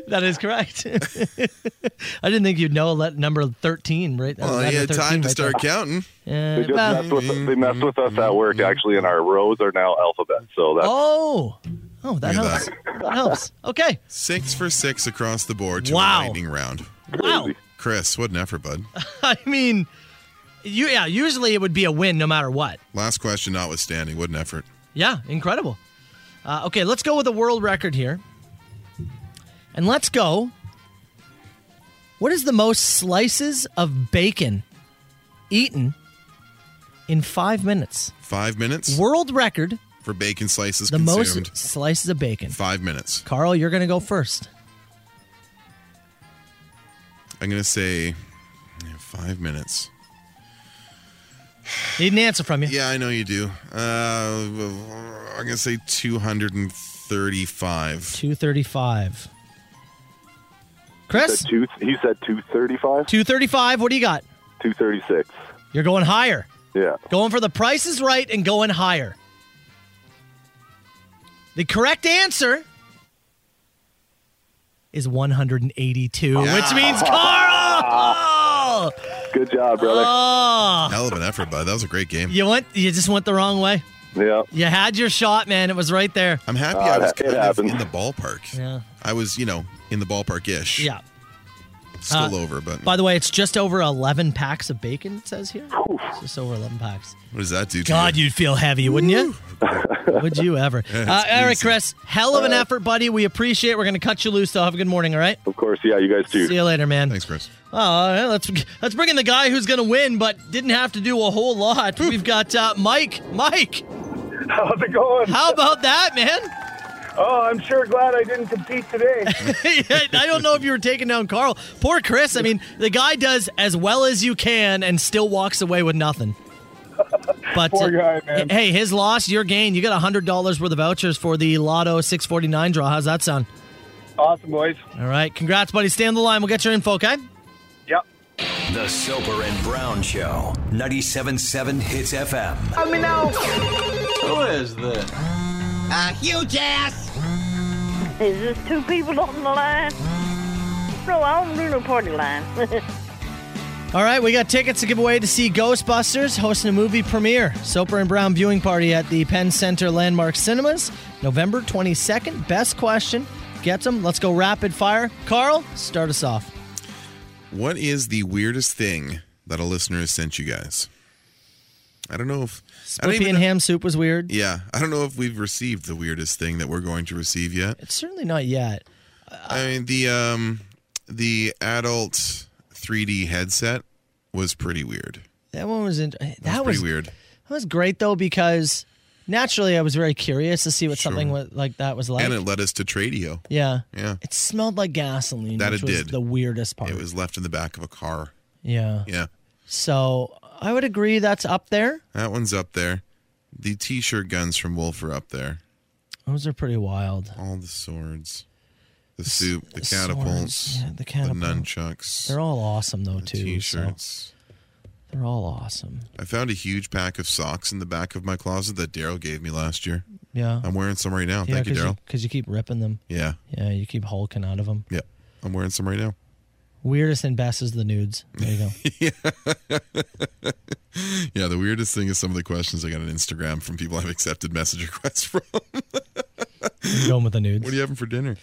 D: that is correct. I didn't think you'd know let number thirteen, right?
E: Well,
D: Letter
E: you had
D: 13
E: time to
D: right
E: start
D: there.
E: counting.
D: Yeah,
I: They just
D: well-
I: messed with us. They messed with us at work actually, and our rows are now alphabet. So that's
D: oh, oh, that
E: Look at
D: helps. That helps. Okay.
E: Six for six across the board to
D: Wow.
E: a lightning round.
D: Wow.
E: Chris, what an effort, bud.
D: I mean, you yeah. Usually it would be a win no matter what.
E: Last question notwithstanding, what an effort.
D: Yeah, incredible. Uh, okay, let's go with a world record here. And let's go. What is the most slices of bacon eaten in five minutes?
E: Five minutes
D: World record,
E: for bacon slices
D: the
E: consumed.
D: most slices of bacon.
E: Five minutes.
D: Carl, you're going to go first.
E: I'm going to say five minutes.
D: Need an answer from you.
E: Yeah, I know you do. Uh, I'm going to say 235.
D: 235. Chris?
J: Said two, he said 235,
D: 235. What do you got?
J: 236.
D: You're going higher.
J: Yeah.
D: Going for the price is right and going higher. The correct answer is 182, which means Carl!
M: Good job, brother.
D: Oh.
E: Hell of an effort, bud. That was a great game.
D: You went. You just went the wrong way.
M: Yeah.
D: You had your shot, man. It was right there.
E: I'm happy I was kind of in the ballpark.
D: Yeah.
E: I was, you know, in the ballpark ish.
D: Yeah.
E: Still
D: Uh,
E: over, but
D: By the way, it's just over 11 packs of bacon. It says here. It's just over 11 packs.
E: what does that do to
D: God,
E: you?
D: you'd feel heavy, wouldn't you? Would you ever?
E: Yeah, it's
D: Uh, all right,
E: easy.
D: Chris. Hell of an effort, buddy. We appreciate it. We're going to cut you loose, though. Have a good morning, all right?
M: Of course, yeah, you guys too.
D: See you later, man.
E: Thanks, Chris.
D: Oh, all right, let's let's bring in the guy who's going to win, but didn't have to do a whole lot. We've got uh, Mike. Mike,
N: How's it going?
D: how about that, man?
N: Oh, I'm sure glad I didn't compete today.
D: I don't know if you were taking down Carl. Poor Chris. I mean, the guy does as well as you can and still walks away with nothing. But uh,
N: Poor guy, man.
D: hey, his loss, your gain. You got hundred dollars worth of vouchers for the Lotto 649 draw. How's that sound?
N: awesome, boys.
D: All right, congrats, buddy. Stay on the line. We'll get your info, okay?
N: Yep.
A: The Soper and Brown Show, 97.7 Hits FM.
B: I mean, now.
A: Who is this?
B: A huge ass.
O: Is this two people on the line? No, I don't do no party line.
D: All right, we got tickets to give away to see Ghostbusters hosting a movie premiere. Soper and Brown viewing party at the Penn Center Landmark Cinemas, November 22nd. Best question gets them. Let's go rapid fire. Carl, start us off.
E: What is the weirdest thing that a listener has sent you guys? I don't know if I don't
D: Split pea
E: even
D: and
E: know,
D: ham soup was weird.
E: Yeah, I don't know if we've received the weirdest thing that we're going to receive yet.
D: Certainly not yet.
E: I mean the um the adult 3D headset was pretty weird.
D: That one was in, that,
E: That, was
D: was,
E: pretty weird.
D: that was great though because naturally I was very curious to see what something wa- like that was like.
E: and it led us to Tradio.
D: yeah,
E: Yeah.
D: it smelled like gasoline.
E: That
D: which
E: it
D: was
E: did.
D: The weirdest part.
E: It was left in the back of a car.
D: yeah.
E: Yeah.
D: So I would agree that's up there.
E: That one's up there. The t-shirt guns from Wolf are up there.
D: Those are pretty wild.
E: All the swords, the soup, the
D: swords,
E: catapults,
D: yeah, the catapult.
E: nunchucks.
D: They're all awesome though too. so
E: t-shirts.
D: they're all awesome.
E: I found a huge pack of socks in the back of my closet that Daryl gave me last year.
D: Yeah.
E: I'm wearing some right now.
D: Oh. yeah,
E: Um, Thank you, Daryl.
D: Because you, keep ripping them.
E: Yeah.
D: Yeah, you keep hulking out of them.
E: Yeah. I'm wearing some right now.
D: Weirdest and best is the nudes. There you go.
E: Yeah, the weirdest thing is some of the questions I got on Instagram from people I've accepted message requests from.
D: Going with the nudes.
E: What are you having for dinner?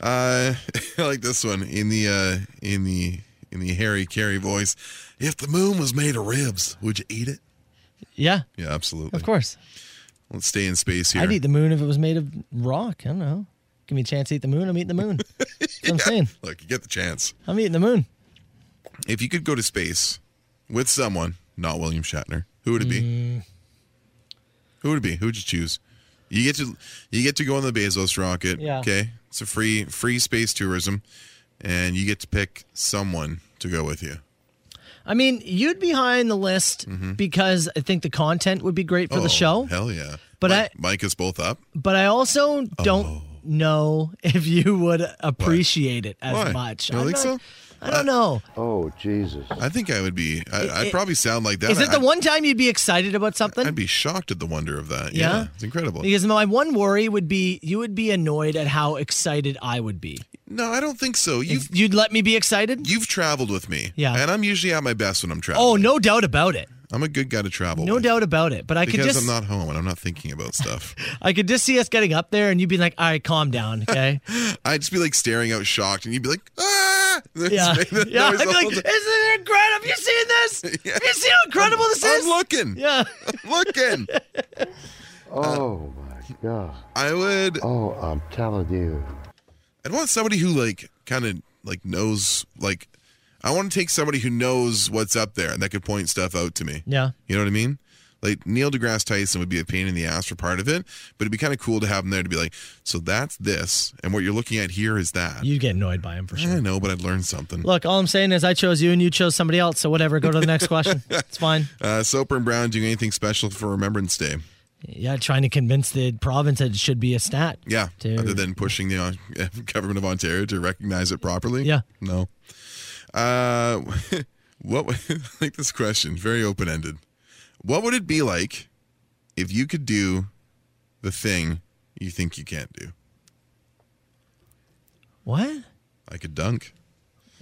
E: Uh, I like this one in the uh, in the in the Harry Carey voice. If the moon was made of ribs, would you eat it?
D: Yeah,
E: Yeah, absolutely.
D: of course.
E: Let's stay in space here.
D: I'd eat the moon if it was made of rock. I don't know. Give me a chance to eat the moon. I'm eating the moon. That's what I'm saying.
E: Look, you get the chance.
D: I'm eating the moon.
E: If you could go to space with someone, not William Shatner, who would it be?
D: Mm.
E: Who would it be? Who would you choose? You get to you get to go on the Bezos rocket.
D: Yeah.
E: Okay. It's a free free space tourism, and you get to pick someone to go with you.
D: I mean, you'd be high on the list because I think the content would be great for
E: Mm-hmm. Oh,
D: the show.
E: Hell yeah.
D: But
E: Mike, Mike is both up.
D: But I also don't
E: Oh.
D: know if you would appreciate it as
E: Why?
D: much.
E: You don't
D: I'm
E: think
D: not-
E: so?
D: I don't know.
E: Oh Jesus. I think I would be. I, I'd
D: it-
E: probably sound like that.
D: Is it
E: I-
D: the one time you'd be excited about something?
E: I'd be shocked at the wonder of that.
D: Yeah?
E: Yeah. It's incredible.
D: Because my one worry would be you would be annoyed at how excited I would be.
E: No, I don't think so. You've
D: you'd let me be excited.
E: You've traveled with me.
D: Yeah.
E: And I'm usually at my best when I'm traveling.
D: Oh, no doubt about it.
E: I'm a good guy to travel.
D: No
E: with
D: doubt about it. But I could
E: because
D: just
E: I'm not home and I'm not thinking about stuff.
D: I could just see us getting up there and you'd be like, "All right, calm down, okay?"
E: I'd just be like staring out shocked, and you'd be like, ah!
D: yeah.
E: Make that
D: yeah, I'd
E: noise
D: be
E: all
D: like,
E: the-
D: "Isn't it incredible? Have you seen this? Have you see how incredible this
E: I'm
D: is?"
E: looking.
D: Yeah.
E: I'm looking.
L: Oh my God.
E: I would.
L: Oh, I'm telling you.
E: I'd want somebody who like kind of like knows like. I want to take somebody who knows what's up there and that could point stuff out to me.
D: Yeah.
E: You know what I mean? Like Neil deGrasse Tyson would be a pain in the ass for part of it, but it'd be kind of cool to have him there to be like, so that's this, and what you're looking at here is that.
D: You'd get annoyed by him for sure.
E: I know, but I'd learn something.
D: Look, all I'm saying is I chose you and you chose somebody else, so whatever, go to the next question. It's fine.
E: Uh, Soper and Brown doing anything special for Remembrance Day?
D: Yeah, trying to convince the province that it should be a stat.
E: Yeah.
D: Dude.
E: Other than pushing the uh, government of Ontario to recognize it properly.
D: Yeah.
E: No. Uh, what? would- I like this question. Very open ended. What would it be like if you could do the thing you think you can't do?
D: What?
E: I could dunk.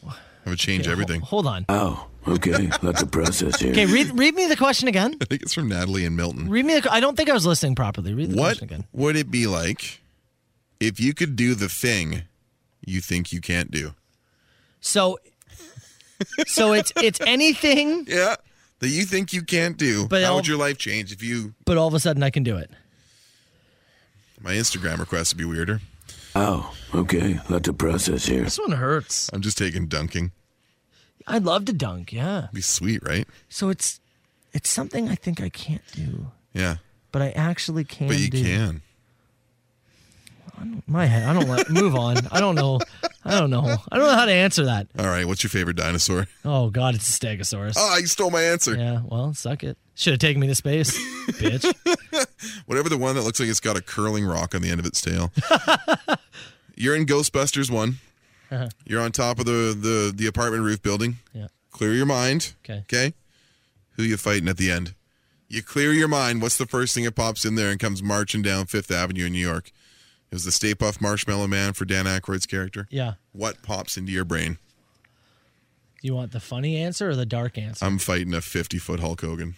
E: I would change everything.
D: Hold on.
E: Oh, okay. That's a process here.
D: Okay, read read me the question again.
E: I think it's from Natalie and Milton.
D: Read me. The, I don't think I was listening properly. Read the
E: What
D: question again.
E: would it be like if you could do the thing you think you can't do?
D: So, so it's it's anything,
E: Yeah. That you think you can't do.
D: But um,
E: How
D: I'll-
E: would your life change if you.
D: but all of a sudden I can do it.
E: My Instagram request would be weirder.
M: Oh, okay. That's a process here.
D: This one hurts.
E: I'm just taking dunking.
D: I'd love to dunk. Yeah.
E: Be sweet, right?
D: So it's it's something I think I can't do,
E: Yeah.
D: but I actually can.
E: but you
D: do.
E: can.
D: My head. I don't let move on. I don't know. I don't know. I don't know how to answer that.
E: All right. What's your favorite dinosaur?
D: Oh God, it's a Stegosaurus.
E: Oh, you stole my answer.
D: Yeah. Well, suck it. Should have taken me to space, bitch.
E: Whatever the one that looks like it's got a curling rock on the end of its tail. You're in Ghostbusters 1.
D: Uh-huh.
E: You're on top of the, the, the apartment roof building.
D: Yeah.
E: Clear your mind.
D: Okay.
E: Okay. Who you fighting at the end? You clear your mind. What's the first thing that pops in there and comes marching down Fifth Avenue in New York? It was the Stay Puft Marshmallow Man for Dan Aykroyd's character.
D: Yeah.
E: What pops into your brain?
D: You want the funny answer or the dark answer?
E: I'm fighting a 50 foot Hulk Hogan.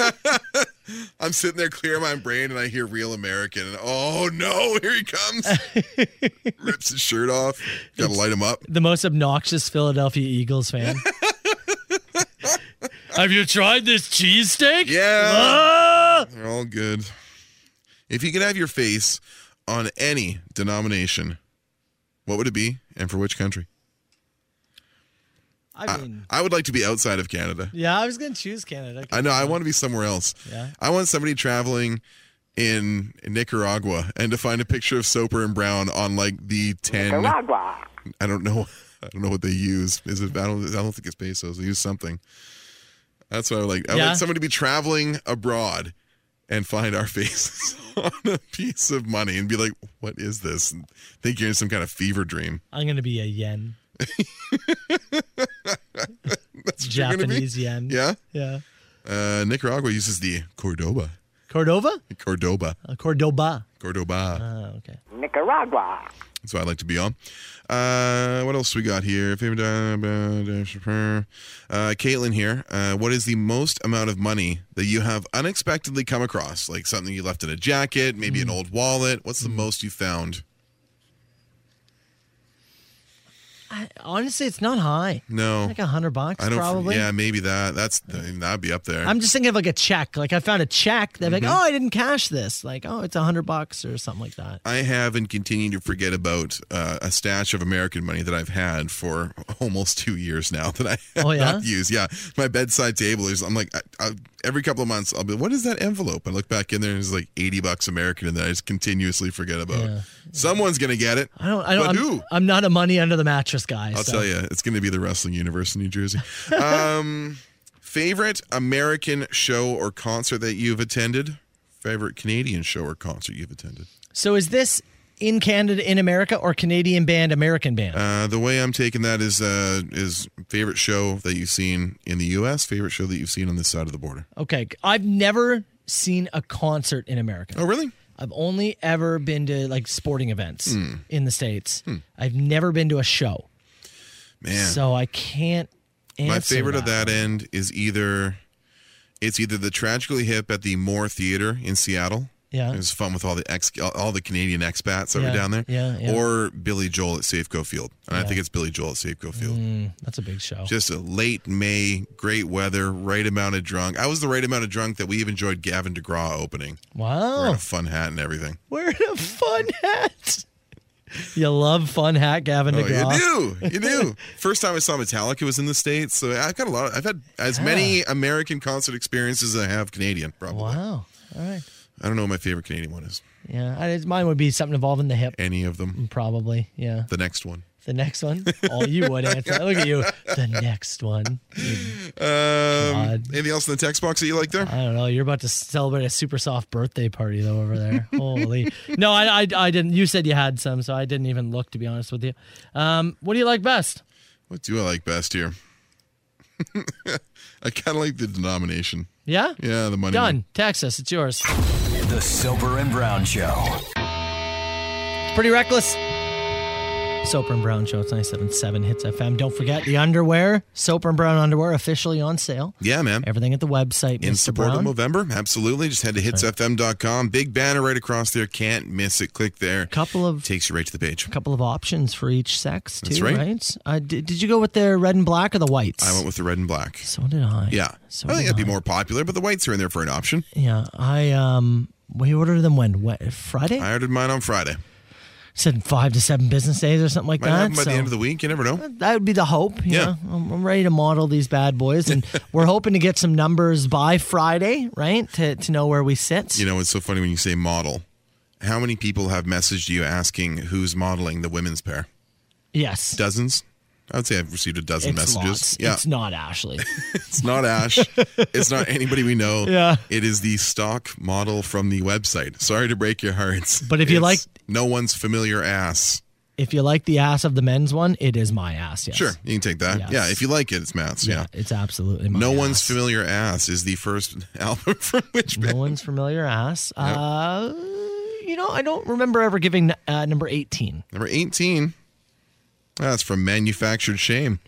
E: I'm sitting there clearing my brain and I hear Real American. And, oh no, here he comes. Rips his shirt off. Gotta light him up.
D: The most obnoxious Philadelphia Eagles fan. Have you tried this cheesesteak?
E: Yeah.
D: Ah!
E: They're all good. If you could have your face on any denomination, what would it be and for which country?
D: I mean,
E: I would like to be outside of Canada.
D: yeah, I was gonna choose Canada.
E: I know I want to be somewhere else.
D: Yeah.
E: I want somebody traveling in Nicaragua and to find a picture of Soper and Brown on like the 10
O: Nicaragua.
E: I don't know. I don't know what they use. Is it? I don't. I don't think it's pesos. They use something. That's what I would like. I would
D: Yeah.
E: like somebody to be traveling abroad and find our faces on a piece of money and be like, "What is this?" And think you're in some kind of fever dream.
D: I'm gonna be a yen.
E: That's what you're gonna be?
D: Japanese yen.
E: Yeah.
D: Yeah.
E: Uh, Nicaragua uses the Cordoba.
D: Cordova?
E: Cordoba.
D: Uh, Cordoba.
E: Cordoba.
D: Oh, okay.
O: Nicaragua.
E: That's what I'd like to be on. Uh, what else we got here? Favorite uh, di- di- di- Uh, Caitlin here. Uh, what is the most amount of money that you have unexpectedly come across? Like something you left in a jacket, maybe
D: Hmm.
E: an old wallet. What's the most you found?
D: I, honestly, it's not high.
E: No,
D: Like a hundred bucks,
E: I don't.
D: probably.
E: Yeah, maybe that. That's I mean, that'd be up there.
D: I'm just thinking of like a check. Like I found a check that like,
E: Mhm.
D: oh, I didn't cash this. Like, oh, it's a hundred bucks or something like that.
E: I have and continue to forget about uh, a stash of American money that I've had for almost two years now that I have
D: Oh, yeah?
E: not used. Yeah, my bedside table is. I'm like I, I, every couple of months, I'll be, what is that envelope? I look back in there and it's like 80 bucks American, and then I just continuously forget about.
D: Yeah.
E: Someone's gonna get it.
D: I don't. I don't.
E: But
D: I'm,
E: who?
D: I'm not a money under the mattress guy.
E: I'll
D: so.
E: tell you, it's gonna be the wrestling universe in New Jersey. Um, favorite American show or concert that you've attended? Favorite Canadian show or concert you've attended?
D: So is this in Canada, in America, or Canadian band, American band?
E: Uh, the way I'm taking that is uh, is favorite show that you've seen in the U.S. Favorite show that you've seen on this side of the border.
D: Okay, I've never seen a concert in America.
E: Oh, really?
D: I've only ever been to like sporting events
E: Hmm.
D: in the states. I've never been to a show,
E: Man,
D: so I can't. Answer
E: my favorite
D: that.
E: of that end is either it's either the tragically hip at the Moore Theater in Seattle.
D: Yeah.
E: it was fun with all the ex all the Canadian expats that
D: Yeah,
E: were down there.
D: yeah, yeah.
E: or Billy Joel at Safeco Field, and I
D: Yeah.
E: think it's Billy Joel at Safeco Field.
D: Mm, that's a big show.
E: Just a late May, great weather, right amount of drunk. I was the right amount of drunk that we even enjoyed Gavin DeGraw opening. Wearing
D: wow,
E: a fun hat and everything.
D: wearing a fun hat. you love fun hat, Gavin
E: Oh,
D: DeGraw.
E: you do, you do. First time I saw Metallica was in the states, so I've got a lot. I've had as many American concert experiences as I have Canadian. Probably.
D: Wow. All right.
E: I don't know what my favorite Canadian one is.
D: Yeah, I, mine would be something involving the hip,
E: Any of them.
D: probably. Yeah.
E: The next one.
D: The next one? Oh, you would answer. Look at you. The next one.
E: Um, anything else in the text box that you like there?
D: I don't know. You're about to celebrate a super soft birthday party though over there. Holy. No, I, I I didn't. You said you had some, so I didn't even look to be honest with you. Um, what do you like best?
E: What do I like best here? I kind of like the denomination.
D: Yeah.
E: Yeah, the money.
D: Done. Texas, it's yours.
A: The Soper and Brown Show.
D: Pretty reckless. Soper and Brown Show. It's 97.7 Hits FM. Don't forget the underwear. Soper and Brown underwear officially on sale.
E: Yeah, man.
D: Everything at the website,
E: In
D: Mr.
E: support of
D: Brown.
E: November, absolutely. Just head to hitsfm.com. Big banner right across there. Can't miss it. Click there.
D: Couple of
E: takes you right to the page.
D: A couple of options for each sex, too,
E: That's right.
D: Uh, did, did you go with the red and black or the whites?
E: I went with the red and black.
D: So did I.
E: Yeah.
D: So
E: I think
D: did
E: that'd be more popular, but the whites are in there for an option.
D: Yeah, I um, we ordered them when what, Friday.
E: I ordered mine on Friday.
D: Said five to seven business days or something like
E: Might
D: that.
E: happen by
D: so
E: the end of the week. You never know.
D: that would be the hope.
E: Yeah.
D: yeah, I'm, I'm ready to model these bad boys, and we're hoping to get some numbers by Friday, right? To to know where we sit.
E: You know, it's so funny when you say model. How many people have messaged you asking who's modeling the women's pair?
D: Yes,
E: Dozens? I would say I've received a dozen
D: it's
E: messages.
D: lots.
E: Yeah.
D: It's not Ashley.
E: It's not Ash. it's not anybody we know.
D: Yeah.
E: It is the stock model from the website. Sorry to break your hearts.
D: But if you
E: It's
D: like-
E: no one's familiar ass.
D: if you like the ass of the men's one, it is my ass. Yes.
E: Sure, you can take that.
D: Yes.
E: Yeah, if you like it, it's Matt's. Yeah.
D: It's absolutely my
E: No
D: ass.
E: one's familiar ass is the first album from which
D: No one's familiar ass. Uh, you know, I don't remember ever giving uh, number 18.
E: number eighteen. That's from Manufactured Shame.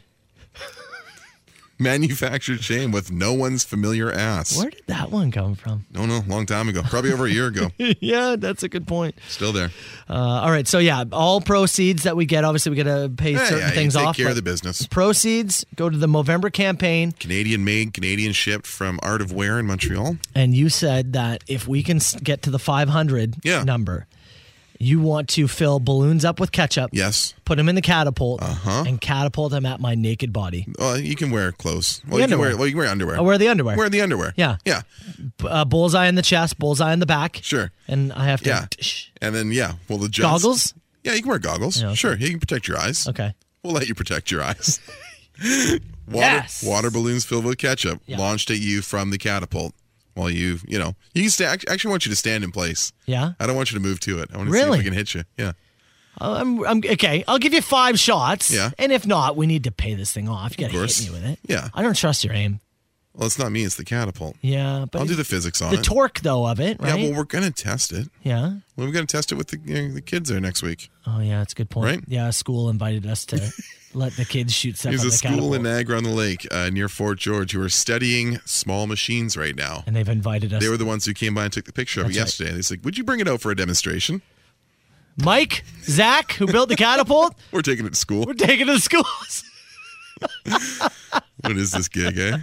E: Manufactured Shame with no one's familiar ass.
D: Where did that one come from?
E: No, no, long time ago. Probably over a year ago.
D: yeah, that's a good point.
E: Still there.
D: Uh, all right, so yeah, all proceeds that we get, obviously, we got to pay
E: Yeah,
D: certain
E: yeah, you
D: things
E: take
D: off.
E: care of
D: but
E: the business.
D: Proceeds go to the Movember campaign,
E: Canadian made, Canadian shipped from Art of Wear in Montreal.
D: and you said that if we can s- get to the 500
E: Yeah.
D: number, you want to fill balloons up with ketchup.
E: Yes.
D: Put them in the catapult
E: Uh-huh.
D: and catapult them at my naked body.
E: Well, you can wear clothes.
D: The
E: Well, you can
D: underwear.
E: wear. Well, you can wear underwear.
D: I wear the underwear.
E: Wear the underwear.
D: Yeah.
E: Yeah.
D: B- uh, bullseye in the chest, bullseye in the back.
E: Sure.
D: And I have to.
E: Yeah. And then yeah. Well, the gents-
D: Goggles?
E: Yeah, you can wear goggles. Sure, you can protect your eyes.
D: Okay.
E: We'll let you protect your eyes. water,
D: Yes.
E: water balloons filled with ketchup launched at you from the catapult. While you, you know, you can stay. I actually want you to stand in place.
D: Yeah.
E: I don't want you to move to it. I want to see if
D: Really?
E: we can hit you. Yeah.
D: Oh, I'm, I'm okay. I'll give you five shots.
E: Yeah.
D: And if not, we need to pay this thing off. You
E: Of
D: gotta hit
E: course.
D: me with it.
E: Yeah.
D: I don't trust your aim.
E: Well, it's not me. It's the catapult.
D: Yeah, but
E: I'll do
D: it-
E: the physics on
D: the
E: it.
D: torque though of it, right?
E: Yeah. Well, we're gonna test it.
D: Yeah.
E: Well, we're gonna test it with the you know, the kids there next week.
D: Oh yeah, that's a good point.
E: Right?
D: Yeah, school invited us to let the kids shoot stuff.
E: There's
D: on
E: a
D: the
E: school
D: catapult,
E: in Niagara on the Lake uh, near Fort George who are studying small machines right now.
D: and they've invited us.
E: They were the ones who came by and took the picture of it
D: That's right.
E: yesterday. They said, "Would you bring it out for a demonstration?"
D: Mike, Zach, who built the catapult,
E: We're taking it to school.
D: we're taking to the schools.
E: what is this gig, eh?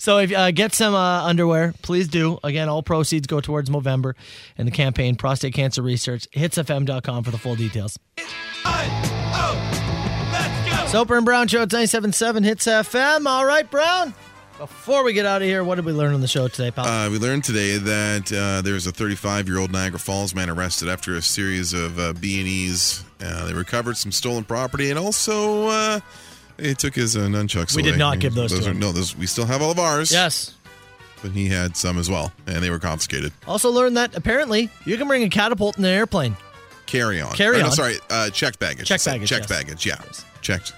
D: So if uh, get some uh, underwear, please do. Again, all proceeds go towards Movember and the campaign Prostate Cancer Research. Hitsfm.com for the full details. Soper and Brown Show, it's 97.7 Hits FM. All right, Brown. Before we get out of here, what did we learn on the show today, pal?
E: Uh, we learned today that uh, there's a 35-year-old Niagara Falls man arrested after a series of uh, B&Es. Uh, they recovered some stolen property and also uh, they took his uh, nunchucks
D: We did
E: away.
D: not give those to
E: are-
D: him.
E: No, those, we still have all of ours.
D: yes.
E: But he had some as well, and they were confiscated.
D: Also learned that apparently you can bring a catapult in an airplane.
E: Carry on.
D: Carry
E: Or no,
D: on.
E: sorry, uh, checked baggage.
D: Checked
E: I said.
D: baggage,
E: Checked
D: yes.
E: baggage. Yeah, checked.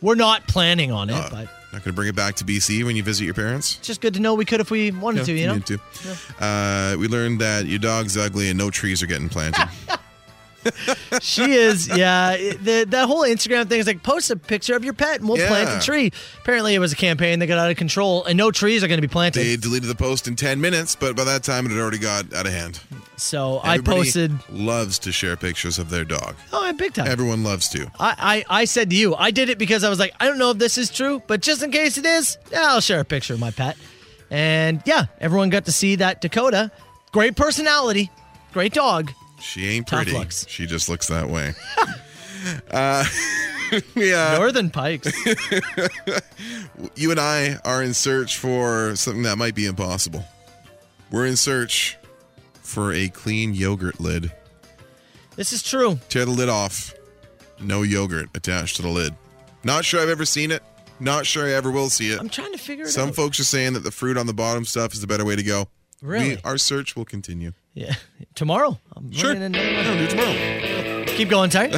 D: We're not planning on it,
E: Uh,
D: but
E: Not going to bring it back to BC when you visit your parents.
D: it's just good to know we could if we wanted to, you know?
E: need to. Uh, we learned that your dog's ugly and no trees are getting planted.
D: she is, yeah. it- The, that whole Instagram thing is like, post a picture of your pet and we'll
E: Yeah.
D: plant a tree. Apparently, it was a campaign that got out of control, and no trees are going to be planted.
E: they deleted the post in 10 minutes, but by that time it had already got out of hand.
D: so I
E: Everybody
D: posted,
E: Loves to share pictures of their dog.
D: oh, I'm big time.
E: Everyone loves to.
D: I, I, I said to you, I did it because I was like, I don't know if this is true, but just in case it is, yeah, I'll share a picture of my pet. And yeah, everyone got to see that Dakota. Great personality, great dog.
E: She ain't
D: Tough
E: pretty.
D: looks.
E: She just looks that way. uh, yeah.
D: Northern Pikes.
E: you and I are in search for something that might be impossible. We're in search for a clean yogurt lid.
D: this is true.
E: Tear the lid off. No yogurt attached to the lid. Not sure I've ever seen it. Not sure I ever will see it.
D: I'm trying to figure it
E: Some
D: out.
E: folks are saying that the fruit on the bottom stuff is the better way to go.
D: Really?
E: We, our search will continue.
D: yeah. Tomorrow. I'm
E: Sure.
D: running in-
E: Yeah, we'll do tomorrow.
D: Keep going, sorry.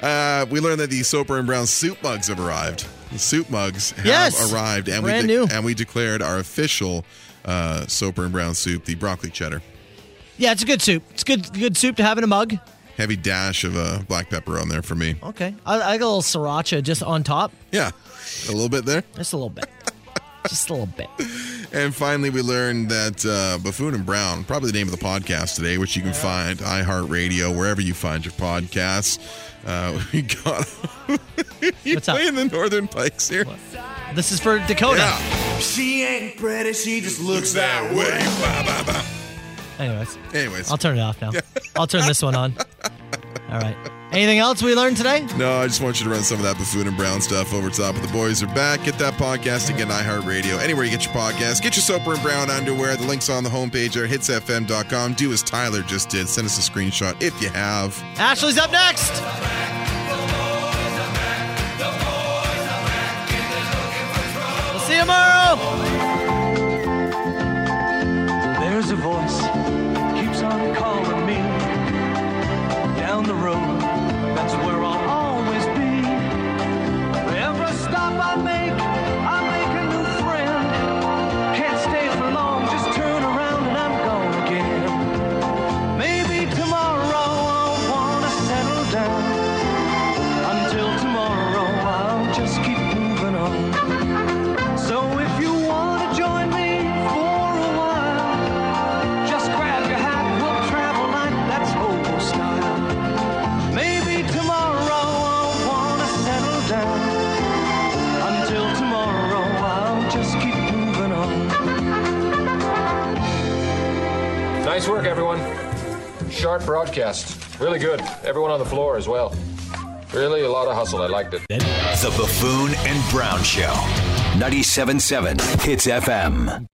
E: Uh, we learned that the Soper and Brown soup mugs have arrived. The soup mugs have
D: Yes.
E: arrived, and
D: Brand
E: we
D: new.
E: and we declared our official uh, Soper and Brown soup, the broccoli cheddar.
D: yeah, it's a good soup. It's good good soup to have in a mug.
E: heavy dash of uh, black pepper on there for me.
D: Okay. I, I got a little sriracha just on top.
E: Yeah, a little bit there.
D: Just a little bit. just a little bit.
E: And finally, we learned that uh, Buffoon and Brown, probably the name of the podcast today, which you can find iHeartRadio, wherever you find your podcasts. Uh, we got. you
D: What's up?
E: playing the Northern Pikes here?
D: This is for Dakota.
J: She ain't pretty, she just looks that way.
D: Anyways.
E: Anyways.
D: I'll turn it off now. I'll turn this one on. All right. Anything else we learned today?
E: No, I just want you to run some of that Buffoon and Brown stuff over top of the boys are back. Get that podcast again, iHeartRadio, anywhere you get your podcast. Get your Soper and Brown underwear. The link's on the homepage there, hitsfm.com. Do as Tyler just did. Send us a screenshot if you have.
D: Ashley's up next. We'll see you tomorrow.
J: There's a voice keeps on calling me down the road. That's where I'll always be. Every stop I make, I make a new friend. Can't stay for long, just turn around and I'm gone again. Maybe tomorrow I'll wanna settle down. Until tomorrow, I'll just keep moving on. So if you wanna join me for a while. Just grab your hat, we'll travel like that's old style. Maybe tomorrow I'll wanna settle down. Until tomorrow, I'll just keep moving on.
P: Nice work, everyone. Sharp broadcast. Really good. Everyone on the floor as well. Really a lot of hustle. I liked it.
A: The Buffoon and Brown Show. 97.7 Hits FM.